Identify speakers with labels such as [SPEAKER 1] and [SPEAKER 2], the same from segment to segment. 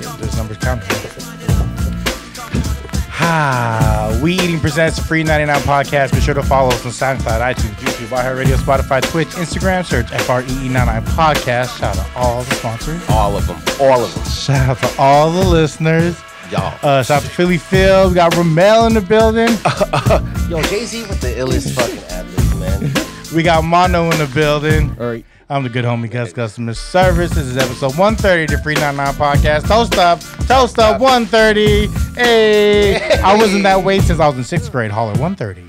[SPEAKER 1] those numbers counted. Ah, we Eating presents Free 99 Podcast. Be sure to follow us on SoundCloud, iTunes, YouTube, iHeartRadio, Spotify, Twitch, Instagram. Search E FREE99 Podcast. Shout out all the sponsors.
[SPEAKER 2] All of them. All of them.
[SPEAKER 1] Shout out to all the listeners.
[SPEAKER 2] Y'all.
[SPEAKER 1] Uh, shout out to Philly Phil. We got Ramel in the building.
[SPEAKER 2] Yo, Jay Z with the illest fucking ad libs, man.
[SPEAKER 1] We got Mono in the building.
[SPEAKER 3] All right.
[SPEAKER 1] I'm the good homie Gus Customer Service. This is episode 130 of the Free 99 Podcast. Toast up, toast up, 130. Hey, I wasn't that way since I was in sixth grade. Holler 130.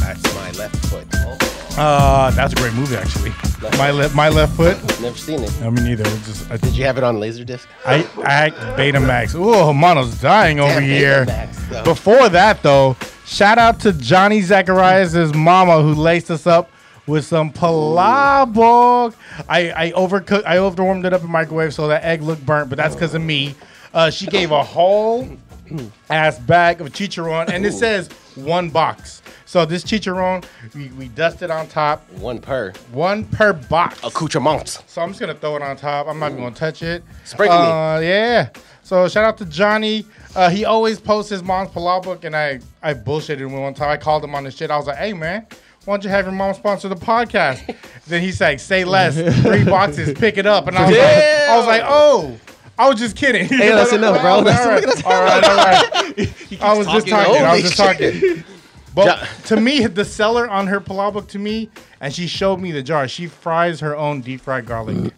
[SPEAKER 2] That's my left foot. Oh,
[SPEAKER 1] Uh, that's a great movie, actually. My left, my left foot.
[SPEAKER 2] never seen it.
[SPEAKER 1] I mean, either. Just I,
[SPEAKER 2] Did you have it on Laserdisc?
[SPEAKER 1] I, I Betamax. Ooh, Mono's dying over
[SPEAKER 2] Damn,
[SPEAKER 1] here.
[SPEAKER 2] Betamax, though.
[SPEAKER 1] Before that, though, shout out to Johnny Zacharias' mama who laced us up with some palabok. I, I overcooked, I overwarmed it up in the microwave so that egg looked burnt, but that's because of me. Uh, she gave a whole ass bag of chicharron, and it says one box. So this chicharron, we, we dust it on top,
[SPEAKER 2] One per.
[SPEAKER 1] one per box.
[SPEAKER 2] Accoutrements.
[SPEAKER 1] So I'm just gonna throw it on top. I'm not even gonna touch it.
[SPEAKER 2] Sprinkle me.
[SPEAKER 1] uh, Yeah. So shout out to Johnny. Uh, he always posts his mom's palau book, and I I bullshitted him one time. I called him on his shit. I was like, "Hey man, why don't you have your mom sponsor the podcast?" then he's like, "Say less, three boxes, pick it up." And I was like, I was like, "oh. I was just kidding. Hey,
[SPEAKER 3] listen up, bro.
[SPEAKER 1] All right, all right. all right. I was just talking.
[SPEAKER 2] talking.
[SPEAKER 1] I was
[SPEAKER 2] Holy
[SPEAKER 1] just
[SPEAKER 2] shit.
[SPEAKER 1] talking.
[SPEAKER 2] Ja-
[SPEAKER 1] But to me, the seller on her palau book to me, and she showed me the jar. She fries her own deep fried garlic.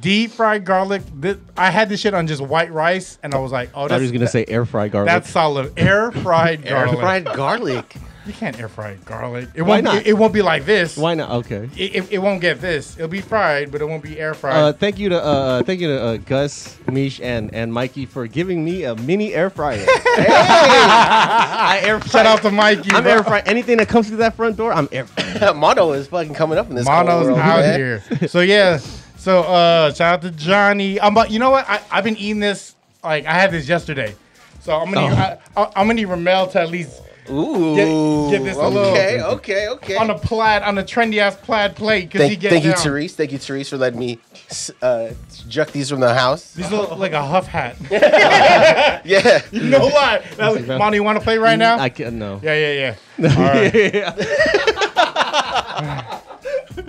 [SPEAKER 1] deep fried garlic. This, I had this shit on just white rice, and I was like, oh,
[SPEAKER 3] I
[SPEAKER 1] that's,
[SPEAKER 3] was gonna say air fry garlic.
[SPEAKER 1] that's solid. Air fried garlic.
[SPEAKER 2] Fried garlic.
[SPEAKER 1] You can't air fry garlic. It
[SPEAKER 3] Why
[SPEAKER 1] won't.
[SPEAKER 3] not?
[SPEAKER 1] It, it won't be like this.
[SPEAKER 3] why not? Okay.
[SPEAKER 1] It, it, it won't get this. It'll be fried, but it won't be air fried.
[SPEAKER 3] Uh, thank you to uh, thank you to uh, Gus, Mish, and and Mikey for giving me a mini air fryer. hey! I air fry.
[SPEAKER 1] Shout out to Mikey.
[SPEAKER 3] I'm
[SPEAKER 1] bro.
[SPEAKER 3] air fry. Anything that comes through that front door, I'm air fry.
[SPEAKER 2] Mono is fucking coming up in this cold
[SPEAKER 1] Mono's
[SPEAKER 2] world,
[SPEAKER 1] out
[SPEAKER 2] man.
[SPEAKER 1] here. So yeah. So uh shout out to Johnny. I'm about, you know what? I, I've been eating this like I had this yesterday. So I'm gonna need, I,
[SPEAKER 2] Oh.
[SPEAKER 1] I, am gonna need Ramel to at least
[SPEAKER 2] Ooh.
[SPEAKER 1] Give- give this a little-
[SPEAKER 2] okay, okay, okay.
[SPEAKER 1] on a plaid on a trendy ass plaid plate because he
[SPEAKER 2] Thank,
[SPEAKER 1] gets
[SPEAKER 2] thank you,
[SPEAKER 1] down.
[SPEAKER 2] Therese. Thank you, Therese, for letting me s- uh, juck these from the house.
[SPEAKER 1] These look like a huff hat.
[SPEAKER 2] Yeah.
[SPEAKER 1] no lie. That was- Mono, you want to play right
[SPEAKER 2] Mm,
[SPEAKER 1] now?
[SPEAKER 3] I can't. No.
[SPEAKER 1] yeah, yeah, yeah. All right.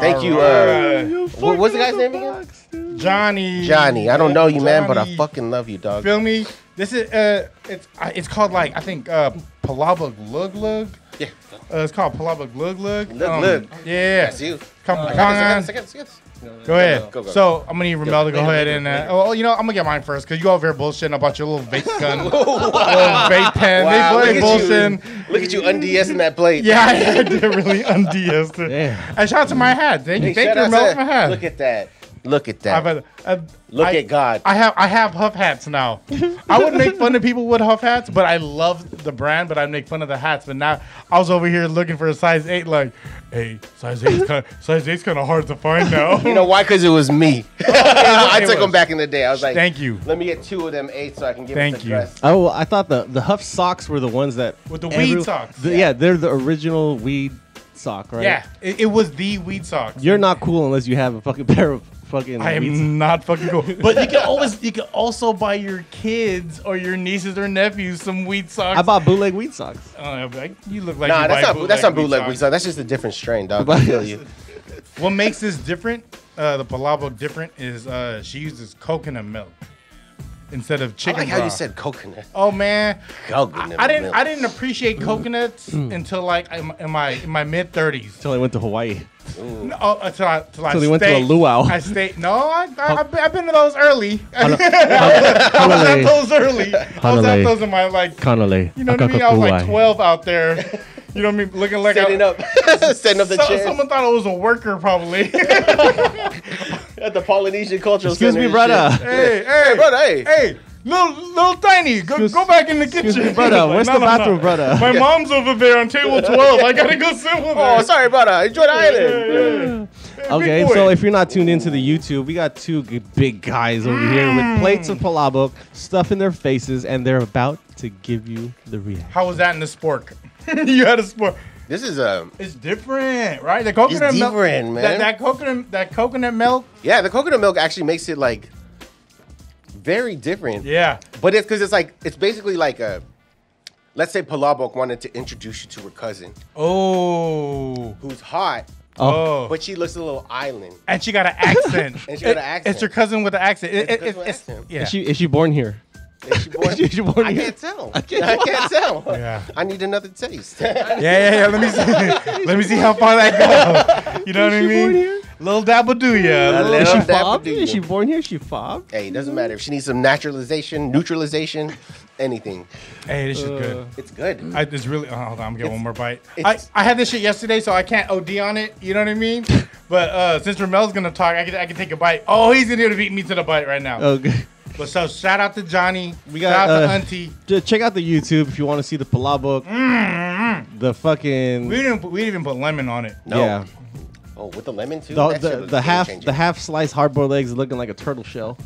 [SPEAKER 2] Thank you. Uh,
[SPEAKER 1] All right.
[SPEAKER 2] what was the guy's name again?
[SPEAKER 3] again?
[SPEAKER 1] Johnny.
[SPEAKER 2] Johnny. I don't know you, man, but I
[SPEAKER 1] Johnny.
[SPEAKER 2] fucking love you, dog.
[SPEAKER 1] Feel me? This is uh, it's I- it's called like I think uh, Palabok Lug Lug.
[SPEAKER 2] Yeah.
[SPEAKER 1] Uh, it's called Palabok Lug Lug.
[SPEAKER 2] Lug Lug.
[SPEAKER 1] Um, Yeah.
[SPEAKER 2] That's Uh, you.
[SPEAKER 1] Come,
[SPEAKER 2] I
[SPEAKER 1] come
[SPEAKER 2] got this, I got
[SPEAKER 1] on.
[SPEAKER 2] this, I got this, I got this.
[SPEAKER 1] Go ahead.
[SPEAKER 2] go, go.
[SPEAKER 1] So I'm gonna need Ramel to go
[SPEAKER 2] later,
[SPEAKER 1] ahead
[SPEAKER 2] later,
[SPEAKER 1] and
[SPEAKER 2] later.
[SPEAKER 1] uh, well, you know, I'm gonna get mine first because you over here bullshitting about your little vape gun, little vape pen.
[SPEAKER 2] Wow,
[SPEAKER 1] they play
[SPEAKER 2] look at you.
[SPEAKER 1] bullshitting.
[SPEAKER 2] Look at you undsing that plate.
[SPEAKER 1] Yeah, I had to really unds it.
[SPEAKER 3] Damn.
[SPEAKER 1] And shout out to my hat. Thank
[SPEAKER 2] Hey,
[SPEAKER 1] you, thank
[SPEAKER 2] shout
[SPEAKER 1] you,
[SPEAKER 2] out
[SPEAKER 1] Ramel,
[SPEAKER 2] to-
[SPEAKER 1] for my hat.
[SPEAKER 2] Look at that. Look at
[SPEAKER 1] I've,
[SPEAKER 2] that.
[SPEAKER 1] uh, uh,
[SPEAKER 2] Look
[SPEAKER 1] I-
[SPEAKER 2] at God.
[SPEAKER 1] I have I have Huff hats now. I would make fun of people with Huff hats, but I love the brand. But I make fun of the hats. But now I was over here looking for a size eight. Like, hey, size eight, size eight's kind of hard to find now.
[SPEAKER 2] you know why? Because it was me. I
[SPEAKER 1] it
[SPEAKER 2] took
[SPEAKER 1] was.
[SPEAKER 2] them back in the day. I was like,
[SPEAKER 1] Thank you.
[SPEAKER 2] Let me get two of them eight so I can give
[SPEAKER 1] Thank
[SPEAKER 2] it to
[SPEAKER 1] you.
[SPEAKER 2] Gus.
[SPEAKER 3] Oh, well, I thought the the Huff socks were the ones that
[SPEAKER 1] With the
[SPEAKER 3] every-
[SPEAKER 1] weed socks.
[SPEAKER 3] the- yeah, they're the original weed sock, right?
[SPEAKER 1] Yeah, it, it was the weed socks.
[SPEAKER 3] You're not cool unless you have a fucking pair of fucking.
[SPEAKER 1] I
[SPEAKER 3] weed
[SPEAKER 1] am not fucking cool. But you can always you can also buy your kids or your nieces or nephews some weed socks.
[SPEAKER 3] I bought bootleg weed socks.
[SPEAKER 1] Uh, like, you look like
[SPEAKER 2] Nah,
[SPEAKER 1] you
[SPEAKER 2] that's
[SPEAKER 1] buy
[SPEAKER 2] not that's not
[SPEAKER 1] weed
[SPEAKER 2] bootleg
[SPEAKER 1] socks.
[SPEAKER 2] weed song. That's just a different strain, dog. I feel you.
[SPEAKER 1] What makes this different, uh, the palabok different, is uh, she uses coconut milk instead of
[SPEAKER 2] I
[SPEAKER 1] chicken.
[SPEAKER 2] like how
[SPEAKER 1] broth.
[SPEAKER 2] you said coconut.
[SPEAKER 1] Oh man,
[SPEAKER 2] Coconut.
[SPEAKER 1] I didn't
[SPEAKER 2] milk.
[SPEAKER 1] I didn't appreciate coconuts
[SPEAKER 3] Mm.
[SPEAKER 1] until like in my in my, in my mid thirties.
[SPEAKER 3] Until I went to Hawaii.
[SPEAKER 1] No, oh, until I until I stayed.
[SPEAKER 3] So they went to a luau.
[SPEAKER 1] I stayed. No, I, I, I've, been, I've been to those early. I was at
[SPEAKER 3] Hanalei.
[SPEAKER 1] those early. I was at
[SPEAKER 3] Hanalei.
[SPEAKER 1] those in my like.
[SPEAKER 3] Kanale.
[SPEAKER 1] You know what I mean? I was like twelve out there. You know what I mean? Looking like
[SPEAKER 2] Standing
[SPEAKER 1] I,
[SPEAKER 2] up, standing up the
[SPEAKER 1] so-
[SPEAKER 2] chair
[SPEAKER 1] someone thought I was a worker probably. hey,
[SPEAKER 2] at the Polynesian Cultural
[SPEAKER 3] Excuse
[SPEAKER 2] Center.
[SPEAKER 3] me,
[SPEAKER 2] and
[SPEAKER 3] brother.
[SPEAKER 1] hey,
[SPEAKER 2] shit. Brother, hey.
[SPEAKER 1] hey, little little tiny, go,
[SPEAKER 3] Excuse-
[SPEAKER 1] go back in the kitchen,
[SPEAKER 3] me, brother, where's the bathroom, brother?
[SPEAKER 1] My mom's over there on table twelve. I gotta go sit with her.
[SPEAKER 2] Oh, sorry, brother. Enjoy the island.
[SPEAKER 3] Okay,
[SPEAKER 1] big boy.
[SPEAKER 3] so if you're not tuned into the YouTube, we got two g- big guys over here
[SPEAKER 1] Mm.
[SPEAKER 3] with plates of palabok, stuff in their faces, and they're about to give you the reaction.
[SPEAKER 1] How was that in the spork? you had a spork.
[SPEAKER 2] This is um, a
[SPEAKER 1] It's different, right? The coconut milk.
[SPEAKER 2] different,
[SPEAKER 1] that-
[SPEAKER 2] man.
[SPEAKER 1] That, coconut, that coconut milk.
[SPEAKER 2] yeah. The coconut milk actually makes it like very different.
[SPEAKER 1] Yeah.
[SPEAKER 2] But it's because it's like it's basically like a. Let's say Palabok wanted to introduce you to her cousin,
[SPEAKER 1] Oh.
[SPEAKER 2] who's hot,
[SPEAKER 1] Oh.
[SPEAKER 2] but she looks a little island.
[SPEAKER 1] and she got an accent.
[SPEAKER 2] And she got an accent.
[SPEAKER 1] It's your cousin with an accent. It-
[SPEAKER 2] It's
[SPEAKER 1] it-
[SPEAKER 2] a cousin
[SPEAKER 1] it-
[SPEAKER 2] with
[SPEAKER 1] it's-
[SPEAKER 2] accent.
[SPEAKER 1] yeah.
[SPEAKER 3] Is she is she born here?
[SPEAKER 2] Is she born-
[SPEAKER 3] Is she born
[SPEAKER 2] I
[SPEAKER 3] here?
[SPEAKER 2] can't tell. I can't, tell.
[SPEAKER 1] Yeah.
[SPEAKER 2] I need another taste.
[SPEAKER 1] yeah, yeah, yeah. Let me see. Let me see how far that goes. You know what I
[SPEAKER 3] Is she born
[SPEAKER 1] mean?
[SPEAKER 3] here?
[SPEAKER 1] Little dabble do ya.
[SPEAKER 2] A
[SPEAKER 1] Lil-
[SPEAKER 2] little
[SPEAKER 3] Is she
[SPEAKER 2] dab will
[SPEAKER 3] fobbed?
[SPEAKER 2] do
[SPEAKER 3] Is she
[SPEAKER 2] you.
[SPEAKER 3] born here? Is she fobbed?
[SPEAKER 2] Hey, it doesn't matter if she needs some naturalization, neutralization, anything.
[SPEAKER 1] Hey, this is good.
[SPEAKER 2] It's good.
[SPEAKER 1] I, it's really. Oh, hold on, I'm gonna get one more bite. I,
[SPEAKER 2] it's-
[SPEAKER 1] I had this shit yesterday, so I can't OD on it. You know what I mean? But uh, since Ramel's gonna talk, I can I can take a bite. Oh, he's gonna be able to beat me to the bite right now.
[SPEAKER 3] Okay.
[SPEAKER 1] But so shout out to Johnny.
[SPEAKER 3] We
[SPEAKER 1] We
[SPEAKER 3] got,
[SPEAKER 1] got shout out to
[SPEAKER 3] uh,
[SPEAKER 1] Auntie.
[SPEAKER 3] Just check out the YouTube if you want to see the palabok. The fucking
[SPEAKER 1] Mm-hmm. We didn't put- we didn't even put lemon on it.
[SPEAKER 2] No.
[SPEAKER 3] yeah.
[SPEAKER 2] Oh, with the lemon too.
[SPEAKER 3] The,
[SPEAKER 2] That
[SPEAKER 3] the,
[SPEAKER 2] shit
[SPEAKER 3] the
[SPEAKER 2] was game
[SPEAKER 3] half
[SPEAKER 2] changer.
[SPEAKER 3] the half sliced hard boiled eggs looking like a turtle shell.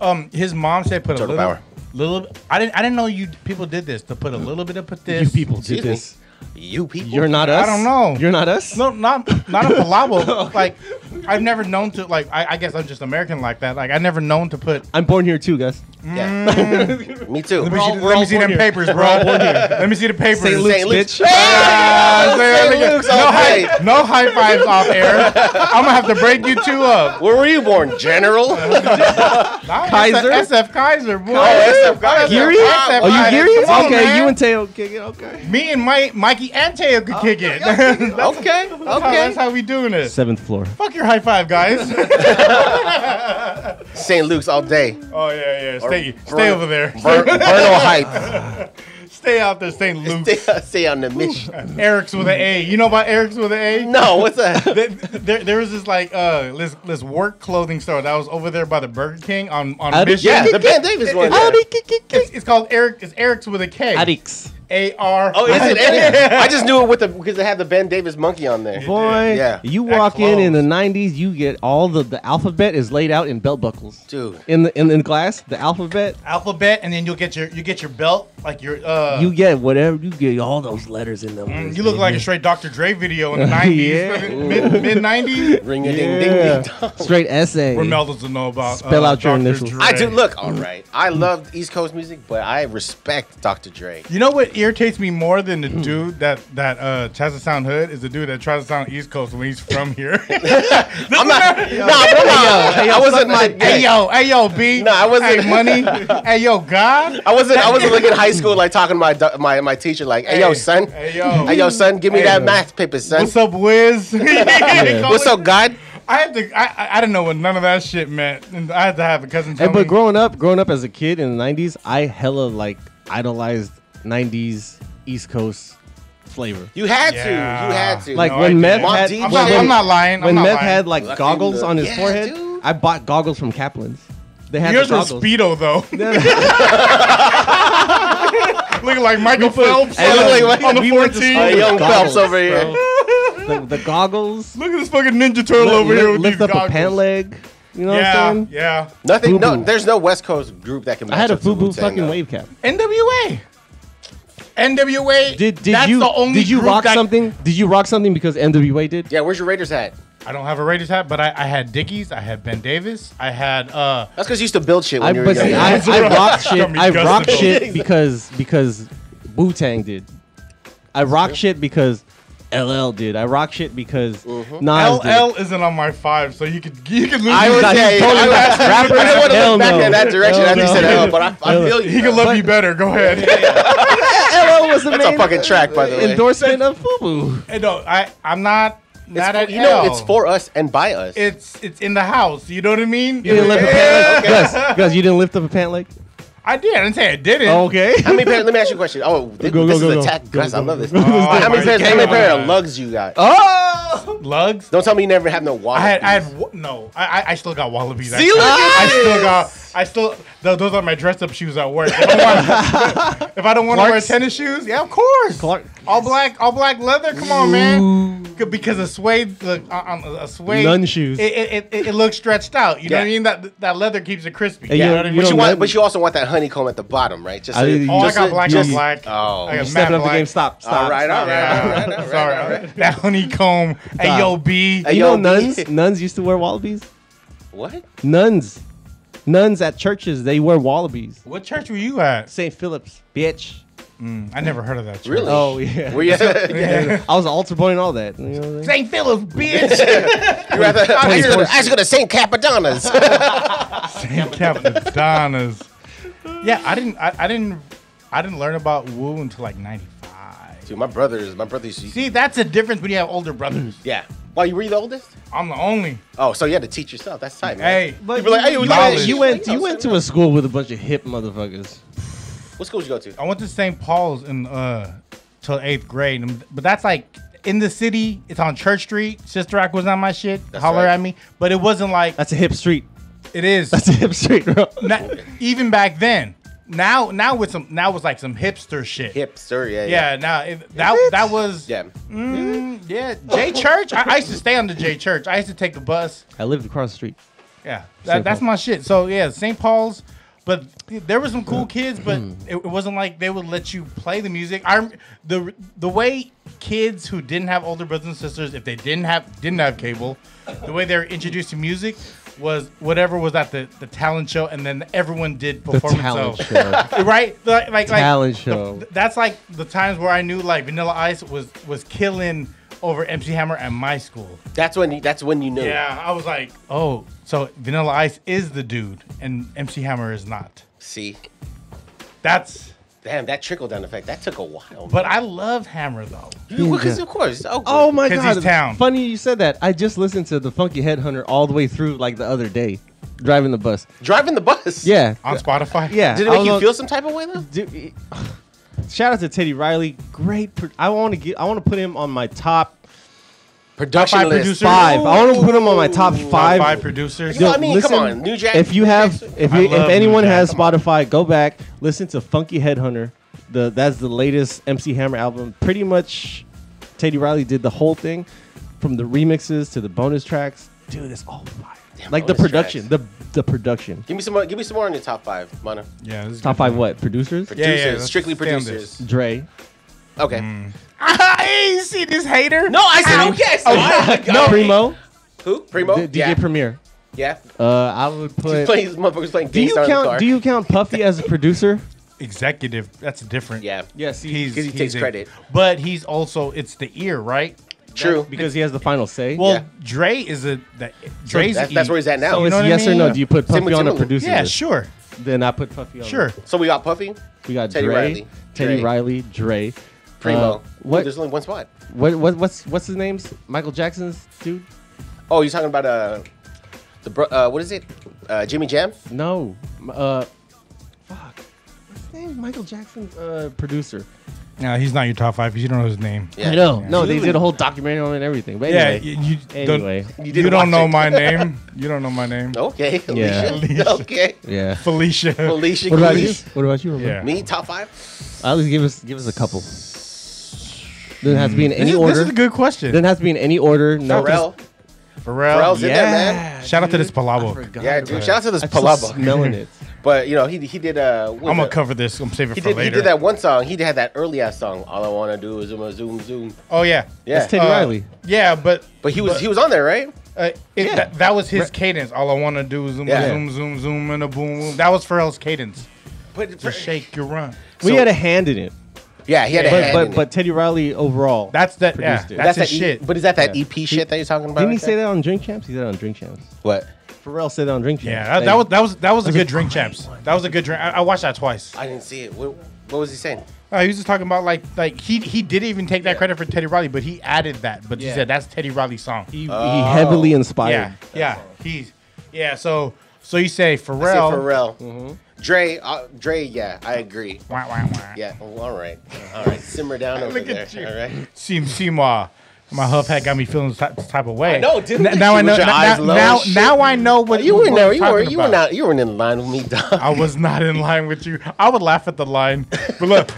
[SPEAKER 1] Um, his mom said put a
[SPEAKER 2] Turtle
[SPEAKER 1] little,
[SPEAKER 2] power.
[SPEAKER 1] little. I didn't. I didn't know you people did this to put a little bit of put this.
[SPEAKER 3] You people did
[SPEAKER 2] Excuse me.
[SPEAKER 3] this.
[SPEAKER 2] You people.
[SPEAKER 3] You're not
[SPEAKER 1] I
[SPEAKER 3] us.
[SPEAKER 1] don't know.
[SPEAKER 3] You're not us.
[SPEAKER 1] No, not not a palabo. Like I've never known to like. I, I guess I'm just American like that. Like I've never known to put.
[SPEAKER 3] I'm born here too, guys.
[SPEAKER 2] Yeah. Me too.
[SPEAKER 1] Mm. Let me
[SPEAKER 3] all-
[SPEAKER 1] see, let
[SPEAKER 3] we're
[SPEAKER 1] me
[SPEAKER 3] all
[SPEAKER 1] see
[SPEAKER 3] born
[SPEAKER 1] them
[SPEAKER 3] here.
[SPEAKER 1] papers, bro. Let me see the papers.
[SPEAKER 3] St. Luke's,
[SPEAKER 2] St. Luke's.
[SPEAKER 3] bitch.
[SPEAKER 1] Ah, St.
[SPEAKER 2] St.
[SPEAKER 1] Luke's.
[SPEAKER 2] Luke's
[SPEAKER 1] No,
[SPEAKER 2] all
[SPEAKER 1] high,
[SPEAKER 2] day.
[SPEAKER 1] no high fives off air. I'm gonna have to break you two up.
[SPEAKER 2] Where were you born, General?
[SPEAKER 1] Nah,
[SPEAKER 3] Kaiser?
[SPEAKER 1] SF Kaiser, boy.
[SPEAKER 2] SF Kaiser.
[SPEAKER 3] Geary?
[SPEAKER 2] SF
[SPEAKER 3] Are Oh, you
[SPEAKER 1] Kaiser.
[SPEAKER 3] Geary?
[SPEAKER 1] Come on,
[SPEAKER 3] okay,
[SPEAKER 1] man.
[SPEAKER 3] you and Tail kick it. Okay.
[SPEAKER 1] Me and Mike, Mikey and Teo could kick it. That's
[SPEAKER 2] okay.
[SPEAKER 1] how- that's
[SPEAKER 2] Okay.
[SPEAKER 1] how we doing it.
[SPEAKER 3] Seventh floor.
[SPEAKER 1] Fuck your high five, guys.
[SPEAKER 2] St. Luke's all day.
[SPEAKER 1] oh yeah, yeah. Stay,
[SPEAKER 2] Or-
[SPEAKER 1] stay over there.
[SPEAKER 2] Ver- Vernal Heights.
[SPEAKER 1] Stay out there, St. Luke's.
[SPEAKER 2] Stay, stay on the mission.
[SPEAKER 1] Eric's with an A. You know about Eric's with an A?
[SPEAKER 2] No, what's that?
[SPEAKER 1] There, there, there was this like uh this this work clothing store that was over there by the Burger King on on
[SPEAKER 3] Abby-
[SPEAKER 1] Mission.
[SPEAKER 2] Yeah, the Ben Davis one.
[SPEAKER 1] Yeah.
[SPEAKER 3] Adik, kick, kick, kick.
[SPEAKER 1] It's, it's called Eric. It's Eric's with a K.
[SPEAKER 3] Adix.
[SPEAKER 1] A R.
[SPEAKER 2] Oh, is it Eddie? I just knew it with the because they had the Ben Davis monkey on there.
[SPEAKER 3] Boy,
[SPEAKER 2] Yeah.
[SPEAKER 3] you
[SPEAKER 1] That
[SPEAKER 3] walk in in the
[SPEAKER 1] close.
[SPEAKER 3] '90s, you get all the the alphabet is laid out in belt buckles.
[SPEAKER 2] Dude.
[SPEAKER 3] in the in the glass, the alphabet,
[SPEAKER 1] alphabet, and then you'll get your you get your belt like your uh. Mm.
[SPEAKER 3] you
[SPEAKER 1] You,
[SPEAKER 3] get whatever you get all those letters in them.
[SPEAKER 1] you look like a straight Dr. Dre video in the nineties,
[SPEAKER 3] Yeah.
[SPEAKER 1] mid mid nineties.
[SPEAKER 2] Ring a ding ding
[SPEAKER 3] yeah.
[SPEAKER 2] ding dong.
[SPEAKER 3] straight essay.
[SPEAKER 1] Where Mel doesn't know about.
[SPEAKER 3] Spell out your
[SPEAKER 1] Dr.
[SPEAKER 3] initials.
[SPEAKER 1] Dre.
[SPEAKER 2] I do look all right. I love East Coast music, but I respect Dr. Dre.
[SPEAKER 1] You know what irritates me more than the
[SPEAKER 3] Hmm.
[SPEAKER 1] dude that that uh, tries to sound hood is the dude that tries to sound East Coast when he's from here.
[SPEAKER 2] I'm not. Nah, but I'm not. I wasn't like.
[SPEAKER 1] hey yo, hey yo, B.
[SPEAKER 2] No, I wasn't-
[SPEAKER 1] Hey, money. hey yo, God.
[SPEAKER 2] I wasn't. I wasn't like in high school, like talking to my do- my my teacher, like, "Hey, yo, son.
[SPEAKER 1] Hey yo.
[SPEAKER 2] Hey, yo, son. Give me
[SPEAKER 1] Hey,
[SPEAKER 2] that
[SPEAKER 1] yo.
[SPEAKER 2] math paper, son.
[SPEAKER 1] What's up, Wiz?
[SPEAKER 2] What's up, God?
[SPEAKER 1] I had to. I, I I didn't know what none of that shit meant, and I had to have a cousin tell
[SPEAKER 3] And, but
[SPEAKER 1] me.
[SPEAKER 3] growing up, growing up as a kid in the '90s, I hella like idolized '90s East Coast flavor.
[SPEAKER 2] You had to.
[SPEAKER 1] Yeah.
[SPEAKER 2] You had to.
[SPEAKER 3] Like
[SPEAKER 1] No, I
[SPEAKER 3] when Meth
[SPEAKER 1] didn't.
[SPEAKER 3] had,
[SPEAKER 1] I'm
[SPEAKER 2] Mom, DJ.
[SPEAKER 3] when,
[SPEAKER 1] not, I'm not lying.
[SPEAKER 3] when
[SPEAKER 1] I'm not
[SPEAKER 3] Meth
[SPEAKER 1] lying.
[SPEAKER 3] had like
[SPEAKER 2] Lucky
[SPEAKER 3] goggles
[SPEAKER 2] look.
[SPEAKER 3] on his
[SPEAKER 2] Yeah,
[SPEAKER 3] forehead,
[SPEAKER 2] dude.
[SPEAKER 3] I bought goggles from Kaplan's. They had the
[SPEAKER 1] yours were
[SPEAKER 3] goggles.
[SPEAKER 1] speedo though, looking like Michael
[SPEAKER 3] put-
[SPEAKER 1] Phelps
[SPEAKER 3] Hey,
[SPEAKER 1] on
[SPEAKER 2] look,
[SPEAKER 1] the-
[SPEAKER 2] like-
[SPEAKER 1] on the
[SPEAKER 3] we went to school
[SPEAKER 2] Hey,
[SPEAKER 3] with
[SPEAKER 1] 14.
[SPEAKER 2] young
[SPEAKER 3] goggles,
[SPEAKER 2] Phelps over here.
[SPEAKER 3] bro. the, the goggles.
[SPEAKER 1] Look at this fucking Ninja Turtle over
[SPEAKER 3] Li-
[SPEAKER 1] here
[SPEAKER 3] li-
[SPEAKER 1] with
[SPEAKER 3] lift
[SPEAKER 1] these
[SPEAKER 3] up
[SPEAKER 1] goggles.
[SPEAKER 3] a pant leg. You know what
[SPEAKER 1] Yeah,
[SPEAKER 3] I'm saying?
[SPEAKER 1] yeah.
[SPEAKER 2] Nothing. No,
[SPEAKER 3] Fubu.
[SPEAKER 2] there's no West Coast group that can. Match
[SPEAKER 3] I had a
[SPEAKER 2] up to
[SPEAKER 3] FUBU
[SPEAKER 2] Wu-Tang,
[SPEAKER 3] fucking
[SPEAKER 2] though.
[SPEAKER 3] wave cap.
[SPEAKER 1] NWA. NWA.
[SPEAKER 3] Did did
[SPEAKER 1] that's
[SPEAKER 3] you
[SPEAKER 1] The only
[SPEAKER 3] did you
[SPEAKER 1] group
[SPEAKER 3] rock
[SPEAKER 1] that-
[SPEAKER 3] something? Did you rock something because NWA did?
[SPEAKER 2] Yeah, where's your Raiders hat?
[SPEAKER 1] I don't have a Raiders hat, but I, I had Dickies. I had Ben Davis. I had uh.
[SPEAKER 2] That's because you used to build shit when
[SPEAKER 3] I
[SPEAKER 2] you were
[SPEAKER 3] but see,
[SPEAKER 2] young.
[SPEAKER 3] I, I rocked shit.
[SPEAKER 1] Gummy
[SPEAKER 3] I rocked
[SPEAKER 1] gusto.
[SPEAKER 3] shit because because Wu Tang did. I rocked shit because LL did. I rocked shit because
[SPEAKER 2] Mm-hmm.
[SPEAKER 3] Nas did.
[SPEAKER 1] LL isn't on my five, so you could you could lose.
[SPEAKER 2] I
[SPEAKER 1] your-
[SPEAKER 2] was
[SPEAKER 3] got-
[SPEAKER 2] yeah,
[SPEAKER 3] you
[SPEAKER 2] yeah,
[SPEAKER 3] told
[SPEAKER 2] I,
[SPEAKER 3] him
[SPEAKER 2] was- I
[SPEAKER 3] rapper,
[SPEAKER 2] didn't want to
[SPEAKER 3] hell
[SPEAKER 2] look back
[SPEAKER 3] no.
[SPEAKER 2] in that direction
[SPEAKER 3] Hell
[SPEAKER 2] after you said
[SPEAKER 3] no.
[SPEAKER 2] hell, but I, I
[SPEAKER 3] Hell
[SPEAKER 2] feel you.
[SPEAKER 1] he could
[SPEAKER 2] bro.
[SPEAKER 1] love you better. Go ahead.
[SPEAKER 3] LL was the
[SPEAKER 2] That's
[SPEAKER 3] main
[SPEAKER 2] a fucking track, by the way.
[SPEAKER 3] endorsement of FUBU.
[SPEAKER 1] Hey, no, I I'm not
[SPEAKER 2] It's
[SPEAKER 1] not
[SPEAKER 2] for-
[SPEAKER 1] at
[SPEAKER 2] you know,
[SPEAKER 1] L.
[SPEAKER 2] it's for us and by us.
[SPEAKER 1] it's it's in the house. You know what I mean?
[SPEAKER 3] You didn't lift up a
[SPEAKER 1] Yeah.
[SPEAKER 3] pant leg, Gus. Gus, you didn't lift up a pant leg.
[SPEAKER 1] I did. I didn't say I didn't.
[SPEAKER 3] Okay.
[SPEAKER 2] How many pairs? Let me ask you a question. Oh, this,
[SPEAKER 3] Go, go,
[SPEAKER 2] this
[SPEAKER 3] go,
[SPEAKER 2] is
[SPEAKER 3] go.
[SPEAKER 2] attack.
[SPEAKER 3] Go,
[SPEAKER 2] Guys,
[SPEAKER 3] go,
[SPEAKER 2] I love this.
[SPEAKER 1] go. Oh
[SPEAKER 2] how many
[SPEAKER 1] my
[SPEAKER 2] pairs? How many
[SPEAKER 1] God.
[SPEAKER 2] pair of lugs you got?
[SPEAKER 3] Oh.
[SPEAKER 1] Lugs.
[SPEAKER 2] Don't tell me you never have no wallet.
[SPEAKER 1] I had I had wa- no. I I- I still got wallabies.
[SPEAKER 2] See, look at
[SPEAKER 1] I still
[SPEAKER 2] this.
[SPEAKER 1] got. I still. tho- Those are my dress up shoes at work. If I want, if I don't want to wear
[SPEAKER 3] Clarks?
[SPEAKER 1] tennis shoes, yeah, of course.
[SPEAKER 3] Clark.
[SPEAKER 1] All black, all black leather. Come on, man. C- Because a suede, look, uh, um, a suede
[SPEAKER 3] Nun shoes.
[SPEAKER 1] It, it, it- it, it looks stretched out. You know
[SPEAKER 2] Yeah.
[SPEAKER 1] what I mean? That that leather keeps it crispy.
[SPEAKER 3] Hey,
[SPEAKER 1] you
[SPEAKER 3] you
[SPEAKER 1] know
[SPEAKER 3] know-
[SPEAKER 1] what I
[SPEAKER 3] you
[SPEAKER 1] mean?
[SPEAKER 2] But
[SPEAKER 3] don't
[SPEAKER 2] you,
[SPEAKER 3] let
[SPEAKER 2] want,
[SPEAKER 3] me-
[SPEAKER 2] but you also want that honeycomb at the bottom, right? Just
[SPEAKER 3] I- you-
[SPEAKER 1] Oh, I
[SPEAKER 3] Just
[SPEAKER 1] got
[SPEAKER 2] a-
[SPEAKER 1] black
[SPEAKER 3] just-
[SPEAKER 1] on black.
[SPEAKER 2] Oh.
[SPEAKER 1] I
[SPEAKER 2] You
[SPEAKER 1] got
[SPEAKER 3] Stepping
[SPEAKER 1] matte
[SPEAKER 3] up the
[SPEAKER 1] black.
[SPEAKER 3] game. Stop. Stop.
[SPEAKER 2] all right, all
[SPEAKER 3] stop.
[SPEAKER 2] right, all right, all right, all right.
[SPEAKER 1] Sorry,
[SPEAKER 2] all right.
[SPEAKER 1] that honeycomb. Hey,
[SPEAKER 3] Stop.
[SPEAKER 1] yo, B.
[SPEAKER 2] Hey,
[SPEAKER 3] You know
[SPEAKER 2] Yo, B.
[SPEAKER 3] nuns? Nuns used to wear wallabies.
[SPEAKER 2] What?
[SPEAKER 3] Nuns. nuns at churches. They wear wallabies.
[SPEAKER 1] What church were you at?
[SPEAKER 3] St. Philip's, bitch.
[SPEAKER 1] I never heard of that church.
[SPEAKER 2] Really?
[SPEAKER 3] Oh yeah.
[SPEAKER 2] Were you, you
[SPEAKER 3] I was an altar boy and all that. You know what I mean?
[SPEAKER 1] St. Philip's, bitch.
[SPEAKER 2] were at the, I should go to- I should go to St. Capadonna's.
[SPEAKER 1] St. Capadonna's. Yeah, I didn't. I, I didn't. I didn't learn about woo until like '95.
[SPEAKER 2] Dude, my brothers, my brothers. You,
[SPEAKER 1] See, that's the difference when you have older brothers.
[SPEAKER 2] yeah. Well, you were you the oldest?
[SPEAKER 1] I'm the only.
[SPEAKER 2] Oh, so you had to teach yourself. That's tight, man.
[SPEAKER 1] Hey,
[SPEAKER 3] But
[SPEAKER 2] People like, hey,
[SPEAKER 3] you,
[SPEAKER 2] we
[SPEAKER 3] you
[SPEAKER 2] got
[SPEAKER 3] went,
[SPEAKER 2] it.
[SPEAKER 3] you went,
[SPEAKER 2] Like,
[SPEAKER 3] you
[SPEAKER 2] oh,
[SPEAKER 3] went
[SPEAKER 2] seven
[SPEAKER 3] to a school with a bunch of hip motherfuckers.
[SPEAKER 2] What school did you go to?
[SPEAKER 3] Oh.
[SPEAKER 1] I went to St. Paul's in uh till eighth grade, and- but that's like in the city. It's on Church Street. Sister Act was on my shit.
[SPEAKER 2] That's
[SPEAKER 1] holler
[SPEAKER 2] right.
[SPEAKER 1] at me, but it wasn't like
[SPEAKER 3] That's a hip street.
[SPEAKER 1] it is.
[SPEAKER 3] That's a hip street, bro.
[SPEAKER 1] Na- even back then. Now, now with some, now with like some hipster shit.
[SPEAKER 2] Hipster, yeah.
[SPEAKER 1] Yeah, now if, that
[SPEAKER 3] it?
[SPEAKER 1] that was
[SPEAKER 2] Yeah.
[SPEAKER 1] Mm, yeah, J Church. I, I used to stay on the J Church. I used to take the bus.
[SPEAKER 3] I lived across the street.
[SPEAKER 1] Yeah,
[SPEAKER 3] St.
[SPEAKER 1] that, that's
[SPEAKER 3] Paul.
[SPEAKER 1] my shit. So yeah, St. Paul's. But there were some cool
[SPEAKER 3] Mm.
[SPEAKER 1] kids, but it, it wasn't like they would let you play the music. I rem- the the way kids who didn't have older brothers and sisters, if they didn't have didn't have cable, the way they were introduced to music was whatever was at the, the talent show, and then everyone did
[SPEAKER 3] The
[SPEAKER 1] performance.
[SPEAKER 3] talent
[SPEAKER 1] show.
[SPEAKER 3] show.
[SPEAKER 1] right? Like, like like
[SPEAKER 3] Talent
[SPEAKER 1] the-
[SPEAKER 3] show.
[SPEAKER 1] th- that's like the times where I knew like Vanilla Ice was was killing over MC Hammer at my school.
[SPEAKER 2] That's when you, that's when you knew.
[SPEAKER 1] Yeah, I was like, oh, so Vanilla Ice is the dude, and MC Hammer is not.
[SPEAKER 2] See?
[SPEAKER 1] That's.
[SPEAKER 2] Damn, that trickle down effect. That took a while.
[SPEAKER 1] But I love Hammer though.
[SPEAKER 2] because of course. Oh,
[SPEAKER 3] Oh my
[SPEAKER 1] 'Cause
[SPEAKER 3] god!
[SPEAKER 1] he's town.
[SPEAKER 3] Funny you said that. I just listened to the Funky Headhunter all the way through, like the other day, driving the bus.
[SPEAKER 2] driving the bus.
[SPEAKER 3] Yeah,
[SPEAKER 1] on Spotify.
[SPEAKER 3] yeah.
[SPEAKER 2] Did it
[SPEAKER 3] I
[SPEAKER 2] make
[SPEAKER 3] was
[SPEAKER 2] you
[SPEAKER 3] on-
[SPEAKER 2] feel some type of way though?
[SPEAKER 3] Dude, it- shout out to Teddy Riley. Great. Pro- I want to get. I want to put him on my top
[SPEAKER 2] Production
[SPEAKER 1] Top five
[SPEAKER 2] list.
[SPEAKER 1] producers.
[SPEAKER 3] five. I want to put him on my top
[SPEAKER 2] Ooh.
[SPEAKER 1] Top
[SPEAKER 3] five.
[SPEAKER 1] five producers.
[SPEAKER 2] You know what I
[SPEAKER 3] Dude,
[SPEAKER 2] mean?
[SPEAKER 3] listen,
[SPEAKER 2] Come on, New Jack.
[SPEAKER 3] If you have, if
[SPEAKER 1] I
[SPEAKER 3] you,
[SPEAKER 1] love
[SPEAKER 3] if anyone
[SPEAKER 1] New Jack,
[SPEAKER 3] has
[SPEAKER 1] come on.
[SPEAKER 3] Spotify, go back listen to Funky Headhunter. The that's the latest MC Hammer album. Pretty much, Teddy Riley did the whole thing, from the remixes to the bonus tracks. Dude, it's all fire.
[SPEAKER 2] Damn,
[SPEAKER 3] like the
[SPEAKER 2] bonus
[SPEAKER 3] production, the the production.
[SPEAKER 2] give me some more. Give me some more on your top five, Mono.
[SPEAKER 1] Yeah. this is
[SPEAKER 3] Top
[SPEAKER 1] good.
[SPEAKER 3] five what producers?
[SPEAKER 1] Yeah, yeah,
[SPEAKER 2] Producers,
[SPEAKER 1] let's
[SPEAKER 2] strictly
[SPEAKER 1] stay on
[SPEAKER 2] producers.
[SPEAKER 3] Dre.
[SPEAKER 2] Okay.
[SPEAKER 1] I you see this hater. Oh,
[SPEAKER 2] No, I said oh, okay. So I-
[SPEAKER 3] Oh, no, Primo.
[SPEAKER 2] Who? Primo.
[SPEAKER 3] D- DJ
[SPEAKER 2] yeah.
[SPEAKER 3] Premier.
[SPEAKER 2] yeah.
[SPEAKER 3] Uh, I would
[SPEAKER 2] He's
[SPEAKER 3] put.
[SPEAKER 2] playing. These motherfuckers playing.
[SPEAKER 3] Do you
[SPEAKER 2] Gangstar in the car.
[SPEAKER 3] count? Do you count Puffy as a producer?
[SPEAKER 1] Executive. That's different.
[SPEAKER 2] Yeah.
[SPEAKER 3] Yes,
[SPEAKER 1] He's
[SPEAKER 2] 'Cause he
[SPEAKER 1] he's
[SPEAKER 2] takes
[SPEAKER 1] a-
[SPEAKER 2] credit.
[SPEAKER 1] But he's also it's the ear, right?
[SPEAKER 2] True.
[SPEAKER 3] because he has the final say.
[SPEAKER 1] Well,
[SPEAKER 2] Yeah.
[SPEAKER 1] Dre is a the,
[SPEAKER 2] So
[SPEAKER 1] Dre's
[SPEAKER 2] that's,
[SPEAKER 1] E.
[SPEAKER 2] that's where he's at now.
[SPEAKER 3] so
[SPEAKER 1] you
[SPEAKER 3] it's
[SPEAKER 1] know what I
[SPEAKER 3] yes or
[SPEAKER 1] mean?
[SPEAKER 3] no.
[SPEAKER 1] Yeah.
[SPEAKER 3] Do you put
[SPEAKER 2] Same
[SPEAKER 3] Puffy
[SPEAKER 2] with
[SPEAKER 3] on a
[SPEAKER 2] Timbaland.
[SPEAKER 3] producer?
[SPEAKER 1] Yeah,
[SPEAKER 3] list?
[SPEAKER 1] sure,
[SPEAKER 3] Then I put Puffy on.
[SPEAKER 1] sure.
[SPEAKER 2] so we got Puffy,
[SPEAKER 3] We got
[SPEAKER 2] Teddy
[SPEAKER 3] Dre,
[SPEAKER 2] Riley.
[SPEAKER 3] Teddy
[SPEAKER 2] Dre.
[SPEAKER 3] Riley, Dre,
[SPEAKER 2] Primo.
[SPEAKER 3] Uh,
[SPEAKER 2] Ooh,
[SPEAKER 3] what,
[SPEAKER 2] There's only one spot.
[SPEAKER 3] what? What? What's? What's his name's? Michael Jackson's dude?
[SPEAKER 2] Oh, you're talking about uh, the bro- uh, what is it? Uh, Jimmy Jam.
[SPEAKER 3] No. M- Uh, fuck. What's his name? Michael Jackson's uh, producer.
[SPEAKER 1] No, he's not your top five because you don't know his name.
[SPEAKER 2] Yeah.
[SPEAKER 3] No, they did a whole documentary on it and everything. But
[SPEAKER 1] Yeah,
[SPEAKER 3] anyway,
[SPEAKER 1] you, you
[SPEAKER 3] Anyway.
[SPEAKER 1] don't,
[SPEAKER 2] You
[SPEAKER 1] you,
[SPEAKER 2] didn't
[SPEAKER 1] don't
[SPEAKER 2] watch
[SPEAKER 1] know
[SPEAKER 2] it.
[SPEAKER 1] my name. You don't know my name.
[SPEAKER 2] Okay. Alicia.
[SPEAKER 3] Yeah.
[SPEAKER 2] okay.
[SPEAKER 3] yeah.
[SPEAKER 1] Felicia.
[SPEAKER 2] Alicia.
[SPEAKER 3] What about you?
[SPEAKER 2] Keys.
[SPEAKER 3] What about you? Roman?
[SPEAKER 1] Yeah.
[SPEAKER 2] Me top five.
[SPEAKER 3] At least give us give us a couple. Doesn't have to be in
[SPEAKER 1] Hmm. This
[SPEAKER 3] any
[SPEAKER 1] is,
[SPEAKER 3] order.
[SPEAKER 1] this is a good question.
[SPEAKER 3] Doesn't have to be in any order. No,
[SPEAKER 2] Pharrell.
[SPEAKER 1] Pharrell.
[SPEAKER 2] Pharrell's in there, man.
[SPEAKER 1] Shout out to this Palabo.
[SPEAKER 2] Yeah, dude. Shout out to this
[SPEAKER 3] I just
[SPEAKER 2] Palabo.
[SPEAKER 3] smelling it.
[SPEAKER 2] But you know he he did uh. what was
[SPEAKER 1] I'm gonna
[SPEAKER 2] it?
[SPEAKER 1] cover this. I'm saving
[SPEAKER 2] He
[SPEAKER 1] for
[SPEAKER 2] did, he
[SPEAKER 1] later.
[SPEAKER 2] did that one song. He had that early ass song. All I wanna do is zoom, zoom, zoom.
[SPEAKER 1] Oh yeah.
[SPEAKER 2] Yeah.
[SPEAKER 3] That's Teddy
[SPEAKER 1] Uh,
[SPEAKER 3] Riley.
[SPEAKER 1] Yeah, but
[SPEAKER 2] But he was he was on there, right?
[SPEAKER 1] uh, it,
[SPEAKER 3] Yeah.
[SPEAKER 1] that, that was his cadence. All I want to do is zoom,
[SPEAKER 2] Yeah.
[SPEAKER 1] zoom, zoom, zoom, and a boom, boom. That was Pharrell's cadence.
[SPEAKER 2] But
[SPEAKER 1] Just shake your run.
[SPEAKER 3] We
[SPEAKER 2] So-
[SPEAKER 3] had a hand in it,
[SPEAKER 2] Yeah, he had a
[SPEAKER 3] but
[SPEAKER 2] hand in
[SPEAKER 3] but,
[SPEAKER 2] it.
[SPEAKER 3] but Teddy Riley overall.
[SPEAKER 1] That's that. Yeah,
[SPEAKER 3] Produced
[SPEAKER 1] that's,
[SPEAKER 3] it.
[SPEAKER 1] his
[SPEAKER 2] that E-
[SPEAKER 1] shit.
[SPEAKER 2] but is that that
[SPEAKER 3] Yeah.
[SPEAKER 2] EP shit that you're talking about?
[SPEAKER 3] Didn't he
[SPEAKER 2] like
[SPEAKER 3] say that on Drink Champs? He said it on Drink Champs.
[SPEAKER 2] What?
[SPEAKER 3] Pharrell said it on Drink Champs.
[SPEAKER 1] yeah, that,
[SPEAKER 3] Like,
[SPEAKER 1] that was that was that was a good
[SPEAKER 3] a
[SPEAKER 1] drink, champs. That was a good drink. I, I watched that twice.
[SPEAKER 2] I didn't see it. What, what was he saying?
[SPEAKER 1] Uh, he was just talking about like like he he did even take that credit for Teddy Riley, but he added that. But he
[SPEAKER 3] Yeah.
[SPEAKER 1] said that's Teddy Riley's song.
[SPEAKER 3] he, he heavily inspired.
[SPEAKER 1] yeah, yeah, he's yeah. So so you say
[SPEAKER 2] I
[SPEAKER 1] Pharrell.
[SPEAKER 2] said Pharrell. Dre, uh, Dre, yeah, I agree.
[SPEAKER 1] Wah, wah, wah.
[SPEAKER 2] Yeah, well, all right, all right, simmer down over
[SPEAKER 1] Look
[SPEAKER 2] there.
[SPEAKER 1] at you.
[SPEAKER 2] All right.
[SPEAKER 1] See, see my uh, my huff hat got me feeling type, type of way.
[SPEAKER 2] I know, dude.
[SPEAKER 1] N- now I
[SPEAKER 2] With
[SPEAKER 1] know.
[SPEAKER 2] your
[SPEAKER 1] Now,
[SPEAKER 2] eyes
[SPEAKER 1] now,
[SPEAKER 2] low
[SPEAKER 1] now,
[SPEAKER 2] and shit. Oh,
[SPEAKER 1] I know what
[SPEAKER 2] You were
[SPEAKER 1] what
[SPEAKER 2] never,
[SPEAKER 1] we're
[SPEAKER 2] you
[SPEAKER 1] talking
[SPEAKER 2] were, you were
[SPEAKER 1] about.
[SPEAKER 2] not, you were in line with me, dog.
[SPEAKER 1] I was not in line with you. I would laugh at the line, but look.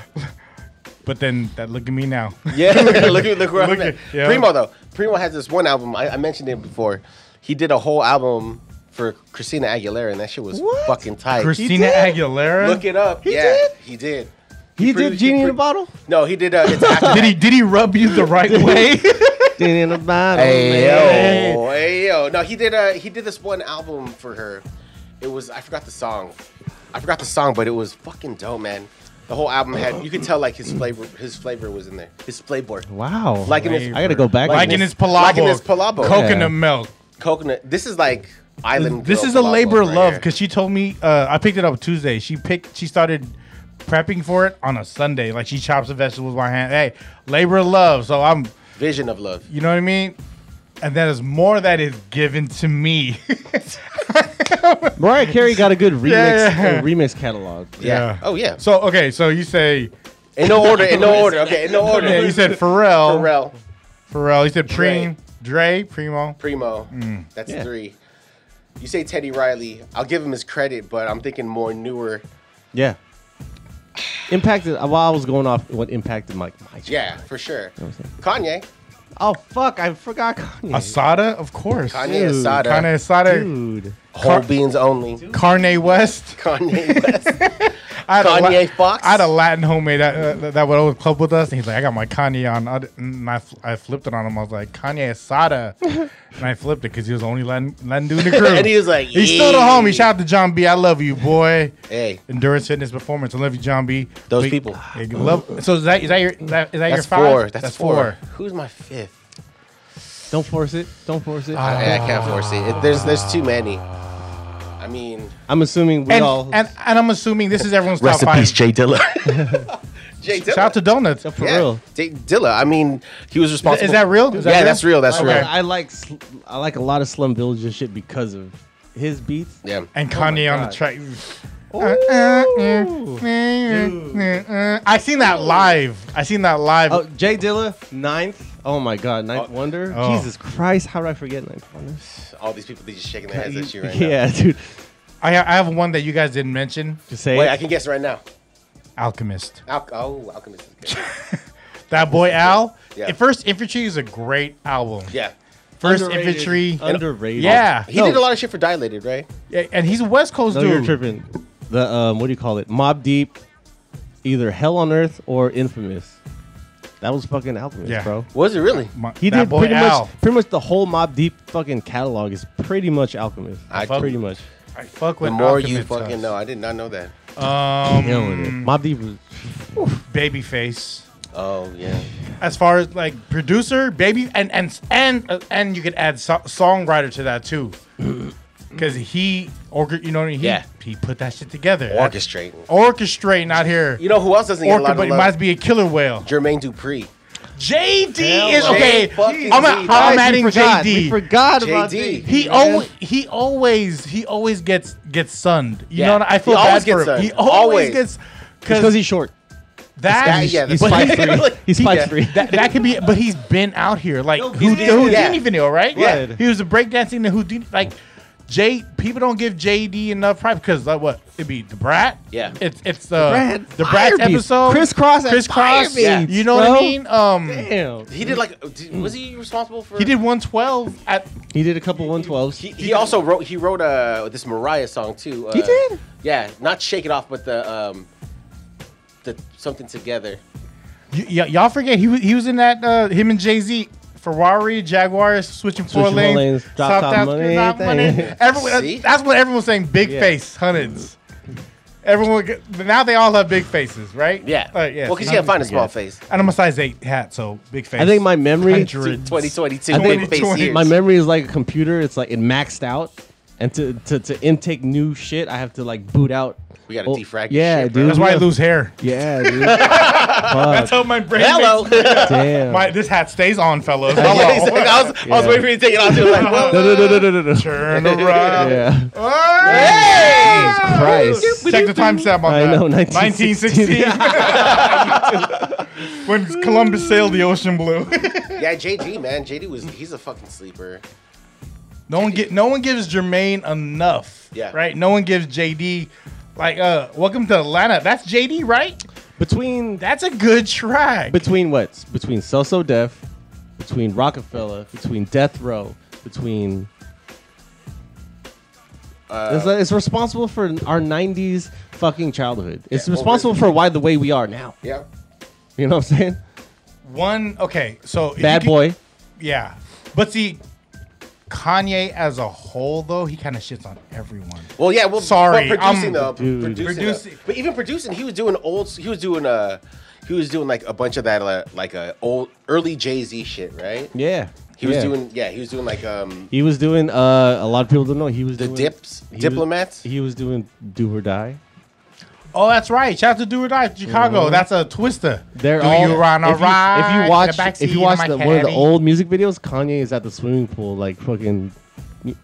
[SPEAKER 1] But then that look at me now.
[SPEAKER 2] Yeah, look at look where
[SPEAKER 1] Look
[SPEAKER 2] I'm at.
[SPEAKER 1] at- yeah.
[SPEAKER 2] Primo though, Primo has this one album. I, I mentioned it before. He did a whole album for Christina Aguilera, and that shit was
[SPEAKER 3] What?
[SPEAKER 2] fucking tight.
[SPEAKER 1] Christina
[SPEAKER 3] did?
[SPEAKER 1] Aguilera.
[SPEAKER 2] Look it up.
[SPEAKER 3] He
[SPEAKER 2] yeah,
[SPEAKER 3] did?
[SPEAKER 2] he did.
[SPEAKER 3] He
[SPEAKER 2] Pretty-
[SPEAKER 3] did Genie in a
[SPEAKER 2] pretty-
[SPEAKER 3] Bottle.
[SPEAKER 2] No, he did. Uh, it's after
[SPEAKER 1] did he did he rub you the right way?
[SPEAKER 3] Genie in a Bottle.
[SPEAKER 2] Hey
[SPEAKER 3] man.
[SPEAKER 2] Oh, yo, hey yo. No, he did. Uh, he did this one album for her, It was I forgot the song. I forgot the song, but it was fucking dope, man. The whole album had you could tell like his flavor his flavor was in there. His flavor.
[SPEAKER 3] Wow.
[SPEAKER 2] Like in his
[SPEAKER 1] Flavor.
[SPEAKER 3] I gotta go back.
[SPEAKER 1] Like
[SPEAKER 3] and-
[SPEAKER 1] in his palabo.
[SPEAKER 2] Like in his palabo.
[SPEAKER 1] Coconut
[SPEAKER 3] Yeah.
[SPEAKER 1] milk.
[SPEAKER 2] coconut. This is like island.
[SPEAKER 1] This
[SPEAKER 2] girl
[SPEAKER 1] is a
[SPEAKER 2] palabo
[SPEAKER 1] labor of
[SPEAKER 2] right
[SPEAKER 1] love
[SPEAKER 2] here.
[SPEAKER 1] because she told me uh, I picked it up Tuesday. She picked. She started prepping for it on a Sunday. Like she chops the vegetables by hand. Hey, labor of love. So I'm.
[SPEAKER 2] vision of love.
[SPEAKER 1] You know what I mean? And that is more that is given to me.
[SPEAKER 3] Mariah Carey got a good remix
[SPEAKER 1] Yeah, yeah.
[SPEAKER 3] uh, remix catalog.
[SPEAKER 2] Yeah. Oh yeah.
[SPEAKER 1] So okay, so you say
[SPEAKER 2] In no order. In no order. Okay. In no order.
[SPEAKER 1] yeah, you said Pharrell.
[SPEAKER 2] Pharrell,
[SPEAKER 1] Pharrell. You said Preem. Dre.
[SPEAKER 2] Dre.
[SPEAKER 1] Primo.
[SPEAKER 2] Primo.
[SPEAKER 1] Mm.
[SPEAKER 2] That's
[SPEAKER 3] Yeah.
[SPEAKER 2] three. You say Teddy Riley. I'll give him his credit, but I'm thinking more newer.
[SPEAKER 3] Yeah. Impacted. uh, While I was going off, what impacted my, my
[SPEAKER 2] Yeah, for sure. Kanye.
[SPEAKER 3] Oh fuck! I forgot Kanye.
[SPEAKER 1] Asada, of course.
[SPEAKER 2] Kanye
[SPEAKER 1] Dude,
[SPEAKER 2] Asada.
[SPEAKER 1] Kanye Asada.
[SPEAKER 3] Dude.
[SPEAKER 2] Whole
[SPEAKER 1] Car-
[SPEAKER 2] beans only.
[SPEAKER 1] Kanye West.
[SPEAKER 2] Kanye West.
[SPEAKER 1] I had a
[SPEAKER 2] Kanye Fox?
[SPEAKER 1] I had a Latin homemade that, uh, that would always club with us, and he's like, "I got my Kanye on," I, d- and I, fl- I flipped it on him. I was like, "Kanye Asada," and I flipped it because he was the only Latin, Latin dude in the crew.
[SPEAKER 2] and he was like,
[SPEAKER 1] He's still the
[SPEAKER 2] "Yeah."
[SPEAKER 1] homie. Shout out to John B. I love you, boy.
[SPEAKER 2] Hey,
[SPEAKER 1] Endurance Fitness Performance. I love you, John B.
[SPEAKER 2] Those
[SPEAKER 1] But-
[SPEAKER 2] people.
[SPEAKER 1] Yeah, you love, so is that is that your is that, is that your
[SPEAKER 2] that's
[SPEAKER 1] five?
[SPEAKER 2] four. That's, four. Who's my fifth?
[SPEAKER 3] Don't force it. Don't force it.
[SPEAKER 2] I, I can't force it. It- There's there's too many. I mean,
[SPEAKER 3] I'm assuming we
[SPEAKER 1] And,
[SPEAKER 3] all.
[SPEAKER 1] and and I'm assuming this is everyone's top five.
[SPEAKER 2] Jay Dilla. Jay Dilla.
[SPEAKER 1] Shout out to Donuts.
[SPEAKER 3] for real.
[SPEAKER 2] Jay Dilla. I mean, he was responsible.
[SPEAKER 1] Is that real? Is that
[SPEAKER 2] yeah, that's real. That's
[SPEAKER 3] I,
[SPEAKER 1] Okay.
[SPEAKER 3] like,
[SPEAKER 2] real.
[SPEAKER 3] I like sl- I like a lot of Slum Village and shit because of his beats.
[SPEAKER 2] Yeah.
[SPEAKER 1] And Kanye
[SPEAKER 3] my
[SPEAKER 1] on the
[SPEAKER 3] God.
[SPEAKER 1] track. Uh, uh, uh, uh, uh, uh. I seen that live. I seen that live.
[SPEAKER 3] Oh, Jay Dilla, ninth. Oh my God, ninth
[SPEAKER 2] Oh.
[SPEAKER 3] wonder.
[SPEAKER 1] Oh.
[SPEAKER 3] Jesus Christ, how did I forget ninth wonder?
[SPEAKER 2] All these people, they just shaking their heads at you right now.
[SPEAKER 3] yeah, dude.
[SPEAKER 1] I, ha- I have one that you guys didn't mention.
[SPEAKER 3] Just say
[SPEAKER 2] Wait,
[SPEAKER 3] it.
[SPEAKER 2] I can guess right now.
[SPEAKER 1] Alchemist.
[SPEAKER 2] Al- oh, Alchemist is good.
[SPEAKER 1] That boy Al.
[SPEAKER 2] Yeah.
[SPEAKER 1] At First Infantry is a great album.
[SPEAKER 2] Yeah.
[SPEAKER 1] First
[SPEAKER 3] Underrated.
[SPEAKER 1] Infantry.
[SPEAKER 3] Underrated.
[SPEAKER 1] Yeah.
[SPEAKER 2] He did a lot of shit for Dilated, right?
[SPEAKER 1] Yeah, and he's a West Coast
[SPEAKER 3] No,
[SPEAKER 1] dude.
[SPEAKER 3] you're tripping. The um, what do you call it? Mob Deep, either Hell on Earth or Infamous. That was fucking Alchemist,
[SPEAKER 1] Yeah.
[SPEAKER 3] bro.
[SPEAKER 2] Was it really?
[SPEAKER 1] My-
[SPEAKER 3] He
[SPEAKER 1] that
[SPEAKER 3] did
[SPEAKER 1] boy
[SPEAKER 3] pretty
[SPEAKER 1] Al.
[SPEAKER 3] much pretty much the whole Mob Deep fucking catalog is pretty much Alchemist.
[SPEAKER 2] I
[SPEAKER 3] pretty
[SPEAKER 2] fuck-
[SPEAKER 3] much.
[SPEAKER 1] I fuck
[SPEAKER 2] The
[SPEAKER 1] with
[SPEAKER 2] more
[SPEAKER 1] Alchemist
[SPEAKER 2] you fucking
[SPEAKER 1] us.
[SPEAKER 2] know, I did not know that.
[SPEAKER 3] Killing it.
[SPEAKER 1] Um,
[SPEAKER 3] Mob Deep was
[SPEAKER 1] Babyface.
[SPEAKER 2] Oh yeah.
[SPEAKER 1] As far as like producer, baby, and and and uh, and you could add so- songwriter to that too, because he orc, you know, what I mean? he
[SPEAKER 2] Yeah.
[SPEAKER 1] he put that shit together.
[SPEAKER 2] Orchestrating.
[SPEAKER 1] orchestrating out here.
[SPEAKER 2] You know who else doesn't get a
[SPEAKER 1] Orca,
[SPEAKER 2] lot
[SPEAKER 1] but
[SPEAKER 2] of
[SPEAKER 1] it might
[SPEAKER 2] love?
[SPEAKER 1] be a killer whale.
[SPEAKER 2] Jermaine Dupri.
[SPEAKER 1] JD is
[SPEAKER 2] J-
[SPEAKER 1] okay.
[SPEAKER 2] fucking
[SPEAKER 1] I'm,
[SPEAKER 2] D.
[SPEAKER 1] I'm
[SPEAKER 2] Guys, we
[SPEAKER 1] adding JD.
[SPEAKER 3] forgot. We forgot about
[SPEAKER 2] JD.
[SPEAKER 3] JD.
[SPEAKER 1] He always he always he always gets gets sunned. You
[SPEAKER 2] Yeah.
[SPEAKER 1] know what I
[SPEAKER 2] He
[SPEAKER 1] feel bad
[SPEAKER 2] always
[SPEAKER 1] for
[SPEAKER 2] gets
[SPEAKER 1] him.
[SPEAKER 2] sunned.
[SPEAKER 1] He always,
[SPEAKER 2] Always.
[SPEAKER 1] gets
[SPEAKER 3] because
[SPEAKER 1] because
[SPEAKER 3] he's short.
[SPEAKER 1] that,
[SPEAKER 2] yeah,
[SPEAKER 3] He's
[SPEAKER 2] But
[SPEAKER 3] five
[SPEAKER 2] he-
[SPEAKER 3] three. He's
[SPEAKER 1] he-
[SPEAKER 3] five
[SPEAKER 1] yeah,
[SPEAKER 3] three.
[SPEAKER 1] That, that could be, but he's been out here like
[SPEAKER 3] No,
[SPEAKER 1] Houdini,
[SPEAKER 3] he's
[SPEAKER 1] the
[SPEAKER 3] been-
[SPEAKER 1] Houdini
[SPEAKER 2] yeah.
[SPEAKER 1] video, right?
[SPEAKER 2] Yeah.
[SPEAKER 1] he was a breakdancing the Houdini. Like J, people don't give JD enough pride because like what it'd be the brat.
[SPEAKER 2] Yeah.
[SPEAKER 1] it's it's uh,
[SPEAKER 3] Brat.
[SPEAKER 1] the brat
[SPEAKER 3] Fire beats.
[SPEAKER 1] episode.
[SPEAKER 3] Crisscross at
[SPEAKER 1] crisscross.
[SPEAKER 3] fire beats,
[SPEAKER 1] You know what I
[SPEAKER 3] bro.
[SPEAKER 1] mean? Um,
[SPEAKER 3] Damn.
[SPEAKER 2] He did like. did- Was he responsible for?
[SPEAKER 1] he did one twelve at
[SPEAKER 3] He did a couple one twelves.
[SPEAKER 2] He, he also wrote. He wrote uh this Mariah song too. Uh,
[SPEAKER 3] He did?
[SPEAKER 2] Yeah, not "Shake It Off," but the um, the something together.
[SPEAKER 1] Y- y- y'all forget he was he was in that uh, him and Jay Z Ferrari Jaguars switching four
[SPEAKER 3] Switching four
[SPEAKER 1] lanes,
[SPEAKER 3] lanes, drop top
[SPEAKER 1] down,
[SPEAKER 3] money,
[SPEAKER 1] drop
[SPEAKER 3] thank
[SPEAKER 1] money.
[SPEAKER 3] you.
[SPEAKER 1] Everyone, uh,
[SPEAKER 2] See?
[SPEAKER 1] that's what everyone was saying. Big
[SPEAKER 3] Yeah.
[SPEAKER 1] face hundreds. Everyone g- but now they all have big faces, right?
[SPEAKER 2] Yeah.
[SPEAKER 1] Uh, yeah.
[SPEAKER 2] Well, because
[SPEAKER 1] so
[SPEAKER 2] you
[SPEAKER 1] I'm-
[SPEAKER 2] can't find a small
[SPEAKER 3] yeah.
[SPEAKER 2] face.
[SPEAKER 1] And I'm a size eight hat, so big face.
[SPEAKER 3] I think my memory,
[SPEAKER 1] Hundreds.
[SPEAKER 2] 2022
[SPEAKER 3] I think-
[SPEAKER 2] big face
[SPEAKER 1] 2020.
[SPEAKER 2] years.
[SPEAKER 3] my memory is like a computer. It's like it maxed out, and to to, to intake new shit, I have to like boot out.
[SPEAKER 2] We gotta
[SPEAKER 3] Oh,
[SPEAKER 2] defrag. your
[SPEAKER 3] Yeah,
[SPEAKER 2] shit, bro.
[SPEAKER 3] dude.
[SPEAKER 1] That's why I lose hair.
[SPEAKER 3] Yeah, dude. Fuck,
[SPEAKER 1] That's how my brain.
[SPEAKER 2] Hello. Oh,
[SPEAKER 1] makes-
[SPEAKER 3] damn.
[SPEAKER 1] My this hat stays on, fellas.
[SPEAKER 2] Yeah,
[SPEAKER 1] Hello.
[SPEAKER 2] exactly. I, was, I was
[SPEAKER 3] Yeah.
[SPEAKER 2] waiting for you to take it off. too. I was like, whoa.
[SPEAKER 3] no, no, no, no, no,
[SPEAKER 2] oh.
[SPEAKER 3] no, no.
[SPEAKER 1] Turn around.
[SPEAKER 3] Yeah.
[SPEAKER 1] Hey!
[SPEAKER 3] Jesus Christ.
[SPEAKER 1] Check the timestamp on
[SPEAKER 3] I
[SPEAKER 1] that.
[SPEAKER 3] know,
[SPEAKER 1] 1916. when Columbus sailed the ocean blue.
[SPEAKER 2] Yeah, JG man, JD was he's a fucking sleeper.
[SPEAKER 1] no one get. No one gives Jermaine enough.
[SPEAKER 2] Yeah.
[SPEAKER 1] Right. No one gives JD. Like, uh, welcome to Atlanta. That's JD, right?
[SPEAKER 3] Between
[SPEAKER 1] That's a good track.
[SPEAKER 3] between what? Between So So Def, between Rockefeller, between Death Row, between.
[SPEAKER 2] Uh,
[SPEAKER 3] it's, it's responsible for our '90s fucking childhood. It's
[SPEAKER 2] Yeah, over-
[SPEAKER 3] responsible for why the way we are now.
[SPEAKER 2] Yeah.
[SPEAKER 3] You know what I'm saying?
[SPEAKER 1] one. Okay. So if you
[SPEAKER 3] Bad
[SPEAKER 1] could-
[SPEAKER 3] Boy.
[SPEAKER 1] Yeah. But see, Kanye as a whole, though, he kind of shits on everyone.
[SPEAKER 2] Well, yeah. Well,
[SPEAKER 1] Sorry,
[SPEAKER 2] well, producing
[SPEAKER 1] I'm-
[SPEAKER 2] though,
[SPEAKER 3] Dude.
[SPEAKER 2] producing, though.
[SPEAKER 1] Producing.
[SPEAKER 2] but even producing, he was doing old. He was doing uh he was doing like a bunch of that uh, like uh, old early Jay Z shit, right?
[SPEAKER 3] Yeah.
[SPEAKER 2] He was
[SPEAKER 3] yeah.
[SPEAKER 2] doing yeah, he was doing like um
[SPEAKER 3] He was doing. Uh, a lot of people don't know. He was
[SPEAKER 2] the
[SPEAKER 3] doing,
[SPEAKER 2] dips
[SPEAKER 3] he was-
[SPEAKER 2] diplomats.
[SPEAKER 3] he was doing Do or Die.
[SPEAKER 1] Oh, that's right. Shout out to Do or Die, Chicago. That's a twister.
[SPEAKER 3] Mm-hmm. They're
[SPEAKER 1] Do
[SPEAKER 3] all
[SPEAKER 1] you run
[SPEAKER 3] if,
[SPEAKER 1] a
[SPEAKER 3] you, if you watch if you watch the, one of the
[SPEAKER 1] old.
[SPEAKER 3] old music videos, Kanye is at the swimming pool, like fucking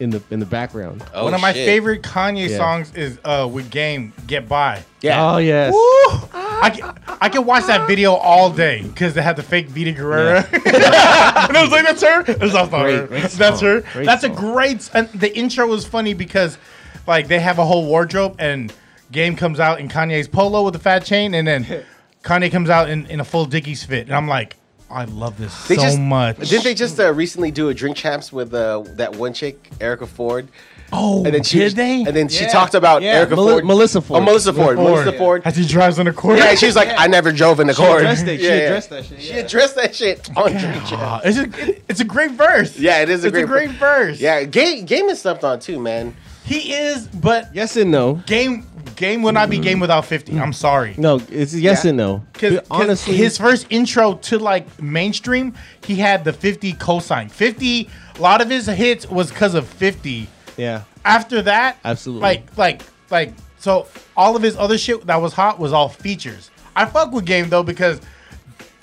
[SPEAKER 3] in the in the background.
[SPEAKER 2] Oh,
[SPEAKER 1] One of my
[SPEAKER 2] shit.
[SPEAKER 1] favorite Kanye
[SPEAKER 3] Yeah.
[SPEAKER 1] songs is uh with Game Get By.
[SPEAKER 2] Yeah.
[SPEAKER 3] Oh yes.
[SPEAKER 1] Woo! I can, I can watch that video all day because they had the fake Vita Guerrera. and I was like, that's her? That's not her.
[SPEAKER 3] Great, great
[SPEAKER 1] that's
[SPEAKER 3] song.
[SPEAKER 1] her.
[SPEAKER 3] Great
[SPEAKER 1] that's
[SPEAKER 3] song.
[SPEAKER 1] a great. s- And the intro was funny because, like, they have a whole wardrobe and Game comes out in Kanye's polo with a fat chain, and then Kanye comes out in, in a full Dickies fit. And I'm like, I love this
[SPEAKER 2] They
[SPEAKER 1] so
[SPEAKER 2] just,
[SPEAKER 1] much.
[SPEAKER 2] Didn't they just uh, recently do a drink champs with uh, that one chick, Erica Ford?
[SPEAKER 1] oh,
[SPEAKER 2] And then she
[SPEAKER 1] did they?
[SPEAKER 2] And then she
[SPEAKER 4] Yeah.
[SPEAKER 2] talked about
[SPEAKER 4] Yeah.
[SPEAKER 2] Erica
[SPEAKER 3] Mel-
[SPEAKER 2] Ford.
[SPEAKER 3] Melissa Ford.
[SPEAKER 2] Oh, Melissa Ford. Melissa Ford.
[SPEAKER 1] As he drives on the court.
[SPEAKER 2] Yeah, she's like, I never drove in the car.
[SPEAKER 4] addressed it. She
[SPEAKER 2] Yeah, yeah.
[SPEAKER 4] addressed that shit,
[SPEAKER 2] She
[SPEAKER 4] yeah.
[SPEAKER 2] addressed that shit on drink champs.
[SPEAKER 1] Ah, It's a, it's a great verse.
[SPEAKER 2] Yeah, it is a
[SPEAKER 1] it's
[SPEAKER 2] great,
[SPEAKER 1] a great verse.
[SPEAKER 2] Yeah, game game is slept on too, man.
[SPEAKER 1] he is, but
[SPEAKER 3] Yes and no.
[SPEAKER 1] game game will not be
[SPEAKER 2] Mm-hmm.
[SPEAKER 1] game without fifty. I'm sorry,
[SPEAKER 3] No, it's yes
[SPEAKER 2] Yeah.
[SPEAKER 3] and no.
[SPEAKER 1] because
[SPEAKER 3] honestly,
[SPEAKER 1] his first intro to like mainstream, he had the fifty cosign. Fifty, a lot of his hits was because of fifty.
[SPEAKER 3] yeah.
[SPEAKER 1] After that,
[SPEAKER 3] Absolutely.
[SPEAKER 1] like like like so, all of his other shit that was hot was all features. I fuck with game though because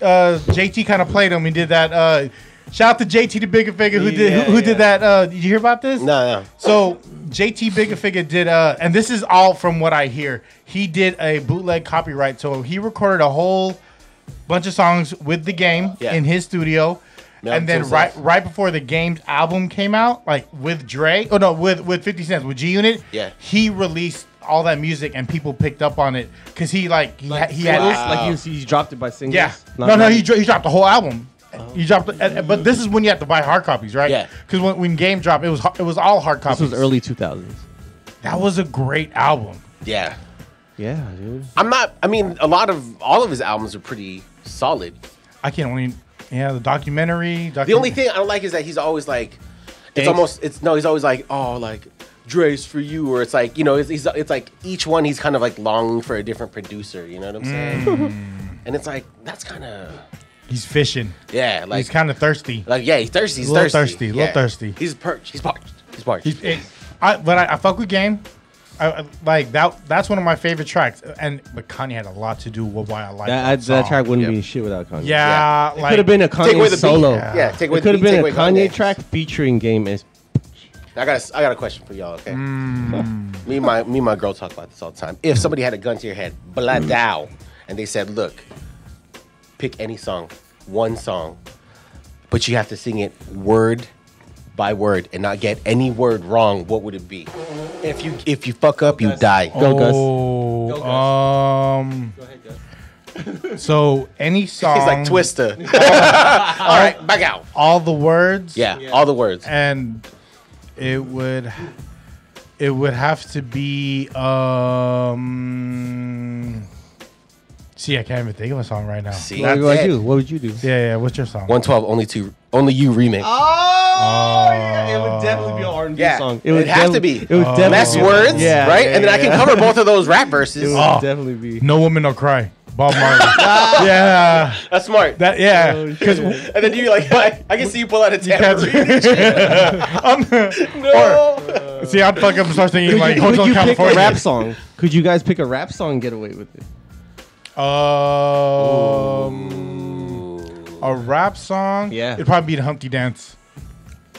[SPEAKER 1] uh, JT kind of played him. He did that. Uh, shout out to JT the Bigger Figure who did
[SPEAKER 4] Yeah,
[SPEAKER 1] who, who
[SPEAKER 4] yeah.
[SPEAKER 1] did that. Uh, did you hear about this?
[SPEAKER 2] No, no.
[SPEAKER 1] So JT Bigafiga did, uh, and this is all from what I hear. He did a bootleg copyright, so he recorded a whole bunch of songs with the game
[SPEAKER 2] Yeah.
[SPEAKER 1] in his studio,
[SPEAKER 2] Yeah,
[SPEAKER 1] and then
[SPEAKER 2] so
[SPEAKER 1] right
[SPEAKER 2] sad.
[SPEAKER 1] right before the game's album came out, like with Dre, oh no, with with Fifty Cent, with G Unit,
[SPEAKER 2] Yeah.
[SPEAKER 1] he released all that music, and people picked up on it because he like he, had he had
[SPEAKER 3] Singles?
[SPEAKER 2] Wow.
[SPEAKER 3] like he, was, he dropped it by singles.
[SPEAKER 1] yeah.
[SPEAKER 3] Not-
[SPEAKER 1] no, no,
[SPEAKER 3] not-
[SPEAKER 1] he, dro- he dropped the whole album. He dropped, the, and- but this is when you have to buy hard copies, right?
[SPEAKER 2] Oh. Yeah.
[SPEAKER 1] Because when, when game dropped, it was ho- it was all hard copies.
[SPEAKER 3] This was early two thousands.
[SPEAKER 1] That was a great album.
[SPEAKER 2] Yeah.
[SPEAKER 3] Yeah, dude.
[SPEAKER 2] I'm not I mean, a lot of all of his albums are pretty solid.
[SPEAKER 1] I can't wait. Yeah, the documentary.
[SPEAKER 2] The only thing I don't like is that he's always like, it's
[SPEAKER 3] Thanks.
[SPEAKER 2] almost, it's no, he's always like, oh, like Dre's for you, or it's like, you know, it's, he's, it's like each one he's kind of like longing for a different producer. You know what I'm saying?
[SPEAKER 1] Mm.
[SPEAKER 2] and it's like that's kind of
[SPEAKER 1] he's fishing.
[SPEAKER 2] yeah, like
[SPEAKER 1] he's kind of thirsty.
[SPEAKER 2] like yeah, he's thirsty, he's
[SPEAKER 1] A little
[SPEAKER 2] thirsty,
[SPEAKER 1] thirsty, a little
[SPEAKER 2] yeah.
[SPEAKER 1] thirsty.
[SPEAKER 2] He's perched, he's parched, he's parched.
[SPEAKER 1] He's, it- I, but I, I fuck with game. I, I- like that. That's one of my favorite tracks. And but Kanye had a lot to do with why I like
[SPEAKER 3] That,
[SPEAKER 1] that,
[SPEAKER 3] I,
[SPEAKER 1] song.
[SPEAKER 3] that track wouldn't
[SPEAKER 2] Yeah.
[SPEAKER 3] be shit without Kanye.
[SPEAKER 1] Yeah, like
[SPEAKER 3] could have been a Kanye
[SPEAKER 2] away the beat.
[SPEAKER 3] solo.
[SPEAKER 2] Yeah. Yeah, take away
[SPEAKER 3] it
[SPEAKER 2] the
[SPEAKER 3] could have
[SPEAKER 2] beat,
[SPEAKER 3] been a
[SPEAKER 2] take away
[SPEAKER 3] Kanye
[SPEAKER 2] Kanye.
[SPEAKER 3] track featuring Game. As,
[SPEAKER 2] I got, a, I got a question for y'all. Okay,
[SPEAKER 3] Mm.
[SPEAKER 2] me and my me and my girl talk about this all the time. If somebody had a gun to your head, blood out, and they said, "Look, pick any song, one song, but you have to sing it word by word and not get any word wrong," what would it be? If you if you fuck up, you
[SPEAKER 4] That's-
[SPEAKER 2] die.
[SPEAKER 3] Go, Gus.
[SPEAKER 1] oh,
[SPEAKER 4] Go, Gus.
[SPEAKER 1] um.
[SPEAKER 4] Go ahead, guys.
[SPEAKER 1] So any song,
[SPEAKER 2] He's like Twista. all right, back out.
[SPEAKER 1] all the words.
[SPEAKER 2] Yeah,
[SPEAKER 4] Yeah.
[SPEAKER 2] all the words.
[SPEAKER 1] and it would it would have to be um see i can't even think of a song right now
[SPEAKER 2] See,
[SPEAKER 3] what would you do? What would you do?
[SPEAKER 1] yeah yeah what's your song
[SPEAKER 2] One twelve, only two, only you remix.
[SPEAKER 4] Oh, yeah. It would definitely be an R&B
[SPEAKER 2] Yeah.
[SPEAKER 4] song.
[SPEAKER 2] It would have to be.
[SPEAKER 3] It would definitely
[SPEAKER 2] Less
[SPEAKER 3] be-
[SPEAKER 2] words,
[SPEAKER 3] Yeah,
[SPEAKER 2] right?
[SPEAKER 3] yeah,
[SPEAKER 2] and then I can
[SPEAKER 3] yeah.
[SPEAKER 2] cover both of those rap verses.
[SPEAKER 3] It would
[SPEAKER 1] Oh.
[SPEAKER 3] definitely be.
[SPEAKER 1] no woman no cry bob marley yeah
[SPEAKER 2] That's smart.
[SPEAKER 1] that yeah
[SPEAKER 3] Oh, shit.
[SPEAKER 1] because
[SPEAKER 2] and then you like, I, I can see you pull out a tambourine. no.
[SPEAKER 1] see i'd fuck up and start singing
[SPEAKER 3] Could
[SPEAKER 1] like
[SPEAKER 3] you,
[SPEAKER 1] hotel
[SPEAKER 3] could you pick a
[SPEAKER 1] california
[SPEAKER 3] rap song? Could you guys pick a rap song and get away with it?
[SPEAKER 1] um a rap song
[SPEAKER 3] Yeah.
[SPEAKER 1] it'd probably be the humpty dance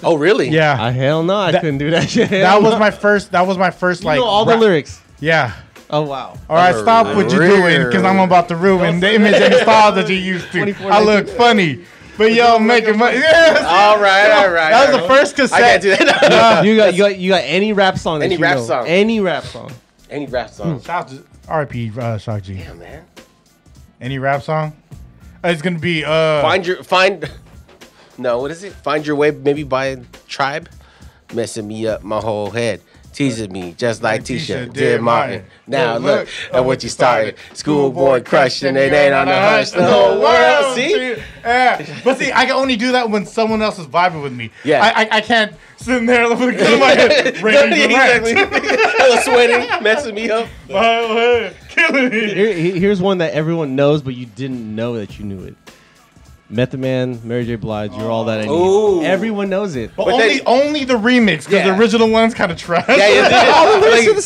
[SPEAKER 2] oh, really?
[SPEAKER 1] yeah
[SPEAKER 3] I Ah, hell no, I
[SPEAKER 1] Ah. That-
[SPEAKER 3] couldn't do that shit.
[SPEAKER 1] that was my first that was my first
[SPEAKER 3] you
[SPEAKER 1] like
[SPEAKER 3] know all the
[SPEAKER 1] rap-
[SPEAKER 3] lyrics.
[SPEAKER 1] yeah
[SPEAKER 3] Oh wow.
[SPEAKER 1] All right,
[SPEAKER 2] I'm a
[SPEAKER 1] stop what you're doing because I'm about to ruin the image and style that you used to.
[SPEAKER 3] 24,
[SPEAKER 1] I look funny, but y'all making money. Yes!
[SPEAKER 2] All right, all right.
[SPEAKER 1] That was
[SPEAKER 2] all
[SPEAKER 1] the
[SPEAKER 2] right.
[SPEAKER 1] first
[SPEAKER 2] I can't
[SPEAKER 1] cassette.
[SPEAKER 2] do that.
[SPEAKER 3] you got you got you got any rap song? That
[SPEAKER 2] Any
[SPEAKER 3] you
[SPEAKER 2] rap
[SPEAKER 3] know.
[SPEAKER 2] song.
[SPEAKER 3] Any rap song.
[SPEAKER 2] Any rap song.
[SPEAKER 1] Shout out to RP uh, Shock G.
[SPEAKER 2] Damn, man.
[SPEAKER 1] Any rap song? Uh, It's gonna be uh.
[SPEAKER 2] Find your, find, no, what is it? Find your way, maybe by tribe. Messing me up my whole head. teases me just like Tisha
[SPEAKER 1] Tisha
[SPEAKER 2] did
[SPEAKER 1] did
[SPEAKER 2] Martin.
[SPEAKER 1] Martin.
[SPEAKER 2] Now
[SPEAKER 1] Look,
[SPEAKER 2] look
[SPEAKER 1] look
[SPEAKER 2] at what you started. Schoolboy crush and it ain't on the hush the whole world. See?
[SPEAKER 1] Yeah. But see, I can only do that when someone else is vibing with me.
[SPEAKER 2] Yeah.
[SPEAKER 1] I, I, I can't sit in there with a gun in my head. Randy
[SPEAKER 2] exactly.
[SPEAKER 1] Durant.
[SPEAKER 2] I was sweating, messing me up.
[SPEAKER 1] My head Killing me.
[SPEAKER 3] Here- he- here's one that everyone knows, but you didn't know that you knew it. Method Man, Mary J. Blige, you're all that I need.
[SPEAKER 2] Ooh.
[SPEAKER 3] Everyone knows it.
[SPEAKER 1] But,
[SPEAKER 2] But
[SPEAKER 1] only,
[SPEAKER 2] that-
[SPEAKER 1] only the remix, because
[SPEAKER 2] Yeah.
[SPEAKER 1] the original one's kind of trash.
[SPEAKER 2] Yeah, yeah,
[SPEAKER 3] all the
[SPEAKER 2] yeah.
[SPEAKER 3] lyrics are
[SPEAKER 2] Like,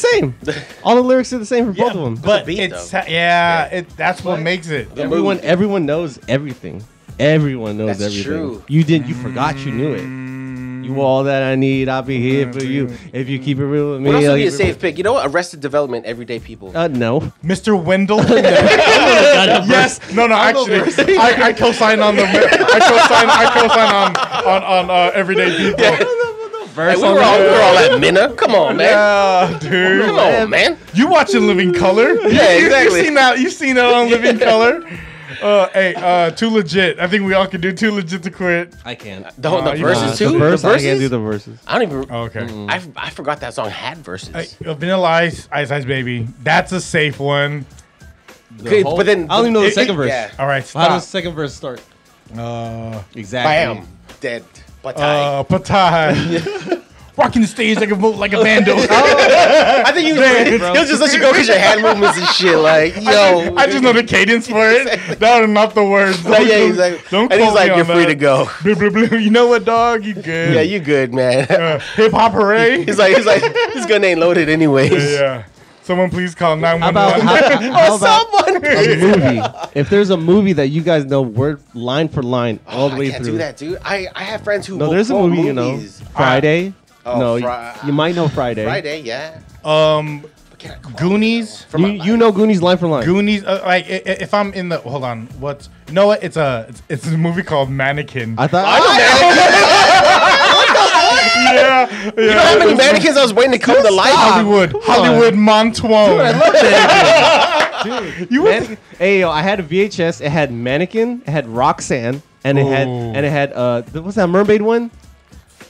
[SPEAKER 3] the same. All the lyrics are the same for both of them.
[SPEAKER 1] But
[SPEAKER 2] beat,
[SPEAKER 1] it's
[SPEAKER 2] though.
[SPEAKER 1] yeah, it that's what
[SPEAKER 3] But-
[SPEAKER 1] makes it.
[SPEAKER 2] the
[SPEAKER 3] everyone,
[SPEAKER 2] move.
[SPEAKER 3] everyone knows everything. Everyone knows
[SPEAKER 2] That's
[SPEAKER 3] everything.
[SPEAKER 2] true.
[SPEAKER 3] You did. You forgot you knew it.
[SPEAKER 1] Mm,
[SPEAKER 3] You all that I need. I'll be here for you if you keep it real with me.
[SPEAKER 2] What else
[SPEAKER 3] I'll
[SPEAKER 2] would be a
[SPEAKER 3] keep it real-
[SPEAKER 2] safe pick? You know what? Arrested Development, Everyday People.
[SPEAKER 3] Uh, no.
[SPEAKER 1] Mr. Wendell. yes. No, no, actually. I, I co-sign on the I co-sign I co-sign on on, on uh, everyday people.
[SPEAKER 2] Hey, we were all, we were all at Minna. Come on, man.
[SPEAKER 1] Yeah, dude.
[SPEAKER 2] Come on, man.
[SPEAKER 1] You watching Living Color?
[SPEAKER 2] Yeah, exactly.
[SPEAKER 1] You, have seen that? You've seen it on Living Color. Uh, hey, uh, too legit. I think we all can do too legit to quit.
[SPEAKER 3] I can't.
[SPEAKER 2] The, whole the
[SPEAKER 1] you
[SPEAKER 2] verses
[SPEAKER 1] can't.
[SPEAKER 2] too.
[SPEAKER 3] Uh, The verse,
[SPEAKER 2] The
[SPEAKER 3] I can't do the verses.
[SPEAKER 2] I don't even.
[SPEAKER 1] Okay.
[SPEAKER 2] I, f- I forgot that song had verses.
[SPEAKER 1] Oh, Hey, uh, Vanilla Ice, Ice Ice Baby. That's a safe one.
[SPEAKER 2] Okay, but then
[SPEAKER 3] I don't even know the
[SPEAKER 1] it-
[SPEAKER 3] second
[SPEAKER 1] it-
[SPEAKER 3] verse.
[SPEAKER 2] yeah.
[SPEAKER 1] All right,
[SPEAKER 3] How
[SPEAKER 1] stop.
[SPEAKER 3] does the second verse start?
[SPEAKER 1] Uh,
[SPEAKER 3] Exactly.
[SPEAKER 2] Ah. Bam, dead. But I-
[SPEAKER 1] uh, Patai. Rocking the stage like a mo- like a bando.
[SPEAKER 2] I think you he'll just let you go because your hand movements and shit. Like yo,
[SPEAKER 1] I just know the cadence for it. That are not the words.
[SPEAKER 2] Like, yeah, he's like,
[SPEAKER 1] don't
[SPEAKER 2] and he's
[SPEAKER 1] quote
[SPEAKER 2] like,
[SPEAKER 1] me on
[SPEAKER 2] you're free
[SPEAKER 1] that.
[SPEAKER 2] to go.
[SPEAKER 1] Blah, blah, blah. You know what, dog? You good?
[SPEAKER 2] Yeah, you good, man.
[SPEAKER 1] uh, hip hop hooray.
[SPEAKER 2] he's like, he's like, this gun ain't loaded anyways.
[SPEAKER 1] Yeah, yeah. Someone please call
[SPEAKER 3] How about,
[SPEAKER 1] 911.
[SPEAKER 3] how, how about
[SPEAKER 2] Someone,
[SPEAKER 3] a movie? If there's a movie that you guys know word line for line all the way
[SPEAKER 2] Oh, I can't
[SPEAKER 3] through.
[SPEAKER 2] do that, dude. I, I have friends who
[SPEAKER 3] No,
[SPEAKER 2] will
[SPEAKER 3] there's a
[SPEAKER 2] quote
[SPEAKER 3] movie you know.
[SPEAKER 2] movies.
[SPEAKER 3] Friday.
[SPEAKER 2] Oh,
[SPEAKER 3] no,
[SPEAKER 2] Fri-
[SPEAKER 3] you, you might know Friday.
[SPEAKER 2] Friday, yeah.
[SPEAKER 1] um,
[SPEAKER 2] But can I quote
[SPEAKER 1] Goonies.
[SPEAKER 2] from
[SPEAKER 3] You,
[SPEAKER 2] my
[SPEAKER 3] you
[SPEAKER 2] life?
[SPEAKER 3] know Goonies line for line.
[SPEAKER 1] Goonies. Uh, like i- i- if I'm in the hold on, what's you know what? It's a it's, it's a movie called Mannequin.
[SPEAKER 3] I thought.
[SPEAKER 1] yeah,
[SPEAKER 2] You know
[SPEAKER 1] yeah.
[SPEAKER 2] how many mannequins I was waiting to Ah, come to life?
[SPEAKER 1] Hollywood, Hollywood Montwone. You would
[SPEAKER 3] Man- hey yo, I had a VHS. It had Mannequin. It had Roxanne. And it had
[SPEAKER 1] Ooh.
[SPEAKER 3] and it had uh th- what's that mermaid one?